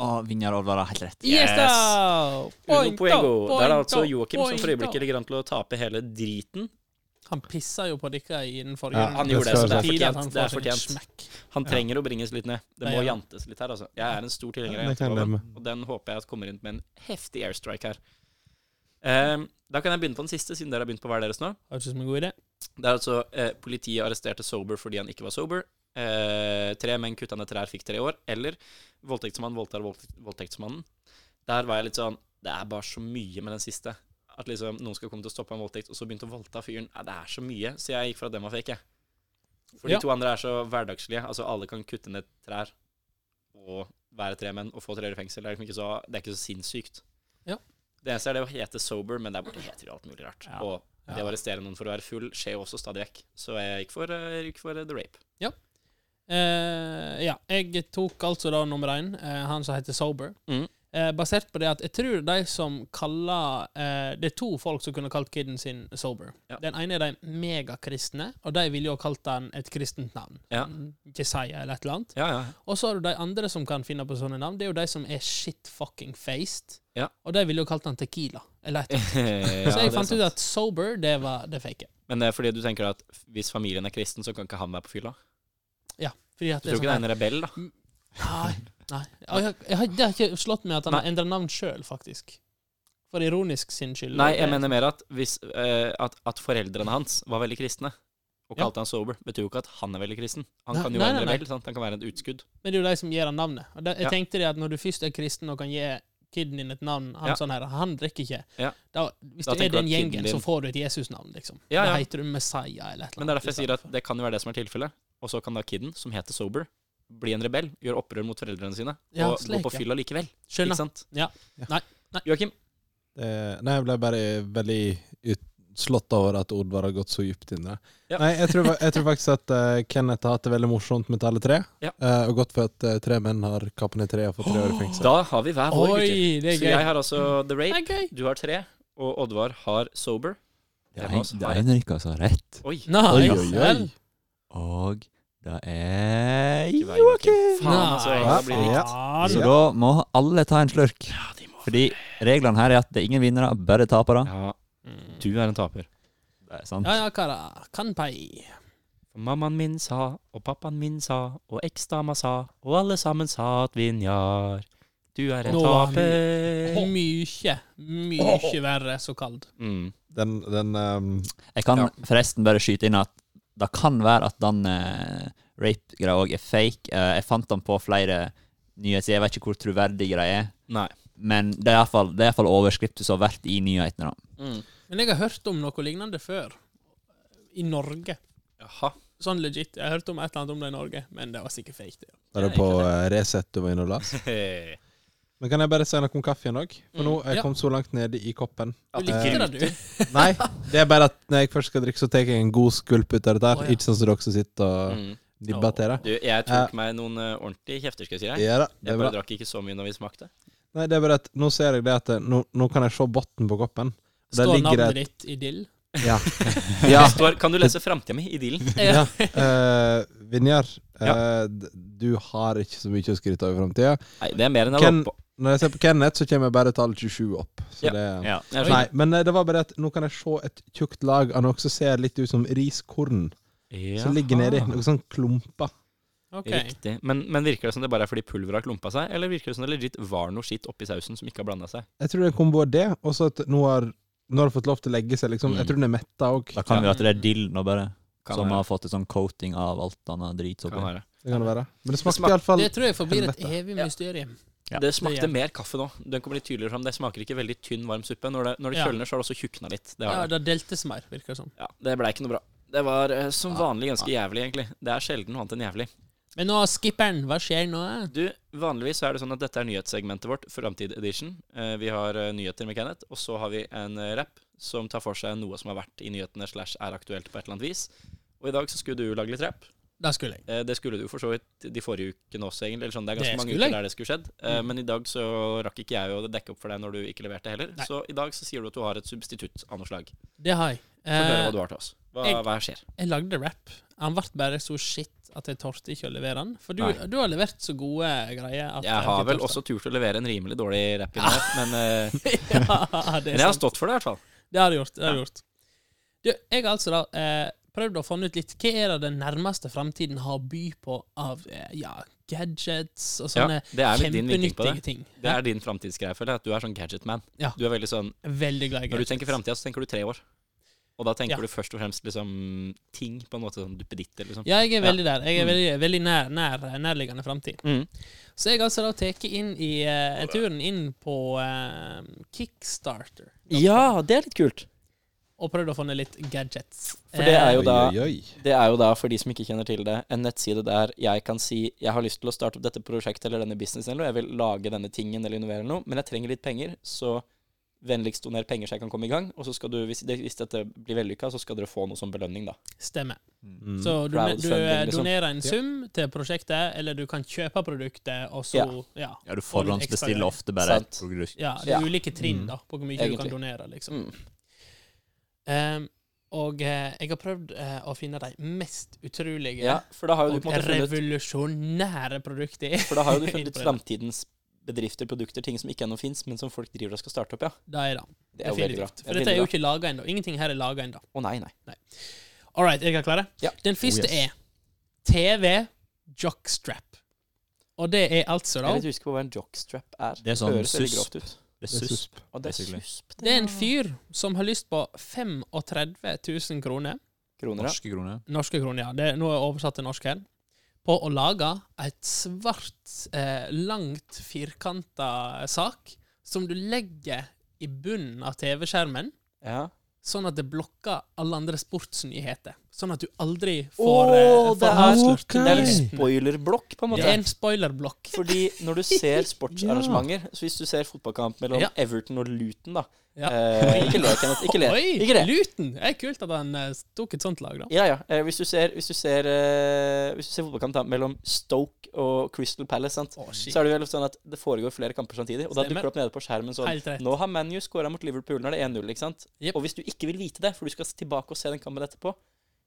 S4: Å, Vinjar Olvar har helt rett.
S2: Yes, da!
S3: Uno
S2: Point
S3: poego.
S2: up,
S3: Der er
S2: point
S3: det altså
S2: up,
S3: Joakim som
S2: point
S3: for øyeblikket
S2: up.
S3: ligger an til å tape hele driten.
S2: Han pissa jo på dere i den forrige.
S5: Ja,
S2: runden.
S3: Han
S5: Det
S3: gjorde det,
S5: skal
S3: så det er
S2: På tide at han
S3: fortjent. Det
S2: får
S3: er
S2: seg en
S3: fortjent.
S2: smekk.
S3: Han trenger å bringes litt ned. Det
S2: Nei,
S3: må
S2: ja.
S3: jantes litt her, altså. Jeg er en stor tilhenger av
S5: Det kan jeg leve
S3: janteloven,
S5: med.
S3: og den håper jeg at kommer inn med en heftig airstrike her. Ehm, da kan jeg begynne på den siste, siden dere har begynt på hver deres nå.
S2: Høres ut som en god idé.
S3: Det er altså eh, politiet arresterte sober fordi han ikke var sober. Eh, tre menn kutta ned trær, fikk tre år. Eller voldtektsmann voldtar voldtekt, voldtektsmannen. Der var jeg litt sånn Det er bare så mye med den siste. At liksom noen skal komme til å stoppe en voldtekt, og så begynte å voldta fyren. Ja, det er så mye. Så jeg gikk for at den var fake, jeg. For
S2: Ja.
S3: de to andre er så hverdagslige. Altså, alle kan kutte ned trær og være tre menn og få tre år i fengsel. Det er, liksom ikke så, det er ikke så sinnssykt.
S2: Ja.
S3: Det eneste er det å hete sober, men der borte heter de alt mulig rart.
S2: Ja.
S3: Og Det å arrestere noen for å være full skjer jo også stadig vekk. Så jeg gikk for, eh, jeg gikk for eh, the rape.
S2: Eh, ja, jeg tok altså da nummer én, eh, han som heter Sober.
S3: Mhm.
S2: Eh, basert på det at jeg tror de som kaller eh, Det er to folk som kunne kalt kiden sin Sober.
S3: Ja.
S2: Den ene er de megakristne, og de ville jo ha kalt han et kristent navn.
S3: Ja.
S2: Jesaja eller et eller annet.
S3: [laughs] Ja, ja.
S2: Og så har du de andre som kan finne på sånne navn. Det er jo de som er shit fucking faced.
S3: Ja.
S2: Og de ville jo kalt han Tequila. Eller et eller annet. så
S3: det er
S2: jeg fant
S3: sant.
S2: ut at Sober, det var det fake.
S3: Men det er fordi du tenker at hvis familien er kristen, så kan ikke han være på fylla?
S2: Fordi at
S3: Du
S2: sånn
S3: tror ikke det
S2: her-
S3: er en rebell, da?
S2: Nei. nei. Og Jeg, jeg, har- det har ikke slått meg at han har endra navn sjøl, faktisk. For ironisk sin skyld.
S3: Nei,
S2: Det-
S3: jeg mener mer at, hvis, eh, at, at foreldrene hans var veldig kristne, og
S2: Ja.
S3: kalte han sober, betyr jo ikke at han er veldig kristen. Han
S2: Nei,
S3: kan jo
S2: nei,
S3: være en
S2: nei, nei.
S3: rebell, sant? han kan være et utskudd.
S2: Men det er jo de som gir han navnet. Og da- jeg
S3: Ja.
S2: tenkte det at når du først er kristen og kan gi kiden din et navn Han
S3: Ja.
S2: sånn her, han drikker ikke.
S3: Ja.
S2: Da, hvis
S3: Da
S2: du er
S3: tenker
S2: den
S3: du at kiden
S2: gjengen, så
S3: din-
S2: får du et Jesusnavn, liksom.
S3: Ja,
S2: Da
S3: ja.
S2: heter du Messiah eller et eller annet. liksom.
S3: Men det er derfor
S2: i
S3: jeg sier at
S2: stedet
S3: det kan jo være det som er tilfellet. Og så kan da kiden, som heter sober, bli en rebell, gjøre opprør mot foreldrene sine,
S2: Ja,
S3: og
S2: slik,
S3: gå på
S2: ja.
S3: fylla likevel.
S2: for. Skjønner.
S3: Ikke sant?
S2: Ja. Nei, nei.
S3: Joakim,
S5: Eh, nei, jeg ble bare veldig ut, slått over at Oddvar har gått så dypt inn i det.
S3: Ja.
S5: Nei, jeg tror, jeg tror faktisk at eh, Kenneth har hatt det veldig morsomt med tallet tre.
S3: Ja.
S5: Eh, og godt for at eh, tre menn har kappet ned tre og fått tre år i fengsel.
S3: da har vi hver vår, gutter.
S2: Oi, det er
S3: Så
S2: gøy.
S3: jeg har altså The
S2: Det
S3: Rape,
S2: er gøy.
S3: du har tre, og Oddvar har sober.
S4: Det
S3: Jeg
S4: er
S3: må
S4: en-
S3: også
S4: det
S3: ha
S4: er Henrik altså rett.
S3: Oi.
S2: Nei, vel.
S4: Og det er
S3: ikke vær Joakim.
S4: Joakim.
S3: Faen, altså. Da blir det
S5: Ja.
S4: Så Altså, da må alle ta en slurk. Fordi reglene her er at det er ingen vinnere, bare tapere.
S3: Ja, du er en taper.
S4: Det er sant.
S2: Ja ja, karer. Kanpai.
S3: For mammaen min sa, og pappaen min sa, og eksdama sa, og alle sammen sa at Vinjar, du er en
S2: Nå var han-
S3: taper.
S2: Mykje, mykje verre så kald.
S3: Mm.
S5: Den, den ehm,
S4: Jeg kan
S3: Ja.
S4: forresten bare skyte inn at det kan være at den eh, rape-greia òg er fake. Eh, jeg fant den på flere nyhetssider, jeg vet ikke hvor troverdig greia er.
S3: Nei.
S4: Men det er iallfall, iallfall overskriften som har vært i nyhetene. da.
S2: Men jeg har hørt om noe lignende før. I Norge.
S3: Jaha.
S2: Sånn legit. Jeg har hørt om et eller annet om det i Norge, men det var sikkert fake. det.
S5: der er på eh, Resett du var inne og las. Men kan jeg bare si noe om kaffen òg? For nå er
S2: Ja.
S5: jeg kommet så langt nede i koppen. Eh,
S2: Du likte det, du.
S5: Nei, det er bare at når jeg først skal drikke, så tar jeg en god skvulp ut av dette. her
S2: Å, ja.
S5: Ikke sånn som dere som sitter og
S3: Mm.
S5: dibber til det.
S3: Du, jeg tok meg noen eh, ordentlige kjefter, skal jeg si deg.
S5: Ja da, det
S3: Jeg
S5: er
S3: bare
S5: bra.
S3: drakk ikke så mye når vi smakte.
S5: Nei, det er bare at nå ser jeg det at det- nå, nå kan jeg se bunnen på koppen. Der
S2: Står
S5: ligger
S2: navnet ditt i dill?
S5: [laughs] Ja. [laughs]
S3: Oddvar, kan du lese framtida mi i dealen?
S5: ja. Eh, Vinjar, eh, d- du har ikke så mye å skryte av i framtida.
S3: Nei, det er mer enn jeg
S5: Ken-
S3: lå på.
S5: Når jeg ser på Kenneth, så kommer jeg bare tallet 27 opp. Så
S3: Ja.
S5: det,
S4: Ja.
S3: Jeg
S5: nei, men eh, det var bare at nå kan jeg se et tjukt lag av noe som ser litt ut som riskorn,
S3: skjønner.
S5: som ligger nedi. Noen sånne sånn klumper.
S2: Ah, OK.
S3: Riktig. Men, men virker det som det bare er fordi pulveret har klumpa seg, eller virker det som det legit var noe skitt oppi sausen som ikke har blanda seg?
S5: Jeg tror det er kombo av det, og så at nå har nå har det fått lov til å legge seg, liksom. Jeg tror den er metta òg.
S4: Da kan vi at det er dillen og bare,
S3: Kan
S4: som
S3: være.
S4: har fått en sånn coating av alt annet drit.
S3: Kan
S4: oppi.
S3: være.
S5: Det kan det være. Men det
S3: smak-
S5: smakte iallfall
S2: Det tror jeg forblir et
S5: Helvete.
S2: evig mysterium.
S3: det
S4: Ja,
S2: det
S3: smakte
S2: gjør det.
S3: mer kaffe nå. Den kommer litt tydeligere fram. Det smaker ikke veldig tynn, varm suppe. Når det, når det
S2: Ja.
S3: kjølner, så har det også tjukna litt. Det,
S2: Ja,
S3: har det.
S2: det deltes mer, virker det som.
S3: Ja, det ble ikke noe bra. Det var eh, som vanlig ganske jævlig, egentlig. Det er sjelden noe annet enn jævlig.
S2: Men nå, skipperen, hva skjer nå? eh?
S3: Du, vanligvis så er det sånn at dette er nyhetssegmentet vårt, Framtid Edition. Eh, vi har eh, nyheter med Kenneth, og så har vi en eh, rap som tar for seg noe som har vært i nyhetene slash er aktuelt på et eller annet vis. Og i dag så skulle du lage litt rap.
S2: Da skulle jeg.
S3: Eh, Det skulle du for så vidt de forrige ukene også, egentlig. Eller sånn, det er ganske
S2: Det
S3: mange
S2: skulle jeg. Mm.
S3: uker der det skulle skjedd. Eh, Men i dag så rakk ikke jeg å dekke opp for deg når du ikke leverte heller.
S2: Nei.
S3: Så i dag så sier du at du har et substitutt av noe slag.
S2: Det har jeg.
S3: Fortell hva
S2: Eh,
S3: du har til oss. Hva,
S2: jeg-
S3: hva skjer?
S2: jeg lagde rap. Han ble bare så shit at jeg torde ikke å levere den. For du,
S3: Nei.
S2: du har levert så gode greier. At
S3: Jeg har
S2: ikke
S3: vel
S2: torde.
S3: også turt å levere en rimelig dårlig rapp i dag, men, eh,
S2: [laughs] Ja, det
S3: [laughs] men
S2: er
S3: jeg har
S2: sant.
S3: stått for det i hvert fall.
S2: Det har du gjort. det har du gjort. Du, jeg har altså da eh, prøvd å finne ut litt hva er det den nærmeste framtiden har å by på av eh, ja, gadgets og
S3: Ja,
S2: sånne
S3: det er litt din vinkling på
S2: kjempenyttige
S3: det.
S2: ting.
S3: Det er din framtidsgreie, føler jeg. At du er sånn gadgetman.
S2: Ja.
S3: Du er veldig sånn
S2: Jeg er Veldig glad i
S3: Når du tenker
S2: gadgets.
S3: framtida, så tenker du tre år. Og da
S2: Ja.
S3: tenker du først og fremst liksom ting, på en måte sånn duppeditter, liksom.
S2: Ja, jeg er veldig der. Jeg er veldig, veldig nær, nær, nærliggende framtid.
S3: Mm.
S2: Så jeg har altså da tatt inn i eh, turen inn på eh, Kickstarter
S3: Ja, det er litt kult.
S2: og prøvd å finne litt gadgets.
S3: For det er jo da
S5: Oi, oi, oi.
S3: Det er jo da, for de som ikke kjenner til det, en nettside der jeg kan si jeg har lyst til å starte opp dette prosjektet eller denne businessen eller noe, jeg vil lage denne tingen eller innovere noe, men jeg trenger litt penger, så Vennligst doner penger så jeg kan komme i gang. Og så skal du, hvis, det, hvis dette blir vellykka, så skal dere få noe som belønning, da.
S2: Eh, Stemmer.
S5: Mm.
S2: Så du, du eh,
S3: Crowdfunding, liksom.
S2: donerer en sum til prosjektet, eller du kan kjøpe produktet, og så Ja.
S4: Ja, du forhåndsbestiller ofte bare
S3: Sant.
S4: et produkt.
S2: Ja, det
S3: Ja.
S2: er ulike trinn
S5: Mm.
S2: da, på hvor mye du
S3: Egentlig.
S2: kan donere, liksom.
S3: Mm.
S2: Ehm, og eh, jeg har prøvd eh, å finne de mest utrolige
S3: Ja, for da har jo du
S2: og
S3: på en måte funnet,
S2: revolusjonære produktene. [laughs]
S3: for da har jo du funnet
S2: Innenfor
S3: ut
S2: det.
S3: framtidens bedrifter, produkter, ting som ikke ennå fins, men som folk driver og skal starte opp, ja.
S2: Det er det.
S3: Det er jo veldig bra.
S2: Definitivt. For dette er jo ikke laga ennå. Ingenting her er laga ennå.
S3: Å nei, nei.
S2: All right, er dere klare?
S3: Ja.
S2: Den første
S4: Oh,
S2: er TV jockstrap. Og det er altså da
S3: Jeg vet ikke på hva en jockstrap er.
S4: Det er sånn
S3: Høres veldig
S4: susp.
S3: grovt ut.
S4: Det er
S5: Det er
S4: susp.
S5: susp.
S3: Og det er
S4: Basically.
S3: susp.
S2: Det er en fyr som har lyst på 35 000 kroner,
S3: Kroner, ja.
S4: Norske kroner.
S2: norske kroner, ja, det er, nå er jeg oversatt til norsk her, på å lage et svart, eh, langt, firkanta sak som du legger i bunnen av TV-skjermen,
S3: ja.
S2: sånn at det blokker alle andre sportsnyheter. Sånn at du aldri får eh,
S3: Åh, det er
S2: avslørt
S5: ok.
S3: Det er en
S2: nyhetene.
S3: spoilerblokk, på en
S2: Det
S3: måte.
S2: er en spoilerblokk.
S3: Fordi når du ser sportsarrangementer Så hvis du ser fotballkamp mellom
S2: Ja.
S3: Everton og Luton, da
S2: Ja.
S3: eh, Ikke le, Kenneth. Ikke le.
S2: Oi,
S3: Ikke le.
S2: Luton! Det er kult at han eh, tok et sånt lag, da.
S3: Ja, ja. Eh, hvis, du ser, hvis, du ser, eh, hvis du ser fotballkamp da, mellom Stoke og Crystal Palace, sant?
S2: Å, shit.
S3: så er det vel sånn at det foregår flere kamper samtidig. Og da
S2: Stemmer.
S3: dukker det opp nede på skjermen sånn
S2: Helt rett.
S3: Nå har ManU skåra mot Liverpool når det er 1-0. ikke sant?
S2: Jep.
S3: Og hvis du ikke vil vite det, for du skal tilbake og se den kampen etterpå,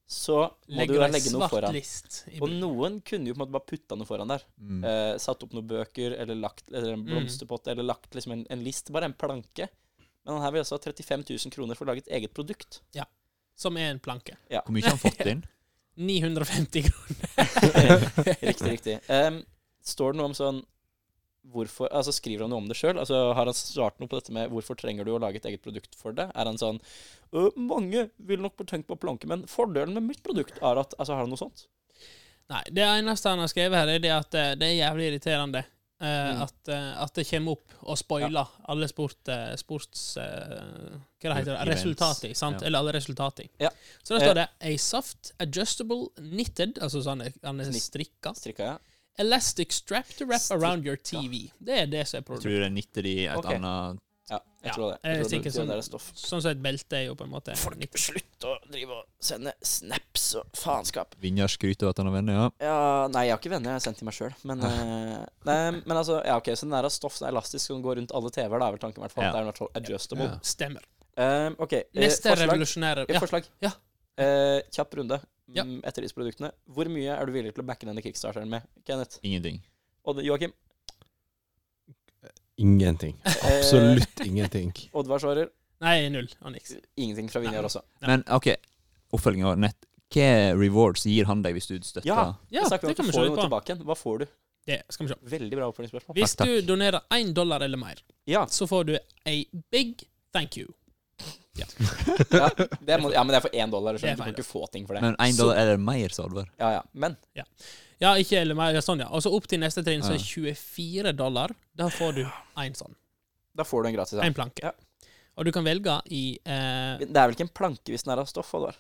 S3: så må
S2: Legger
S3: du da
S2: en
S3: legge noe
S2: svart
S3: foran.
S2: List i
S3: Og
S2: bunnen.
S3: noen kunne jo på en måte bare putta noe foran der.
S4: Mm.
S3: Eh, satt opp noen bøker, eller lagt eller en
S2: Mm.
S3: blomsterpott, eller lagt liksom en, en list. Bare en planke. Men han her vil altså ha 35 000 kroner for å lage et
S2: [laughs]
S3: eget produkt.
S2: Som er en planke.
S4: Hvor mye har han fått
S3: [laughs]
S4: inn?
S2: 950 kroner.
S3: riktig, riktig. Em, står det noe om sånn hvorfor, altså Skriver han noe om det sjøl? Altså, har han svart noe på dette med 'hvorfor trenger du å lage et eget produkt for det'? Er han sånn «Øh, 'Mange vil nok tenke på planke, men fordelen med mitt produkt er at altså, Har han noe sånt?
S2: Nei, det eneste han har skrevet her, er det at eh, det er jævlig irriterende. eh,
S3: Mm.
S2: at, eh, at det kommer opp og spoiler alle sport, eh, sports... eh, hva det heter det?
S4: Events.
S2: Resultater, sant?
S4: Ja.
S2: Eller alle resultater.
S3: Ja. Eh.
S2: Så der står det A soft, adjustable, knitted, altså sånn eh, han er
S3: Snitt.
S2: strikka,
S3: Strikka, ja.
S2: elastic strap to wrap
S3: Strikka.
S2: around your TV. Det er det som er
S4: Jeg
S2: produktet.
S4: tror det er 90 i et
S3: Ok.
S4: annet
S3: ja. Jeg
S2: Ja,
S3: tror det.
S2: jeg
S3: Jeg tror det,
S2: tenker
S3: betyr det
S2: sånn-
S3: der er stoff.
S2: Sånn som et belte er jo på en måte
S3: Folk,
S2: knitted.
S3: slutt å drive og sende snaps og faenskap.
S4: vinnerskryt av at han har venner, ja.
S3: Ja, nei, jeg har ikke venner jeg har sendt til meg sjøl. Men, eh, nei, men altså, ja, ok, så den er av stoff, den er elastisk, og den går rundt alle TV-er. Det er vel tanken, i hvert fall.
S4: Ja.
S3: Det er i hvert fall adjustable.
S4: Ja.
S2: Stemmer.
S3: Eh, ok, eh,
S2: Neste er
S3: forslag.
S2: revolusjonære.
S3: Eh,
S2: Ja,
S3: forslag.
S2: Ja.
S3: Eh, kjapp runde mm,
S2: Ja.
S3: etter disse produktene. Hvor mye er du villig til å backe denne kickstarteren med, Kenneth?
S4: Ingenting.
S3: Odd Joakim?
S5: Ingenting. Absolutt
S3: [laughs]
S5: ingenting.
S3: Eh, Oddvar Eh, svarer
S2: Nei, null og niks.
S3: ingenting fra Vinjar også.
S2: Ja.
S4: Men OK, oppfølging av nett. Hva rewards gir han deg hvis du støtter?
S3: Ja.
S2: Ja,
S3: Vi
S2: det
S3: snakker om at
S2: kan
S3: du
S2: vi se
S3: får
S2: litt
S3: noe
S2: på.
S3: tilbake igjen. Hva får du?
S2: Det skal vi se.
S3: Veldig bra
S2: [laughs]
S3: oppfølgingsspørsmål.
S2: Hvis
S4: Takk,
S2: du donerer én dollar eller mer,
S3: Ja,
S2: så får du ei big thank you.
S3: ja, det må, ja, men det er for én dollar.
S2: Det er altså.
S3: Skjønner. Du
S2: for
S3: kan ikke få ting for det.
S4: Men én dollar eller mer, sa Oddvar.
S3: Ja, ja. Men
S2: Ja, ikke eller mer. Ja, sånn, ja. Og så opp til neste trinn, så er
S4: Ja.
S2: 24 dollar. Da får du én sånn.
S3: da får du en gratis. Ja.
S2: Én planke.
S3: Ja.
S2: Og du kan velge i eh,
S3: Det er vel ikke en planke hvis den er av stoff? Oddvar?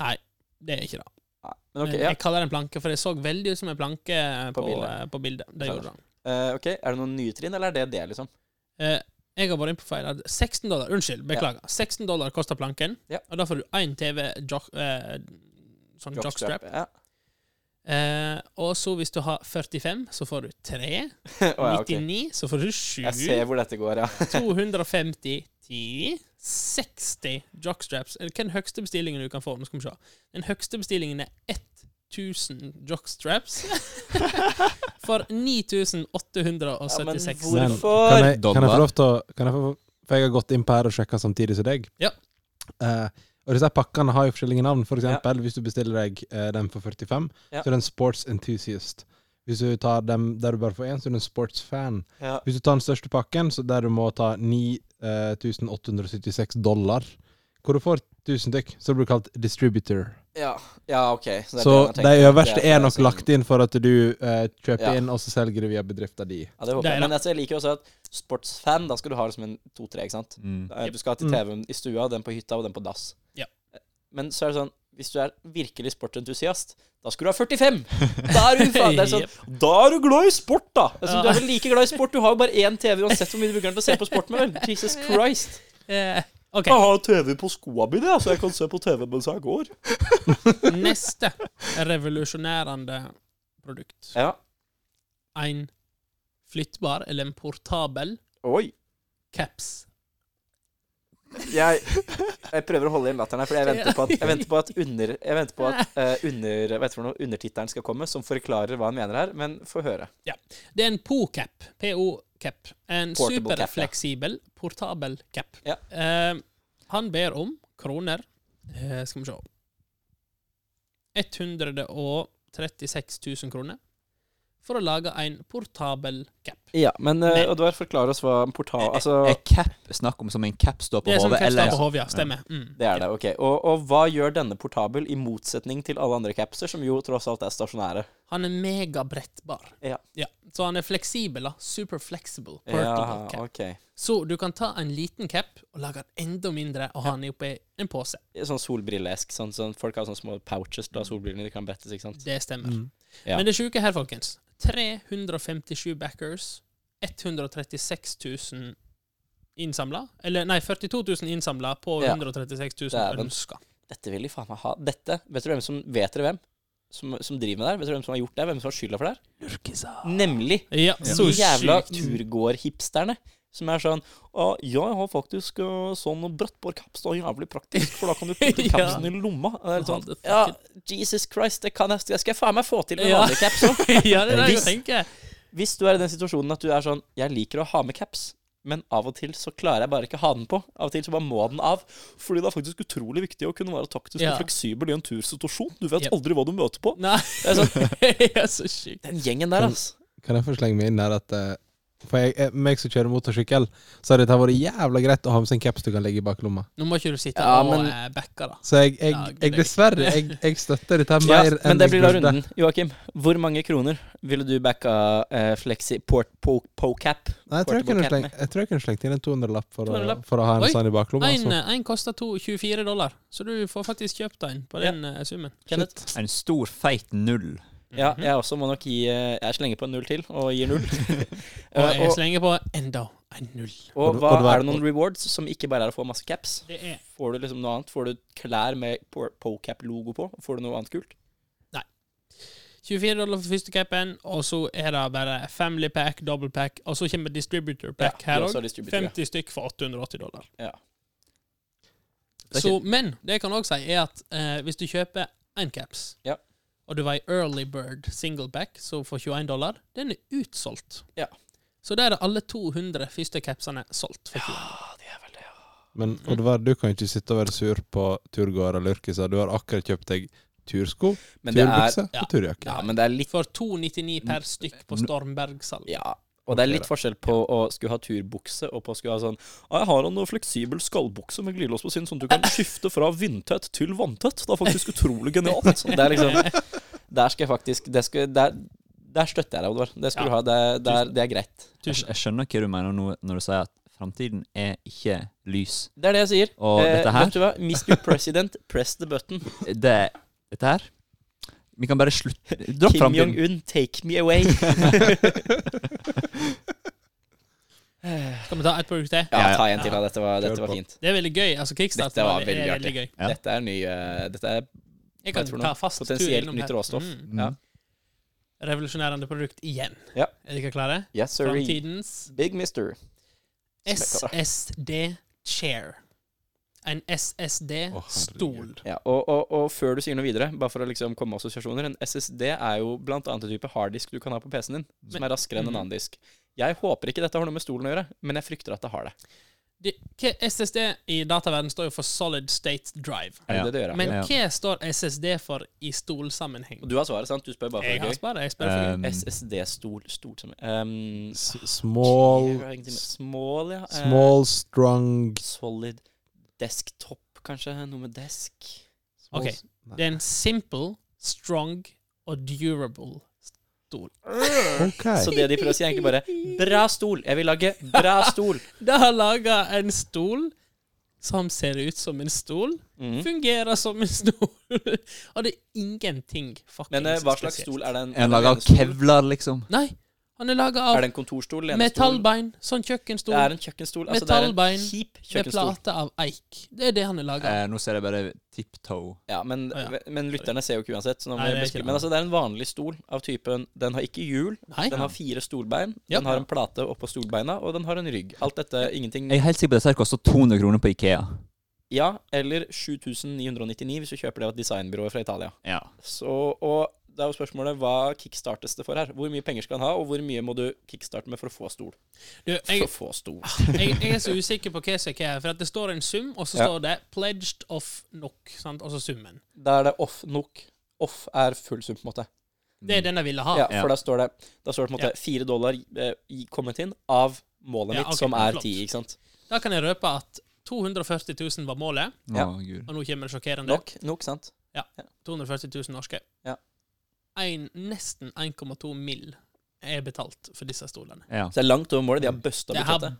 S2: Nei, det er ikke det.
S3: Nei. Men ok,
S2: Men
S3: ja.
S2: Jeg kaller det en planke, for det så veldig ut som en planke eh, på,
S3: På bildet.
S2: eh, på bildet. Det gjorde han.
S3: Eh, ok, Er det noen nye trinn, eller er det det, liksom?
S2: Eh, jeg har vært inne på feil. 16 dollar, unnskyld, beklager. 16 dollar koster planken,
S3: Ja.
S2: og da får du én TV jock, eh, sånn jockstrap.
S3: Ja. [laughs]
S2: Eh, og så hvis du har 45, så får du 3.
S3: Å, ja, ok.
S2: 99, så får du
S3: Jeg ser
S2: 7.
S3: hvor dette går, ja.
S2: 250, 10, 60 jockstraps. Eller hva er den høyeste bestillingen du kan få? Nå skal vi se. Den høyeste bestillingen er 1000 jockstraps. [laughs] For 9876
S3: ja men
S5: Men
S3: hvorfor?
S5: kan jeg, kan jeg
S4: Dollar.
S5: få lov til å kan jeg få, For jeg har gått inn på her og sjekka samtidig som deg.
S2: Ja.
S5: Eh, og disse her pakkene har jo forskjellige navn. For eksempel, Hvis du bestiller deg eh, den for 45,
S3: Ja.
S5: så er det en sports enthusiast. Hvis du tar dem der du bare får én, så er det en sports fan.
S3: Ja.
S5: Hvis du tar den største pakken, så der du må ta 9876 dollar, hvor du får 1000 stykk, så blir det kalt distributor.
S3: Ja, ja ok. det er det
S5: Så
S3: han har
S5: de
S3: tenkt.
S5: øverste
S3: Det er
S5: er
S3: det
S5: nok
S3: som-
S5: lagt inn for at du eh, kjøper
S3: Ja.
S5: inn, og så selger du via bedrifta di.
S3: Ja, det håper
S2: Det er det.
S3: jeg. Men altså, jeg liker også at sportsfan, da skal du ha liksom en to-tre, ikke sant?
S4: Mm.
S3: Eh, Du skal ha til
S5: Mm.
S3: TV-en i stua, den på hytta og den på dass. Eh,
S2: Ja.
S3: Men så er det sånn, Hvis du er virkelig sportentusiast, da skulle du ha 45! Da er du faen,
S2: [laughs]
S3: det er sånn,
S2: Jepp.
S3: da er du glad i sport, da! Det er sånn, Du
S2: Ja.
S3: er vel like glad i sport. Du har jo bare én TV uansett hvor mye du bruker den til å se på sport
S2: [laughs]
S3: med, vel? Jesus Christ.
S2: Eh, OK,
S3: har TV på skoa mine, så jeg kan se på TV mens jeg går.
S2: neste revolusjonerende produkt.
S3: Ja.
S2: En flyttbar eller en portabel
S3: Oi.
S2: caps.
S3: Jeg, jeg prøver å holde igjen latteren her, for jeg venter på at, jeg venter på at, under, jeg venter på at eh, under, vet du for noe, undertittelen skal komme, som forklarer hva han mener her, men få høre.
S2: Det er en PO-cap. PO-cap. En
S3: Portable cap, ja.
S2: superfleksibel, portabel cap.
S3: Ja.
S2: Eh, han ber om kroner eh, Skal vi se 136 000 kroner for å lage en portabel cap.
S3: Ja, men
S2: eh,
S3: Oddvar, forklar oss hva en
S4: Eh,
S3: portal Altså,
S4: Er cap snakk om som en cap står på
S2: Det er som
S4: hodet,
S2: caps da
S4: eller
S2: på hodet, ja. Stemmer. Mm.
S3: det er det. Ok. Og, og hva gjør denne portabel, i motsetning til alle andre capser, som jo tross alt er stasjonære?
S2: Han er megabrettbar.
S3: Ja.
S2: Så han er fleksibel. da. Super flexible. Portable
S3: Ja,
S2: cap.
S3: ok.
S2: Så du kan ta en liten cap og lage den enda mindre og ha den oppi en pose.
S3: Sånn solbrillesk. Sånn, sånn, folk har sånne små pouches til å ha solbrillene de kan bettes, ikke sant?
S2: Det stemmer.
S3: Mm. Ja.
S2: Men det sjuke her, folkens 357 backers, 136 000 innsamla. Eller nei, 42 000 innsamla på
S3: Ja.
S2: 136 000
S3: Dæven.
S2: ønska.
S3: Dette vil de faen meg ha. Dette, vet dere hvem som Vet dere hvem? Som, som driver med det her? Vet dere hvem som har gjort det? Hvem som har skylda for det her? Nemlig
S2: Ja, så
S3: De jævla
S2: sjukt.
S3: turgåerhipsterne som er sånn Å, ja, jeg har faktisk eh, sånn brattbårkaps. Det er jævlig praktisk, for da kan du putte [laughs]
S2: Ja.
S3: kapsen i lomma. Og det er sånn,
S2: Hadde
S3: ja, Jesus Christ, det kan jeg, det skal jeg faen meg få til med
S2: Ja.
S3: en vanlig caps òg.
S2: [laughs] ja, det er det jeg
S3: Hvis-
S2: tenker.
S3: Hvis du er i den situasjonen at du er sånn Jeg liker å ha med caps, men av og til så klarer jeg bare ikke ha den på. Av og til så bare må den av. Fordi det er faktisk utrolig viktig å kunne være taktisk
S2: Ja.
S3: og fleksibel i en tursituasjon. Du vet
S2: Yep.
S3: aldri hva du møter på.
S2: Nei,
S3: Det er sånn,
S2: [laughs] ja, så sjukt.
S3: den gjengen
S2: Mm.
S3: der, altså.
S5: Kan jeg få slenge meg inn her at eh, For jeg, jeg, meg som kjører motorsykkel, så har dette vært jævla greit å ha med seg en caps du kan legge i baklomma.
S2: Nå må ikke du sitte
S3: Ja,
S2: og
S3: men-
S2: eh, backe, da.
S5: Så jeg, jeg,
S2: Ja,
S5: jeg dessverre, jeg, jeg støtter dette her
S3: [laughs] Ja,
S5: mer
S3: men
S5: enn
S3: det
S5: jeg
S3: blir da
S5: burde.
S3: runden. Joakim, hvor mange kroner ville du backa eh, Flexi Port po, PoCap?
S5: Nei, jeg tror jeg
S3: Portable
S5: kunne
S3: cap
S5: sleng-
S3: med.
S5: jeg tror jeg kunne slengt inn en 200-lapp for, å-
S2: 200-lapp.
S5: for å ha en
S2: Oi,
S5: sånn i baklomma.
S2: En,
S5: Så.
S2: eh, en koster to- 24 dollar, så du får faktisk kjøpt en på den eh, summen.
S3: Kenneth?
S4: en stor, feit null.
S3: Ja,
S2: Mm.
S3: jeg også må nok gi eh, Jeg slenger på en null til, og gir null. Eh,
S2: Og jeg
S3: og,
S2: slenger på enda en null.
S3: og
S5: Og-
S3: hva
S5: og det var-
S3: er det noen rewards som ikke bare er å få masse caps?
S2: Det er
S3: Får du liksom noe annet? Får du klær med PoCap-logo på? Får du noe annet kult?
S2: 24 dollar for første capen, og så er det bare family pack, double pack, og så kommer distributor pack
S3: Ja,
S2: her
S3: de også
S2: òg.
S3: har distributor, ja.
S2: 50 stykk for 880 dollar.
S3: Ja.
S4: Det er
S2: Så, men det jeg kan òg si, er at eh, hvis du kjøper én caps,
S3: Ja.
S2: og du var i early bird single pack, så for 21 dollar, den er utsolgt.
S3: Ja.
S2: Så der er alle 200 første capsene solgt for 21 dollar.
S5: Men Oddvar, du kan ikke sitte og være sur på turgåer og lurkiser. Du har akkurat kjøpt deg tursko,
S3: Men det er,
S5: turbukse
S2: ja.
S5: og turjakke.
S3: ja, men det er litt
S2: For 299 per stykk på Stormberg-salg.
S3: Ja. Og det er litt forskjell på å skulle ha turbukse og på å skulle ha sånn «Å, Jeg har en fleksibel skallbukse med glidelås på siden, sånn at du kan [laughs] skifte fra vindtett til vanntett. Det er faktisk utrolig genialt. [laughs] Det er liksom Der skal jeg faktisk det skal, der, der støtter jeg deg, Oddvar. Det skal
S2: Ja.
S3: du ha. Det, det, er, det er greit.
S4: Jeg, skj- jeg skjønner hva du mener nå når du sier at framtiden er ikke lys.
S3: Det er det jeg sier. Eh,
S4: Og dette her
S3: vet du hva? Mr. President, press the button.
S4: det, Dette her Vi kan bare slutte Dropp
S3: Kim
S4: framtiden.
S3: Jong-un, take me away.
S2: Skal vi ta ett produkt til?
S3: Ja, ta en til. da. Dette var, dette
S5: Kjør
S3: var
S5: på.
S3: fint.
S2: Det er veldig gøy. Altså, Kickstart
S3: Dette var
S2: er
S3: veldig
S2: veldig gøy.
S4: Ja.
S3: Dette er ny eh, Dette er
S2: Jeg
S3: Hva
S2: kan
S3: tror du?
S2: ta fast tur
S3: Potensielt
S2: innom
S3: nytt
S2: her.
S3: råstoff.
S2: Mm.
S4: Mm.
S3: Ja.
S2: Revolusjonerende produkt igjen.
S3: Ja.
S2: Er dere klare?
S3: Yes, sir.
S2: Framtidens
S3: Big Mister. Som
S2: SSD chair. En
S5: Å,
S2: SSD-stol.
S3: Ja, og, og, og før du sier noe videre, bare for å liksom komme med assosiasjoner En SSD er jo blant annet en type harddisk du kan ha på PC-en din, som er raskere
S2: Mhm.
S3: enn en annen disk. Jeg håper ikke dette har noe med stolen å gjøre, men jeg frykter at det har det.
S2: Det- hva- SSD i dataverden står jo for solid state drive.
S3: Er det
S4: Mm, Ja.
S3: det det gjør? ja?
S2: Men
S4: Ja.
S2: hva står SSD for i stolsammenheng?
S3: Og du har svaret, sant? Du spør bare
S2: Jeg har
S3: for gøy.
S2: spart, jeg spør for
S4: Um,
S3: SSD-stol Stol som um,
S5: S small,
S3: hva er egentlig med- Small, ja. Eh,
S5: small, strong
S3: solid desktop, kanskje? Noe med desk?
S5: small,
S2: Ok. gøy. Det er en simple, strong og durable.
S5: Ok.
S3: Så det de prøver å si, er [laughs] egentlig bare Bra stol! Jeg vil lage bra stol!
S2: De har laga en stol som ser ut som en stol,
S3: Mhm.
S2: fungerer som en stol. [laughs] og det er ingenting fuckings
S3: Men eh, hva slags stol er det? En,
S4: En laga av kevlar, liksom.
S2: Nei, han er laga
S3: Er
S2: av
S3: det en kontorstol? lenestol?
S2: metallbein, sånn
S3: Det
S2: kjøkkenstol
S3: er en kjøkkenstol. Altså, det er en
S2: Metallbein
S3: kjip
S2: med
S3: kjøkkenstol.
S2: plate av eik. Det er det han er laga av.
S4: Eh, nå ser jeg bare tiptoe.
S3: Ja, men,
S2: Å, ja.
S3: men lytterne ser jo ikke uansett. Så nå må
S2: Nei,
S3: jeg
S2: det er ikke
S3: beskrive.
S2: det.
S3: Men altså, det er en vanlig stol av typen Den har ikke hjul,
S2: Nei.
S3: den har fire stolbein,
S2: Ja.
S3: den har en plate oppå stolbeina, og den har en rygg. Alt dette ingenting
S4: Jeg er helt sikker på at dette her koster 200 kroner på Ikea.
S3: Ja, eller 7999 hvis du kjøper det av et designbyrå fra Italia.
S4: Ja.
S3: Så, og det er jo spørsmålet hva kickstartes det for her? Hvor mye penger skal han ha, og hvor mye må du kickstarte med for å få stol?
S2: Du,
S3: For
S2: jeg,
S3: å få stol.
S2: jeg, jeg er så usikker på hva som er hva, her, for at det står en sum, og så
S3: Ja.
S2: står det 'pledged of nok', sant? altså summen.
S3: Da er det off nok. Off er full sum, på en måte.
S2: Det er den jeg ville ha.
S3: Mm. Ja,
S4: Ja.
S3: for da står det Da står det på en måte fire dollar eh, i- kommet inn av målet
S2: Ja,
S3: mitt,
S2: ok,
S3: som er
S2: flott.
S3: ti, ikke sant?
S2: Da kan jeg røpe at 240 000 var målet,
S4: Å,
S3: Ja.
S4: gud.
S2: og nå kommer det sjokkerende.
S3: Nok, nok, sant?
S2: 240 000 norske.
S3: Ja.
S2: En, nesten 1,2 mill. er betalt for disse stolene.
S4: Ja.
S3: Så det er langt over målet. De har busta
S2: Det her
S3: budsjettet.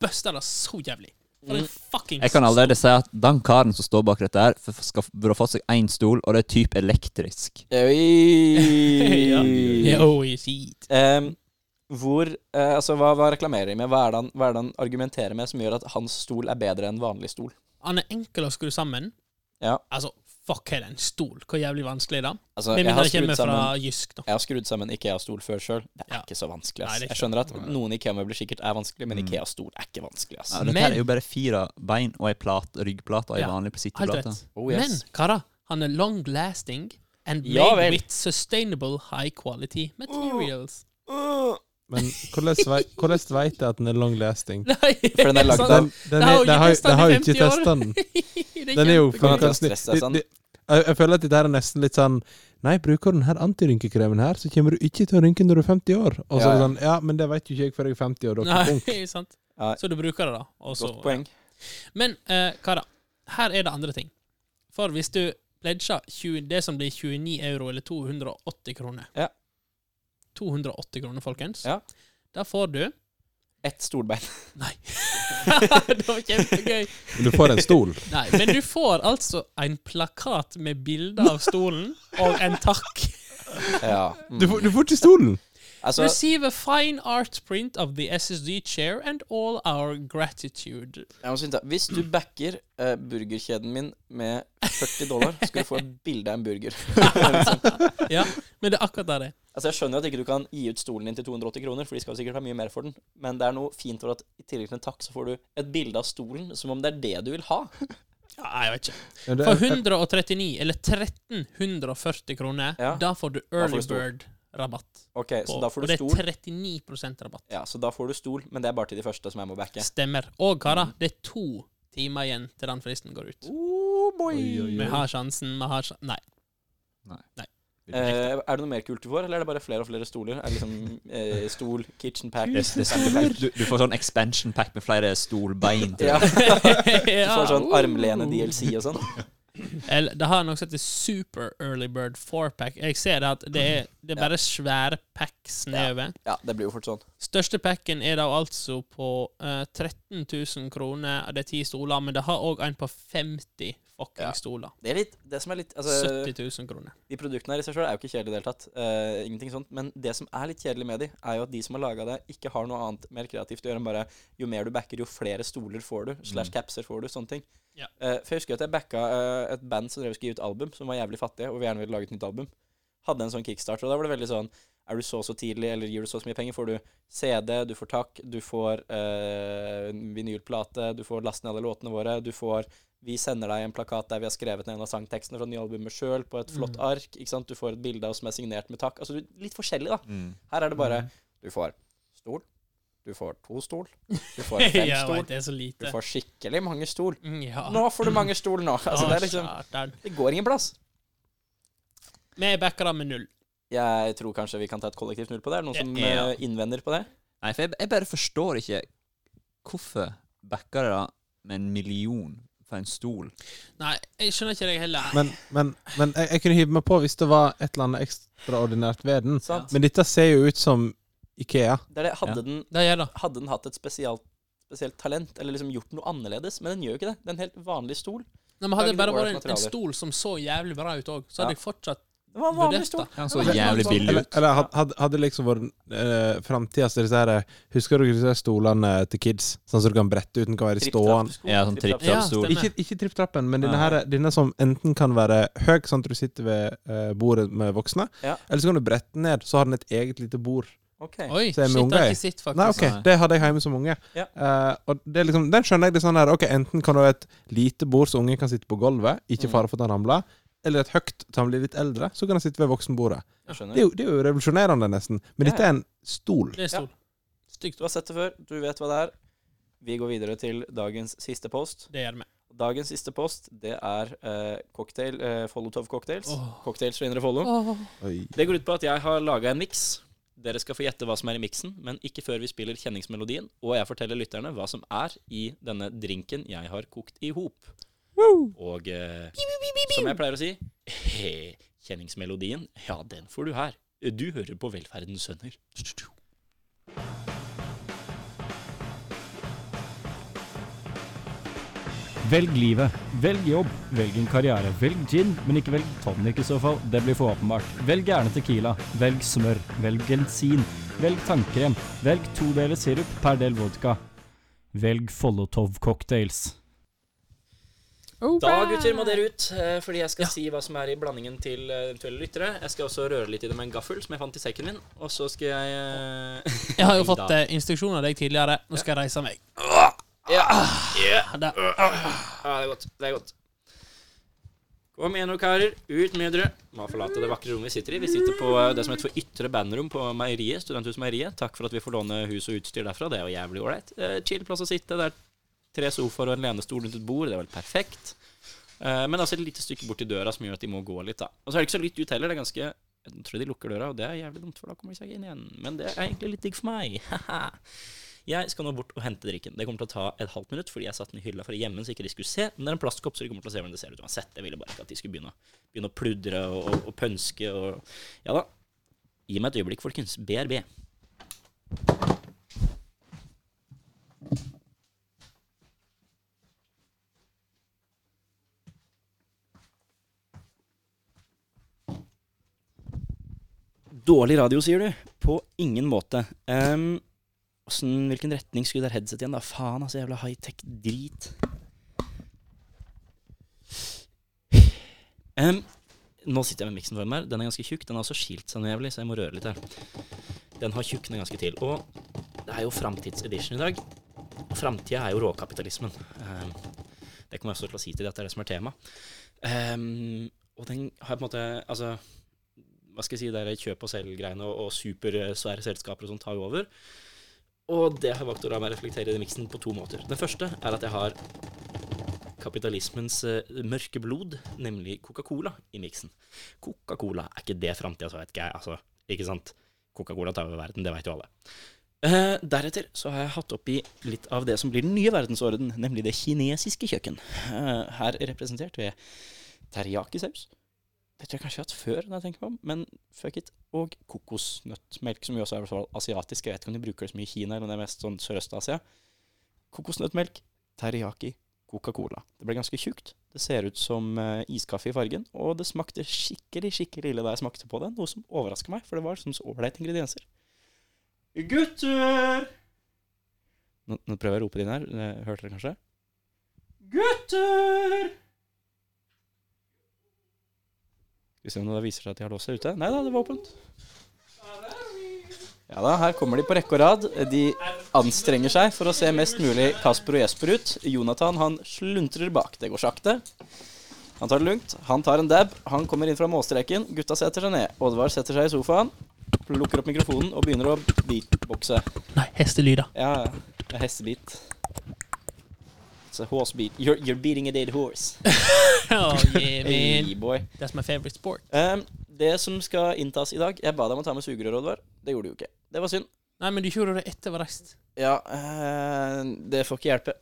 S2: busta det så jævlig. For en
S3: Mm.
S2: fuckings
S4: Jeg kan allerede si at den karen som står bak dette, her f- skal f- burde fått seg én stol, og det er typ elektrisk.
S2: ja.
S3: Oi.
S2: [laughs] Ja, oh, shit.
S3: Em, hvor eh, Altså, hva, hva reklamerer de med? Hva er, det han, hva er det han argumenterer med som gjør at hans stol er bedre enn vanlig stol?
S2: Han er enkel å skru sammen.
S3: Ja.
S2: Altså, fuck, er det en stol? Hvor jævlig vanskelig er det?
S3: Altså,
S2: Med
S3: jeg
S2: mindre
S3: har
S2: det
S3: skrudd
S2: kommer fra
S3: sammen
S2: Jysk, da.
S3: jeg har skrudd sammen Ikea-stol før sjøl. Det er
S2: Ja.
S3: ikke så vanskelig.
S2: Nei,
S3: ass.
S2: det er
S3: Jeg
S2: ikke
S3: skjønner at noen Ikea-møbler sikkert er vanskelig, men Ikea-stol er ikke vanskelig. ass.
S4: Ja, dette
S2: Men-
S4: her er jo bare fire bein og ei plat, ryggplate og ei
S2: Ja,
S4: vanlig
S2: Helt
S4: sitteplate.
S2: rett.
S3: Oh, yes.
S2: Men, karer, han er long lasting and made
S3: Ja vel.
S2: with sustainable high quality
S3: [gasps]
S2: materials. [laughs]
S5: Men hvordan vei- hvordan veit jeg at den er long lasting?
S2: Nei,
S3: For den er lagd av
S5: Den, den,
S2: Det har
S5: er,
S2: jo
S5: den, har,
S2: ikke testet den
S5: den har
S2: i
S5: jo ikke
S2: 50 år.
S5: testa den.
S2: [laughs] det
S5: Den er jo
S2: kjempegodt.
S3: Kan man
S5: fantastisk.
S3: stresse seg sånn?
S5: Det- det- Jeg, jeg føler at dette her er nesten litt sånn Nei, bruker du den her antirynkekremen her, så kommer du ikke til å rynke når du er 50 år. Og så
S3: Ja,
S5: er det
S3: ja.
S5: sånn Ja, men det veit jo ikke jeg før jeg er 50 år. Dere
S2: [laughs]
S5: er ung.
S2: Nei, sant.
S3: Nei.
S2: Så du bruker det, da. og så-
S3: Godt poeng.
S2: Men eh, karer, her er det andre ting. For hvis du pledger 20, det som blir 29 euro, eller 280 kroner
S3: Ja.
S2: 280 kroner, folkens.
S3: Ja.
S2: Da får du [laughs]
S3: Ett stolbein. [laughs]
S2: Nei. det var kjempegøy.
S5: Men du får en
S2: [laughs]
S5: stol.
S2: Nei, men du får altså en plakat med bilde av stolen og en takk.
S3: Ja.
S2: Mm.
S3: Mm.
S5: Du får, du får ikke stolen!
S3: Altså,
S2: Receive a fine art print of the SSD chair and all our gratitude.
S3: jeg må synes det. Hvis du backer eh, burgerkjeden min med 40 dollar, skal du få et bilde av en burger.
S2: Ja, men det er akkurat det det er.
S3: Altså, Jeg skjønner jo at ikke du kan gi ut stolen din til 280 kroner, for de skal jo sikkert ha mye mer for den, men det er noe fint over at i tillegg til en takk, så får du et bilde av stolen som om det er det du vil ha.
S2: Ja, jeg vet ikke.
S5: Ja, det-
S2: For
S5: jeg-
S2: 139, eller 1340 kroner,
S3: Ja.
S2: da får du
S3: får
S2: early
S3: du stor.
S2: bird-rabatt.
S3: Ok,
S2: på.
S3: så da får
S2: Og
S3: du
S2: det
S3: stol.
S2: er 39 rabatt.
S3: Ja, så da får du stol, men det er bare til de første som jeg må backe.
S2: Stemmer. Og
S3: Mm.
S2: karer, det er to timer igjen til den fristen går ut.
S3: Uh.
S4: Oh,
S2: Vi har sjansen, vi har
S3: [laughs]
S2: sjansen Nei.
S3: Eh, er det noe mer kult du får, eller er det bare flere og flere stoler? Er det liksom eh, stol, kitchen pack,
S4: Det, det, du, du får sånn expansion pack med flere stolbein. Til.
S3: Ja, du
S2: Ja.
S3: får sånn armlene DLC og sånn.
S2: Eller, det har noe som heter Super Early Bird 4-pack. Jeg ser det at det er, det er bare svære packs nedover.
S3: Ja, det blir jo fort sånn.
S2: Største packen er da altså på eh, 13 000 kroner. Det er ti stoler, men det har òg en på 50 fucking
S3: Ja.
S2: stoler.
S3: Det er litt, det som er litt altså,
S2: 70 000 kroner.
S3: De produktene her i seg sjøl er jo ikke kjedelige i det hele tatt. eh, ingenting sånt. Men det som er litt kjedelig med de, er jo at de som har laga det, ikke har noe annet mer kreativt å gjøre enn bare jo mer du backer, jo flere stoler får du. Slash capser får du. Sånne ting.
S2: Ja.
S3: Eh, for jeg husker at jeg backa eh, et band som drev og skulle gi ut album, som var jævlig fattige, og vi gjerne ville lage et nytt album. Hadde en sånn kickstarter, og da var det veldig sånn er du så og så tidlig, eller gir du så og så mye penger, får du CD, du får takk, du får eh, vinylplate, du får last ned alle låtene våre, du får vi sender deg en plakat der vi har skrevet ned en av sangtekstene fra det nye albumet sjøl, på et flott ark. ikke sant? Du får et bilde av oss som er signert med takk. Altså, du, Litt forskjellig, da.
S4: Mm.
S3: Her er det bare Du får stol, du får to stol, du [laughs]
S2: [laughs]
S3: får
S2: Jeg
S3: fem
S2: vet,
S3: stol,
S2: det er så
S3: du
S2: lite.
S3: får skikkelig mange stol.
S2: Mm, Ja. Ah,
S3: Nå får du mange stol [laughs] nå! Altså, det er liksom Det går ingen plass.
S2: Vi backer det med null.
S3: Jeg tror kanskje vi kan ta et kollektivt null på det. Er det noen som
S4: Ja.
S3: eh, innvender på det?
S4: Nei, for jeg, jeg bare forstår ikke hvorfor backer de da med en million for en stol.
S2: Nei, jeg skjønner ikke deg heller.
S5: Men, men, men jeg, jeg kunne hive meg på hvis det var et eller annet ekstraordinært ved den.
S3: Sant?
S5: Men dette ser jo ut som Ikea.
S3: Det er det.
S4: Ja.
S3: Hadde, den,
S2: Det gjør det.
S3: hadde den hatt et spesialt spesielt talent eller liksom gjort noe annerledes, men den gjør jo ikke det. Det er en helt vanlig stol.
S2: Nei, men hadde det bare
S3: Lager
S2: vært
S3: litt
S2: en, en stol som så jævlig bra ut òg, så
S3: Ja.
S2: hadde jeg fortsatt
S3: Det var en vanlig
S2: vurdert
S3: stol.
S2: det.
S4: Han så jævlig billig
S5: Eller,
S4: ut.
S5: eller had- had- hadde liksom vært uh, framtida så disse her eh, Husker dere disse her stolene til kids? Sånn som du kan brette uten kan være stående?
S3: Tripp-trapp-sko.
S4: Ja, sånn
S3: Tripp-trapp.
S2: Ja,
S4: tripp-trapp-stol.
S2: stemmer.
S5: Ikke, ikke tripptrappen, men denne, her, denne som enten kan være høy, sånn at du sitter ved eh, bordet med voksne,
S3: Ja.
S5: eller så kan du brette den ned, så har den et eget lite bord.
S3: Ok.
S2: Oi,
S5: Så
S2: shit,
S5: er vi
S2: det
S5: unge,
S2: har
S5: jeg.
S2: jeg ikke sett,
S5: Nei,
S2: faktisk.
S5: ok,
S4: altså.
S5: det hadde jeg hjemme som unge.
S3: Ja.
S5: Eh, og det er liksom, den skjønner jeg. det er sånn her, ok, Enten kan du ha et lite bord så ungen kan sitte på gulvet,
S4: Mm.
S5: ikke fare for at han ramler, eller et høyt til han blir litt eldre, så kan han sitte ved voksenbordet.
S3: Jeg
S5: Det er
S3: skjønner.
S5: jo, det er jo revolusjonerende, nesten. Men
S3: Ja,
S5: dette er en stol.
S2: Det er stol. Stygt.
S3: Du har sett det før, du vet hva det er. Vi går videre til dagens siste post.
S2: Det gjør vi.
S3: Dagens siste post, det er eh, cocktail, eh, Folotov-cocktails.
S2: Åh.
S3: Cocktails fra Indre Follo.
S5: Oi.
S3: Det går ut på at jeg har laga en miks. Dere skal få gjette hva som er i miksen, men ikke før vi spiller kjenningsmelodien, og jeg forteller lytterne hva som er i denne drinken jeg har kokt i hop. Og eh, som jeg pleier å si Kjenningsmelodien, ja, den får du her. Du hører på Velferdens sønner.
S7: Velg livet. Velg jobb. Velg en karriere. Velg gin, men ikke velg tonic i så fall. Det blir for åpenbart. Velg gjerne tequila. Velg smør. Velg gensin. Velg tannkrem. Velg to deler sirup per del vodka. Velg Folotov-cocktails.
S3: Da, gutter, må dere ut, eh, fordi jeg skal si hva som er i blandingen til eh, eventuelle lyttere. Jeg skal også røre litt i det med en gaffel som jeg fant i sekken min, og så skal jeg eh,
S2: Jeg har jo
S3: Nei
S2: fått
S3: da.
S2: eh, instruksjoner av deg tidligere. Nå skal jeg reise meg.
S3: Ja.
S2: Der.
S3: Ja, det er godt. Det er godt. Kom igjen nå, karer. Ut med dere. Må forlate det vakre rommet vi sitter i. Vi sitter på eh, det som heter for Ytre bandrom på meieriet, Studenthus Meieriet. Takk for at vi får låne hus og utstyr derfra. Det er jo jævlig ålreit. Eh, Chill plass å sitte. Det er tre sofaer og en lenestol rundt et bord. Det er vel perfekt. Eh, Men altså et lite stykke bort til døra som gjør at de må gå litt, da. Og så er det ikke så lytt ut heller. Det er ganske Jeg tror de lukker døra, og det er jævlig dumt, for da kommer de seg ikke inn igjen. Men det er egentlig litt digg for meg. [laughs] Haha. Jeg skal nå bort og hente drikken. Det kommer til å ta et halvt minutt, fordi jeg satte den i hylla for å gjemme den så ikke de skulle se. Men det er en plastkopp, så de kommer til å se hvordan det ser ut uansett. Jeg ville bare ikke at de skulle begynne, å- begynne å pludre og, og, og pønske og Ja da. Gi meg et øyeblikk, folkens. BRB. Dårlig radio, sier du? På ingen måte. Ehm, Åssen, hvilken retning skulle der headset igjen, da? Faen, altså, jævla high-tech-drit. Em, Ehm, nå sitter jeg med miksen foran meg. Den er ganske tjukk. Den har også skilt seg noe jævlig, så jeg må røre litt her. Den har tjukk den er ganske til. Og det er jo framtidsedition i dag. Og framtida er jo råkapitalismen. Em, det kommer jeg også til å si til deg, at det er det som er tema. Em, og den har jeg på en måte Altså, hva skal jeg si, det der kjøp og selg-greiene og, og supersvære selskaper og sånt tar jo over. Og det har jeg valgt å la meg reflektere i den miksen på to måter. Den første er at jeg har kapitalismens eh, mørke blod, nemlig Coca-Cola, i miksen. Coca-Cola er ikke det framtida, så vet ikke jeg. Altså, ikke sant? Coca-Cola tar over verden, det veit jo alle. Eh, deretter så har jeg hatt oppi litt av det som blir den nye verdensorden, nemlig det kinesiske kjøkken. Eh, her representert ved teriyaki-saus. Det tror jeg kanskje jeg har hatt før, når jeg tenker meg om, men fuck it. Og kokosnøttmelk, som jo også er i hvert fall asiatisk. Jeg vet ikke om de bruker det så mye i Kina, eller om det er mest sånn Sørøst-Asia. Kokosnøttmelk, teriyaki, Coca-Cola. Det ble ganske tjukt. Det ser ut som eh, iskaffe i fargen, og det smakte skikkelig, skikkelig ille da jeg smakte på det, noe som overrasker meg, for det var sånn så ålreite ingredienser. Gutter! Nå, nå prøver jeg å rope det inn her. Eh, Hørte dere kanskje? Gutter! Skal vi se om det da viser seg at de har låst seg ute. Nei da, det var åpent. Ja da, her kommer de på rekke og rad. De anstrenger seg for å se mest mulig Kasper og Jesper ut. Jonathan han sluntrer bak. Det går sakte. Han tar det lugnt. Han tar en dab. Han kommer inn fra målstreken. Gutta setter seg ned. Oddvar setter seg i sofaen, plukker opp mikrofonen og begynner å beatboxe.
S2: Nei, [laughs] hestelyder.
S3: Ja, ja. Det er hestebit. It's a horse beat. You're, you're beating a dead horse.
S2: Oh, yeah, man.
S3: Hey, boy.
S2: That's my favorite sport.
S3: Ehm, det som skal inntas i dag Jeg ba deg om å ta med sugerør, Oddvar. Det gjorde du jo ikke. Det var synd.
S2: Nei, men du gjorde det etter vi reiste.
S3: Ja, eh, det får ikke hjelpe.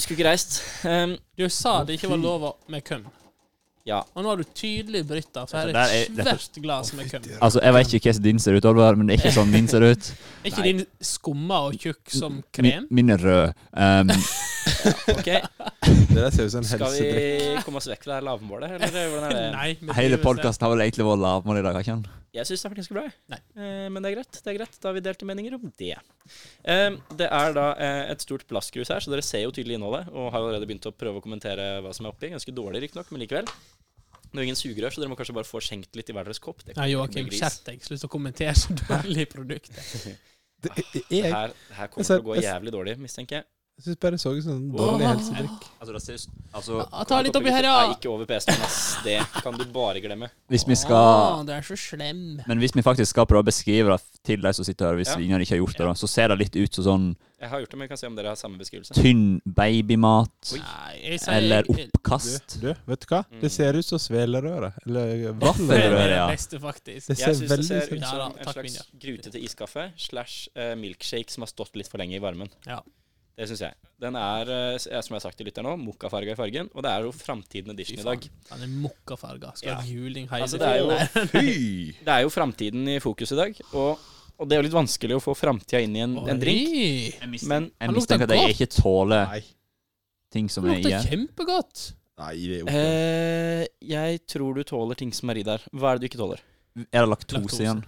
S3: Skulle ikke reist. Ehm,
S2: Du sa det ikke var lov å- med køm.
S9: Ja. Altså,
S2: Og nå har du tydelig brytt det, for her
S4: Dette
S2: er et
S4: der er- dette-
S2: svært glass med køm.
S4: Altså, Jeg vet ikke hvordan din ser ut, Olvar, men det er ikke sånn min ser ut.
S2: Er ikke din skumma og tjukk som
S4: Min,
S2: krem?
S4: min er rød. Um,
S9: [laughs] Ok,
S5: Det der ser ut som en
S9: Skal
S5: helsedrikk.
S9: vi komme oss vekk fra det her lavmålet, eller hvordan er det?
S2: [laughs] Nei. men
S4: hele
S2: det er jo det.
S4: podkasten har vel egentlig vært lavmål i dag, har ikke han?
S9: Jeg syns det har vært ganske bra. jeg.
S2: Nei.
S9: Eh, Men det er greit. det er greit, Da har vi delte meninger om det. Eh, Det er da eh, et stort plastkrus her, så dere ser jo tydelig innholdet. Og har allerede begynt å prøve å kommentere hva som er oppi. Ganske dårlig, riktignok, men likevel. Det er jo ingen sugerør, så dere må kanskje bare få skjenkt litt i hver deres kopp. Det kan
S2: Nei,
S9: ikke
S2: Joakim,
S9: bli gris.
S2: skjerp deg. Slutt å kommentere så dårlige produkter.
S5: Det, jeg
S9: Det
S5: jeg,
S9: Her, det her kommer
S5: ser-
S9: til å gå
S5: jeg ser-
S9: jævlig dårlig, mistenker jeg.
S5: jeg syns bare det så ut som en dårlig helsedrikk.
S4: Altså, det ser, altså,
S2: Ah, Ta litt oppi her, ja.
S9: Nei, ikke over PC-en, ass. Det kan du bare glemme.
S4: hvis vi
S2: Ah,
S4: skal
S2: du er så slem.
S4: Men hvis vi faktisk skal prøve å beskrive det til de som sitter her, hvis
S9: Ja.
S4: ingen ikke har gjort det, da, så ser det litt ut som sånn
S9: Jeg har gjort det, men jeg kan se om dere har samme beskrivelse.
S4: tynn babymat
S2: Nei, jeg sier
S4: eller
S2: jeg-
S5: Du,
S4: oppkast.
S5: du, vet du hva?
S9: Mm.
S5: Det ser ut som svelerøre. Eller
S9: [laughs]
S2: Det
S4: Vaffelrøre.
S5: vaffelrøre.
S2: er det
S4: ja.
S2: beste, faktisk.
S5: Det
S9: Jeg
S5: ser
S9: syns det
S5: veldig sånn
S9: ser
S5: ut
S9: ut
S2: Ja, da,
S9: som en
S2: takk,
S9: slags
S2: Minja.
S9: grutete iskaffe slash eh, milkshake som har stått litt for lenge i varmen.
S2: Ja.
S9: Det syns jeg. Den er, eh, s- som jeg har sagt til lytteren nå, mokkafarga i fargen. Og det er jo framtiden edition i dag.
S2: Han er mokkafarga. Skal
S9: Ja.
S2: ha juling hele
S9: Altså, det er
S2: tiden.
S9: jo,
S4: [laughs]
S9: det er jo framtiden i fokus i dag. Og, og det er jo litt vanskelig å få framtida inn i en, en drink.
S2: Oi.
S9: Men
S4: Jeg
S2: Han lukter
S4: mistenker at jeg
S2: godt.
S4: ikke tåler
S5: Nei.
S4: ting som er i
S2: Lukter
S4: her.
S2: kjempegodt.
S5: Nei, det er jo ikke
S9: eh, jeg tror du tåler ting som er i der. Hva er det du ikke tåler?
S4: Er det laktose
S2: Laktose.
S4: igjen?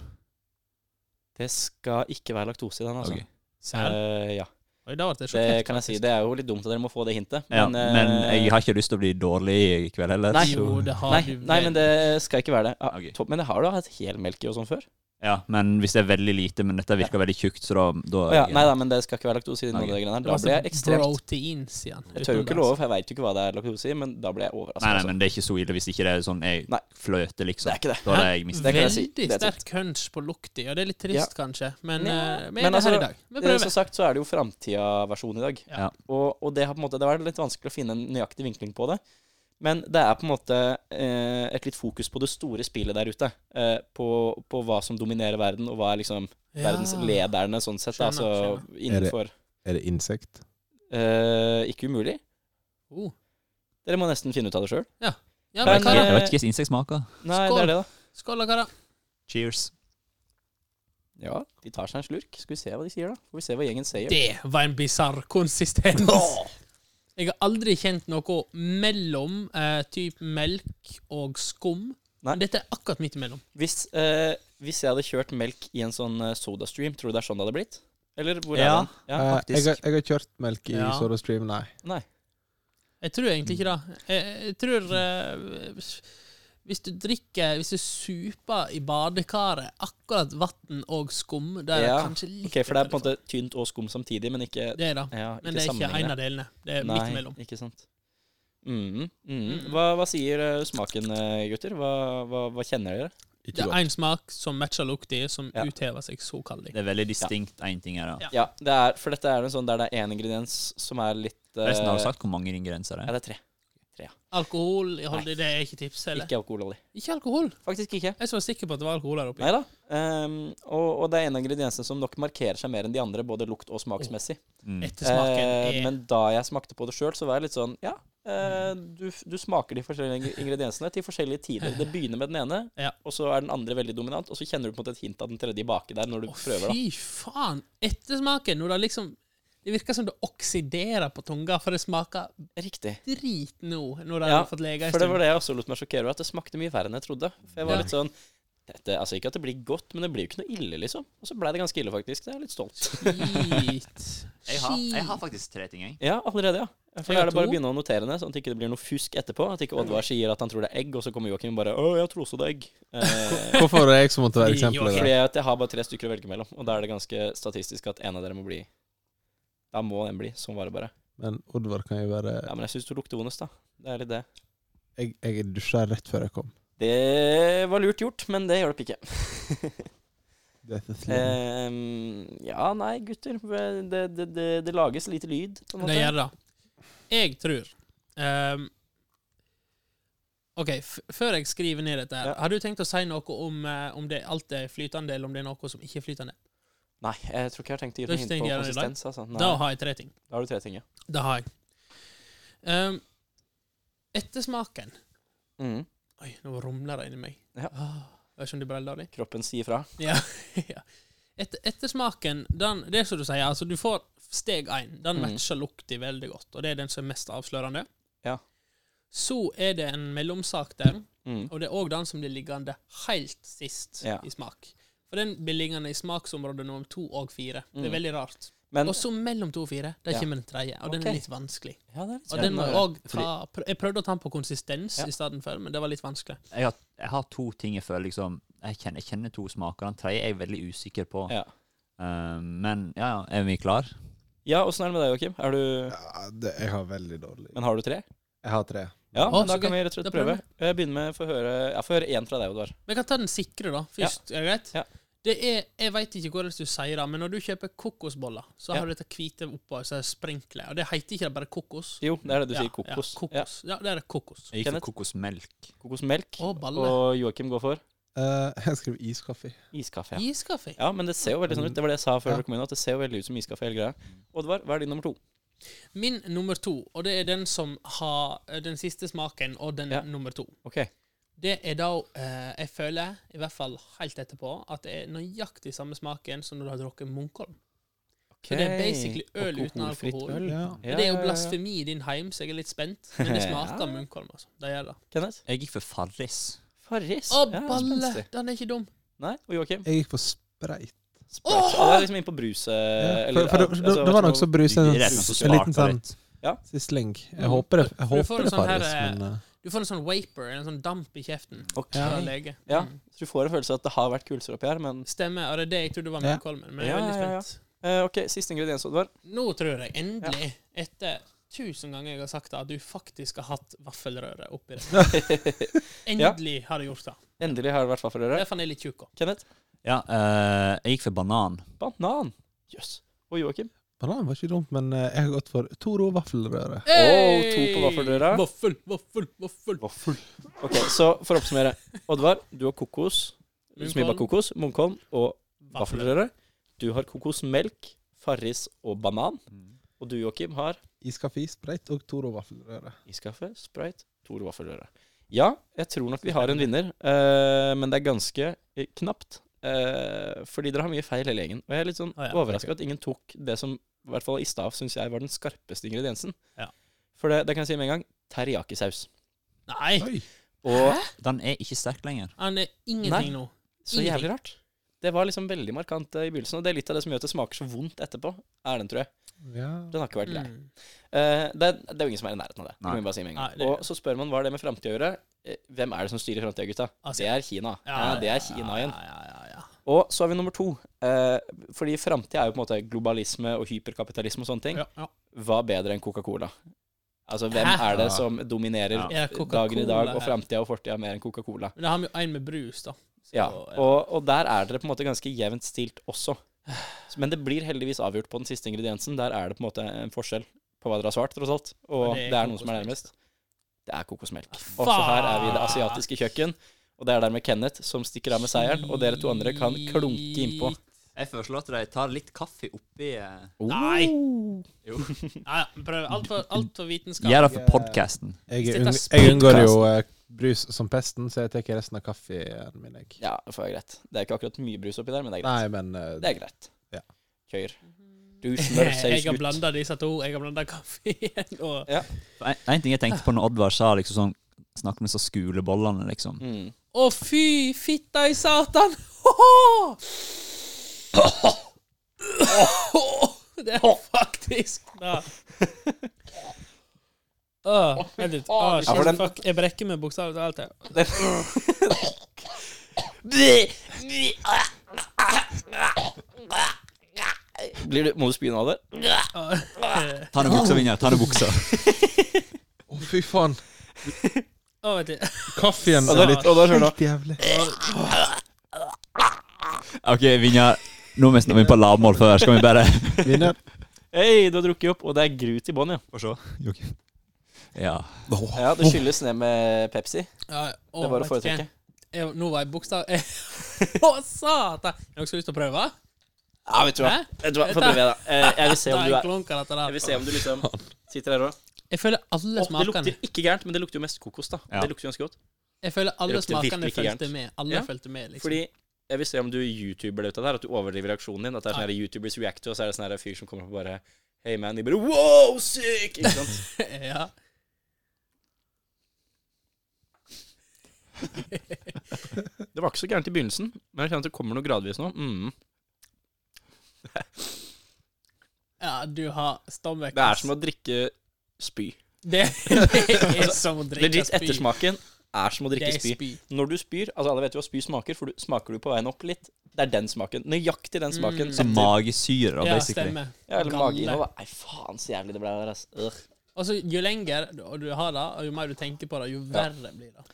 S9: Det skal ikke være laktose i den, altså.
S4: Ok.
S2: Serr?
S9: Eh, ja.
S2: Oi, da ble jeg
S9: Det
S2: sjokkert.
S9: kan jeg si. Det er jo litt dumt at dere må få det hintet.
S4: Ja,
S9: eh,
S4: men jeg har ikke lyst til å bli dårlig i kveld heller.
S9: Nei.
S4: så-
S2: Jo, det har
S9: Nei,
S2: du
S9: nei, men det skal ikke være det. Ja,
S4: Ok.
S9: topp, men det har du hatt helmelk i og sånn før?
S4: Ja, men hvis det er veldig lite, men dette virker veldig tjukt, så da, da
S9: Å ja, nei da, men det skal ikke være laktose i noen
S4: Ok.
S9: av de greiene der.
S2: Det
S9: Da
S2: var
S9: blir jeg
S2: altså
S9: ekstremt
S2: Protein, sier han.
S9: Jeg tør jo ikke
S2: utenom
S9: love, for jeg veit jo ikke hva det er laktose i, men da ble jeg overraska.
S4: Nei, nei, men det er ikke så ille hvis ikke det er sånn jeg
S9: Nei.
S4: fløter,
S9: Det
S4: liksom.
S9: er ikke det.
S4: Da hadde jeg
S2: det.
S4: mistet
S9: Det kan jeg si.
S2: Veldig
S9: Det er
S2: sterk hunch på lukta, og det er litt trist,
S9: Ja.
S2: kanskje, men eh,
S9: Ja,
S2: vi er
S9: men
S2: det her
S9: altså,
S2: i dag. Vi
S9: Eh, Som
S2: prøver.
S9: sagt så er det jo framtida-versjonen i dag.
S2: Ja.
S9: Og, og det har på en måte Det har vært litt vanskelig å finne en nøyaktig vinkling på det. Men det er på en måte eh, et litt fokus på det store spillet der ute. Eh, på, på hva som dominerer verden, og hva er liksom verdenslederne sånn sett. da,
S2: Skjønner,
S9: altså innenfor
S5: Er det insekt?
S9: eh, Ikke umulig.
S2: Oh.
S9: Dere må nesten finne ut av det sjøl.
S2: Ja,
S9: Men,
S2: men
S4: Jeg
S2: karer,
S4: vet ikke hva insekt smaker.
S9: Nei,
S2: Skål.
S9: det er det, da.
S2: skål da, karer.
S4: Cheers.
S9: Ja, de tar seg en slurk. Skal vi se hva de sier, da. Får vi se hva gjengen sier.
S2: Det var en bisarr konsistens. Jeg har aldri kjent noe mellom eh, typ melk og skum.
S9: Nei.
S2: Dette er akkurat midt imellom.
S9: Hvis, eh, hvis jeg hadde kjørt melk i en sånn eh, sodastream, tror du det er sånn det hadde blitt? Eller hvor
S4: Ja.
S9: er den? Ja,
S5: Eh, jeg,
S4: faktisk.
S5: har- jeg har kjørt melk i
S2: Ja.
S5: SodaStream,
S9: [laughs]
S5: nei.
S2: Jeg tror egentlig ikke
S9: Mm.
S2: det. Jeg, jeg tror eh, Hvis du drikker Hvis du super i badekaret akkurat vann og skum, det er
S9: Ja.
S2: kanskje litt
S9: Ok, for det er på en måte tynt og skum samtidig, men ikke,
S2: Det er det.
S9: ja,
S2: Men
S9: ikke
S2: det er ikke en
S9: sammenhengende.
S2: av delene. Det er midt
S9: Nei,
S2: imellom.
S9: ikke sant. Mm, mm.
S2: Mm.
S9: Hva, hva sier eh, smaken, eh, gutter? Hva, hva, hva kjenner dere?
S2: Det
S5: Ikke
S2: er
S5: godt.
S2: én smak som matcher lukta, som
S9: Ja.
S2: uthever seg så kaldt.
S4: Det er veldig distinkt én ting her, da.
S2: Ja.
S9: Ja, det er, for dette er en sånn der det er én ingrediens som er litt eh,
S4: Resten har du sagt hvor mange ingredienser det
S9: Ja,
S4: er.
S9: det er tre.
S2: Alkohol i holdet, det er ikke tipset, eller? Ikke.
S9: Ikke alkohololje.
S2: alkohol.
S9: Faktisk ikke.
S2: Jeg som var sikker på at det var alkohol her oppe.
S9: Nei da. og, og det er en av ingrediensene som nok markerer seg mer enn de andre, både lukt- og smaksmessig.
S4: Mm.
S2: Ettersmaken
S9: Eh,
S2: er
S9: Men da jeg smakte på det sjøl, så var jeg litt sånn Ja, eh, du, du smaker de forskjellige ing- ingrediensene til forskjellige tider. Det begynner med den ene,
S2: [laughs] Ja.
S9: og så er den andre veldig dominant, og så kjenner du på en måte et hint av den tredje baki der når du
S2: Å,
S9: prøver, da.
S2: fy faen! Ettersmaken, når det liksom Det virker som det oksiderer på tunga, for det smaker
S9: Riktig.
S2: drit nå, når de
S9: Ja,
S2: har fått lega en
S9: For det
S2: stund.
S9: var det jeg også lot meg sjokkere over, at det smakte mye verre enn jeg trodde. For jeg var
S2: Ja.
S9: litt sånn dette, altså Ikke at det blir godt, men det blir jo ikke noe ille, liksom. Og så blei det ganske ille, faktisk. Det er jeg litt stolt.
S2: [laughs]
S9: [laughs]
S2: Shit.
S4: Jeg, har, jeg har faktisk tre ting, jeg.
S9: Ja, allerede, ja. For
S2: Jeg har
S9: da er det bare å
S2: to.
S9: begynne å notere ned, sånn at det ikke blir noe fusk etterpå. At ikke Oddvar sier at han tror det er egg, og så kommer Joakim bare 'Å, jeg tror også det er egg'.
S2: [laughs]
S9: Eh,
S5: Hvorfor var det jeg som måtte
S2: Jo,
S5: være eksempelet
S9: Fordi
S5: der?
S9: at jeg har bare tre stykker å velge mellom, og da er det ganske statistisk at en av dere må bli Da må den bli. Sånn var det bare.
S5: Men Oddvar kan jo være
S9: Ja, Men jeg syns du lukter vondest, da. Det er litt det.
S5: Jeg, jeg dusja rett før jeg kom.
S9: Det var lurt gjort, men det hjelper ikke. [laughs]
S5: Det er så
S9: Eh.
S5: slemt.
S9: Ehm, ja, nei, gutter. Det, det, det, det lages lite lyd, på en måte.
S2: Det gjør det. Jeg tror ehm, OK, f før jeg skriver ned dette, her,
S9: Ja.
S2: har du tenkt å si noe om, eh, om det, alt er flytende, eller om det er noe som ikke er flytende?
S9: Nei, jeg tror ikke jeg har tenkt å gi
S2: Du har
S9: noe
S2: ikke
S9: hint
S2: tenkt å
S9: på
S2: gjøre det i dag?
S9: konsistens. Altså. Nei,
S2: Da har jeg tre ting.
S9: da har du tre ting, ja.
S2: Det har jeg. Ehm, ettersmaken
S3: Mm.
S2: Oi, nå rumler det inni meg.
S3: Ja.
S2: Ah, jeg skjønner du bare lar det.
S3: Kroppen sier fra.
S2: Ja. [laughs] ja. Et, ettersmaken, den, det er som du sier, altså du får steg én. Den
S3: Mm.
S2: matcher lukta veldig godt, og det er den som er mest avslørende.
S3: Ja.
S2: Så er det en mellomsak der,
S3: Mm.
S2: og det er òg den som blir liggende helt sist
S3: Ja.
S2: i smak. For den blir liggende i smaksområdet nummer to og fire. Det
S3: Mm.
S2: er veldig rart.
S3: Men
S2: Og så mellom to og fire, der
S3: Ja.
S2: kommer den tredje, og den
S3: Ok.
S2: er litt vanskelig.
S3: Ja, det er litt
S2: Og den må jeg
S3: spennende.
S2: òg ta pr- Jeg prøvde å ta den på konsistens
S3: Ja.
S2: i stedet for, men det var litt vanskelig.
S4: Jeg har, jeg har to ting jeg føler liksom Jeg kjenner, jeg kjenner to smaker. Den tredje er jeg veldig usikker på.
S3: Ja.
S4: Eh, men ja, ja, er vi klar?
S3: Ja, åssen er det med deg, Joakim? Er du
S5: Ja, det, jeg har veldig dårlig
S3: Men har du tre?
S5: Jeg har tre.
S3: Ja,
S2: Å,
S3: men da
S2: så
S3: kan
S2: gøy.
S3: vi rett og
S2: Da
S3: slett prøve.
S2: prøver
S9: Eh,
S3: Jeg begynner med å få høre Jeg får høre én fra deg, Oddvar.
S2: Men jeg kan ta den sikre, da. Først. Er det greit?
S3: Ja.
S2: Det er, jeg veit ikke hvordan du sier det, men når du kjøper kokosboller, så
S3: Ja.
S2: har du dette hvite oppå som er sprinkler. Og det heter ikke bare kokos.
S3: Jo, det er det du
S2: Ja,
S3: sier. Kokos.
S2: Ja, kokos. Ja. det er det kokos.
S4: Jeg gikk
S3: Kenneth?
S4: for kokosmelk.
S3: Ja, kokosmelk.
S2: Å, balle.
S3: Og Joakim går for
S5: Eh, [laughs] jeg skriver iskaffe.
S3: iskaffe. Ja.
S2: Iskaffe.
S3: ja, men det ser jo veldig sånn ut. Det var det jeg sa før
S5: Ja.
S3: du kom inn, at det ser jo veldig ut som iskaffe hele greia. Oddvar, hva er din nummer to?
S2: Min nummer to, og det er den som har eh, den siste smaken, og den
S3: Ja.
S2: nummer to.
S3: Ok.
S2: Det er da eh, jeg føler, i hvert fall helt etterpå, at det er nøyaktig samme smaken som når du har drukket Munkholm. Så det er basically øl uten
S3: Alkoholfritt
S2: alkohol.
S3: øl.
S5: Ja.
S3: Ja,
S2: det er jo
S3: ja, ja, ja.
S2: blasfemi i din heim, så jeg er litt spent. Men
S3: [laughs]
S2: det smaker
S3: Ja.
S2: Munkholm, altså. Det gjør det.
S3: Kenneth?
S4: Jeg gikk for Farris.
S3: Farris.
S2: Å,
S3: Ja,
S2: balle!
S3: spenstig.
S2: Den er ikke dum.
S3: Nei, og Joakim?
S5: Jeg gikk for spreit.
S3: Sprite. Ja, det er liksom inn på bruset
S5: Eh, Ja,
S3: eller
S5: for, for det,
S3: altså,
S5: det, det var
S3: hva
S5: nok så
S3: som-
S5: brus en,
S4: Rett og slett så
S5: en liten
S4: sparker
S5: sånn
S4: litt.
S5: sisling. Jeg
S3: Mm.
S5: håper det, jeg
S2: For du får
S5: håper
S2: en
S5: det
S2: sånn her,
S5: fares,
S2: eh,
S5: men eh,
S2: Du får en sånn vaper, en sånn damp i kjeften.
S3: Ok.
S2: Fra
S3: Ja.
S2: lege. Mm.
S3: så du får en følelse av at det har vært kulser oppi her, men
S2: Stemmer, og det er det jeg trodde var
S5: Ja.
S2: Munkholmen. Men jeg
S3: Ja,
S2: er veldig
S3: ja, ja.
S2: spent.
S3: Eh, OK, siste ingrediens, Oddvar.
S2: Nå tror jeg endelig, etter tusen ganger jeg har sagt det, at du faktisk har hatt vaffelrøre oppi det.
S3: [laughs]
S2: Endelig har jeg gjort det.
S3: Endelig har det vært vaffelrøre.
S2: Derfor er jeg litt tjukk òg.
S3: Kenneth?
S4: Ja, eh, jeg gikk for banan.
S3: Banan. Jøss. Og Joakim?
S5: Banan var ikke dumt, men eh, jeg har gått for Toro vaffelrøre.
S3: Å, to på vaffelrøra.
S2: Vaffel, vaffel, vaffel.
S3: Ok, Så for å oppsummere. Oddvar, du har kokos. Smibba
S2: Munkholm,
S3: kokos, Munkholm og
S2: vaffelrøre.
S3: vaffelrøre. Du har kokosmelk, Farris og banan.
S2: Mm.
S3: Og du, Joakim, har
S5: Iskaffe, spreit og Toro vaffelrøre.
S3: iskaffe, sprite, Tor vaffelrøre. Ja, jeg tror nok vi har en vinner, eh, men det er ganske eh, knapt. eh, fordi dere har mye feil hele gjengen. Og jeg er litt sånn
S2: Å ja,
S3: overraska at ingen tok det som i hvert fall i stav syns jeg var den skarpeste ingrediensen.
S2: Ja.
S3: For det, det kan jeg si med en gang teriyaki-saus.
S2: Nei,
S5: Oi!
S3: Og
S4: Den er ikke sterk lenger.
S2: han er ingenting nå.
S3: så
S2: Ingenting.
S3: jævlig rart. Det var liksom veldig markant eh, i begynnelsen, og det er litt av det som gjør at det smaker så vondt etterpå. Er den, tror jeg.
S5: Ja.
S3: Den har ikke vært grei.
S2: Mm.
S3: Eh, det, er- det er jo ingen som er i nærheten av det. Det
S4: Nei.
S3: kan vi bare si med en
S2: Nei,
S3: gang.
S2: det er-
S3: og så spør man hva er det med framtida å gjøre. Eh, Hvem er det som styrer framtida, gutta?
S2: Asia.
S3: Det er Kina. Ja, det er Kina igjen.
S2: Ah, Altså, Ja, ja, ja, ja.
S3: Og så har vi nummer to. Eh, fordi framtida er jo på en måte globalisme og hyperkapitalisme og sånne ting.
S2: Ja, ja.
S3: Hva bedre enn Coca-Cola? Altså, hvem
S2: Hæ?
S3: er det
S4: Ja.
S3: som dominerer
S4: Ja.
S2: Ja, Coca-Cola
S3: dagen i dag og
S2: er-
S3: framtida og fortida mer enn Coca-Cola?
S2: Men da har vi jo en med brus, da. Så, eh,
S3: Ja, og, og der er dere på en måte ganske jevnt stilt også. Men det blir heldigvis avgjort på den siste ingrediensen. Der er det på en måte en forskjell på hva dere har svart, tross alt. Og
S2: Og
S3: det
S2: det er
S3: er, noen som er
S2: kokosmelk.
S3: nærmest. Det er kokosmelk.
S2: Ah,
S3: Også her er vi i det
S2: fuck.
S3: asiatiske kjøkken. Og det er dermed Kenneth som stikker av med seieren, og dere to andre kan klunke innpå. Oh.
S4: Jeg foreslår at de tar litt kaffe oppi eh,
S2: Nei! [laughs]
S4: Jo.
S2: Nei, prøv. Alt for, alt for vitenskap.
S4: Gjør det for
S5: Ja.
S3: eh,
S4: podkasten.
S5: Jeg,
S2: Dette er
S5: unng jeg
S2: spreit,
S5: unngår jo eh, brus som pesten, så jeg tar resten av kaffen min, jeg.
S3: Ja, det får være greit. Det er ikke akkurat mye brus oppi der, men det er greit.
S5: Nei, men eh,
S3: Det er greit.
S5: Ja.
S3: Kjør. Du smører seg
S2: Mhm. [laughs] Jeg har
S3: ut.
S2: blanda disse to. Jeg har blanda kaffen [laughs] og
S4: En, en ting jeg tenkte på når Oddvar sa liksom sånn Snakk med så skulebollene, liksom.
S3: Mm.
S2: Å, fy fitta i satan! [laughs] Ho-ho! Det er faktisk da. Åh, vent litt. Åh,
S3: Ja, for den-
S2: shit, fuck. Jeg brekker meg bokstavelig talt. her.
S3: Blir du, må du spy nå av det?
S2: Åh,
S4: Ta ned buksa, Vinja. Ta
S3: [laughs]
S4: ned buksa.
S5: Å, fy faen!
S2: åh, vent litt.
S5: Kaffen
S3: Og da,
S5: er
S3: og da skjønner du.
S5: helt jævlig.
S4: OK, Vinja. Nå er vi sn- vi er på lavmål før. Skal vi
S3: [laughs]
S4: bare
S5: Vinner.
S3: Hei, du har drukket opp, og det er grut i bånn, ja.
S4: Få se. Joakim. Ja.
S3: Ja, det skyldes ned med Pepsi.
S2: Ja, åh,
S3: Det
S2: vet
S3: var å
S2: ikke.
S3: foretrekke.
S2: Jeg, nå var jeg bokstav... [laughs] Å, satan! Er dere så lyst til å prøve?
S3: Ja, vet du hva.
S2: Hæ?
S3: Vet du hva? Få prøve, da. Eh, Jeg vil se
S2: Da
S3: om
S2: er
S3: du
S2: jeg
S3: er
S2: klunker etter
S3: Jeg
S2: det.
S3: vil se om du liksom sitter her òg.
S2: Jeg føler alle
S3: Og det
S2: smakene
S3: lukter ikke gærent, men det lukter jo mest kokos, da.
S4: Ja.
S3: Det lukter ganske godt.
S2: Jeg føler
S3: det
S2: alle
S3: lukter virkelig
S2: smakene
S3: ikke
S2: fulgte
S3: gærent.
S2: med. Alle
S3: Ja.
S2: fulgte med, liksom.
S3: Fordi jeg vil se om du youtuber det ut av det her, at du overdriver reaksjonen din. At det er
S2: Ja.
S3: sånn her YouTubers react to, og så er det sånn her fyr som kommer opp og bare Hey man, de bare Wow, sick! Ikke sant?
S2: [laughs] ja.
S3: [laughs] Det var ikke så gærent i begynnelsen, men jeg kjenner at det kommer noe gradvis nå. Mm.
S2: ja, du har stomach.
S3: Det er som å drikke spy.
S2: [laughs] det, det er
S3: Altså,
S2: som å drikke
S3: Legit ettersmaken er som å
S2: Det
S3: drikke
S2: er
S3: spy.
S2: spy.
S3: Når du spyr, altså alle vet jo hva spy smaker, for du, smaker du på veien opp litt. Det er den smaken. Nøyaktig den smaken.
S4: Så
S3: etter-
S4: magesyre, da,
S2: Ja,
S4: basically.
S2: stemmer.
S3: Mm. ja, eller
S2: galle.
S3: mageinnhold. Nei, faen så jævlig det ble der, ass. Ugh.
S2: Og så jo lenger du, du har det, og jo mer du tenker på det, jo verre blir det.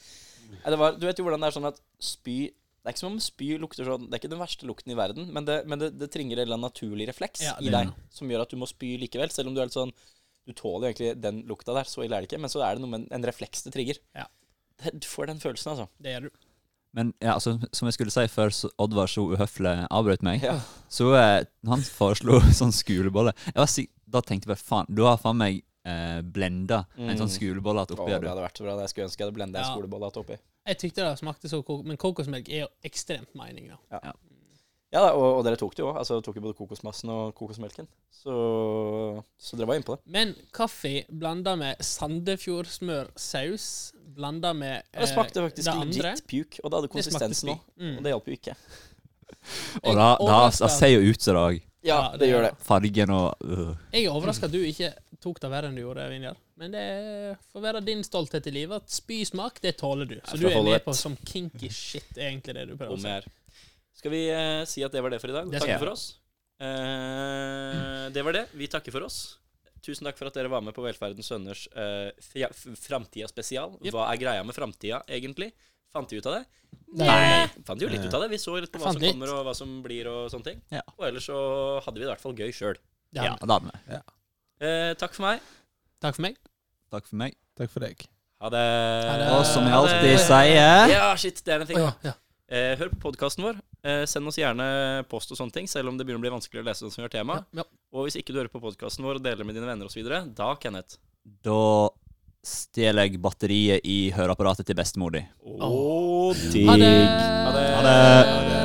S3: Nei, det var, du vet jo hvordan det er sånn at spy Det er ikke som om spy lukter sånn Det er ikke den verste lukten i verden, men det, men det, det trenger en eller annen naturlig refleks
S2: Ja,
S3: i
S2: det
S3: deg som gjør at du må spy likevel, selv om du er litt sånn Du tåler jo egentlig den lukta der, så ille er det ikke, men så er det noe med en, en refleks det trigger.
S2: Ja.
S3: Det, du får den følelsen, altså.
S2: Det gjør du.
S4: Men ja, altså, som jeg skulle si før så Oddvar så uhøflig avbrøt meg,
S3: Ja.
S4: så eh, han foreslo [laughs] sånn skulebolle. Jeg var sik da tenkte jeg bare faen, du har faen meg eh, blenda en sånn
S3: Mm.
S4: skulebolle at
S3: Å,
S4: oppi
S3: det
S4: her, du.
S3: hadde vært så bra. Jeg skulle ønske jeg hadde blenda en
S2: Ja.
S3: skolebolle hatt oppi.
S2: Jeg tykte det smakte så kokos, men kokosmelk er jo ekstremt mening, da.
S3: Ja da, og, og dere tok det jo òg. Altså, dere tok jo både kokosmassen og kokosmelken. Så, så dere var inne på det.
S2: Men kaffe blanda med Sandefjordsmørsaus blanda med
S3: Ja, Det smakte faktisk legit puke, og det hadde
S2: Eh, Det smakte
S3: konsistensen
S2: spy. Mm.
S3: òg. Og det hjalp jo ikke.
S4: Og da, da, da
S2: overraska
S4: ser jo ut som det òg.
S3: Ja,
S2: Ja,
S3: det
S2: det-
S3: gjør det.
S4: Fargen og øh.
S2: Jeg er overraska at du ikke tok det verre enn du gjorde, Vinjar. Men det får være din stolthet i livet at spysmak, det tåler du. Så
S3: Jeg
S2: du er
S3: forholder
S2: med
S3: et-
S2: på som kinky shit, er egentlig det du prøver å
S3: om
S2: si.
S3: jeg er. Skal vi eh, si at det var det for i dag?
S2: Det skal
S3: Takk
S2: vi.
S3: for oss. Eh, det var det. Vi takker for oss. Tusen takk for at dere var med på Velferdens sønners eh, fja- f- Framtida spesial.
S2: Jep.
S3: Hva er greia med framtida, egentlig? Fant vi ut av det?
S2: Nei.
S3: Fant jo litt ut av det. Vi så litt på hva
S2: Fant
S3: som
S2: litt.
S3: kommer, og hva som blir, og sånne ting.
S4: Ja.
S3: Og ellers så hadde vi det i hvert fall gøy sjøl.
S2: Det
S4: Ja,
S2: hadde-
S4: da hadde vi.
S3: Eh, takk for meg.
S2: Takk for meg.
S4: Takk for meg.
S5: Takk for deg.
S3: Ha det.
S2: Ha
S3: Eh,
S2: det.
S4: Og som jeg
S3: Ha det.
S4: alltid sier
S3: Ja, shit, det er en ting.
S2: Å ja, ja.
S3: Eh, hør på podkasten vår. Eh, send oss gjerne post og sånne ting, selv om det begynner å bli vanskelig å lese sånn som vi har tema.
S2: ja, ja.
S3: Og hvis ikke du hører på podkasten vår og deler med dine venner osv., da, Kenneth
S4: Da stjeler jeg batteriet i høreapparatet til bestemor di.
S3: oh,
S2: Ha det.
S4: Ha det.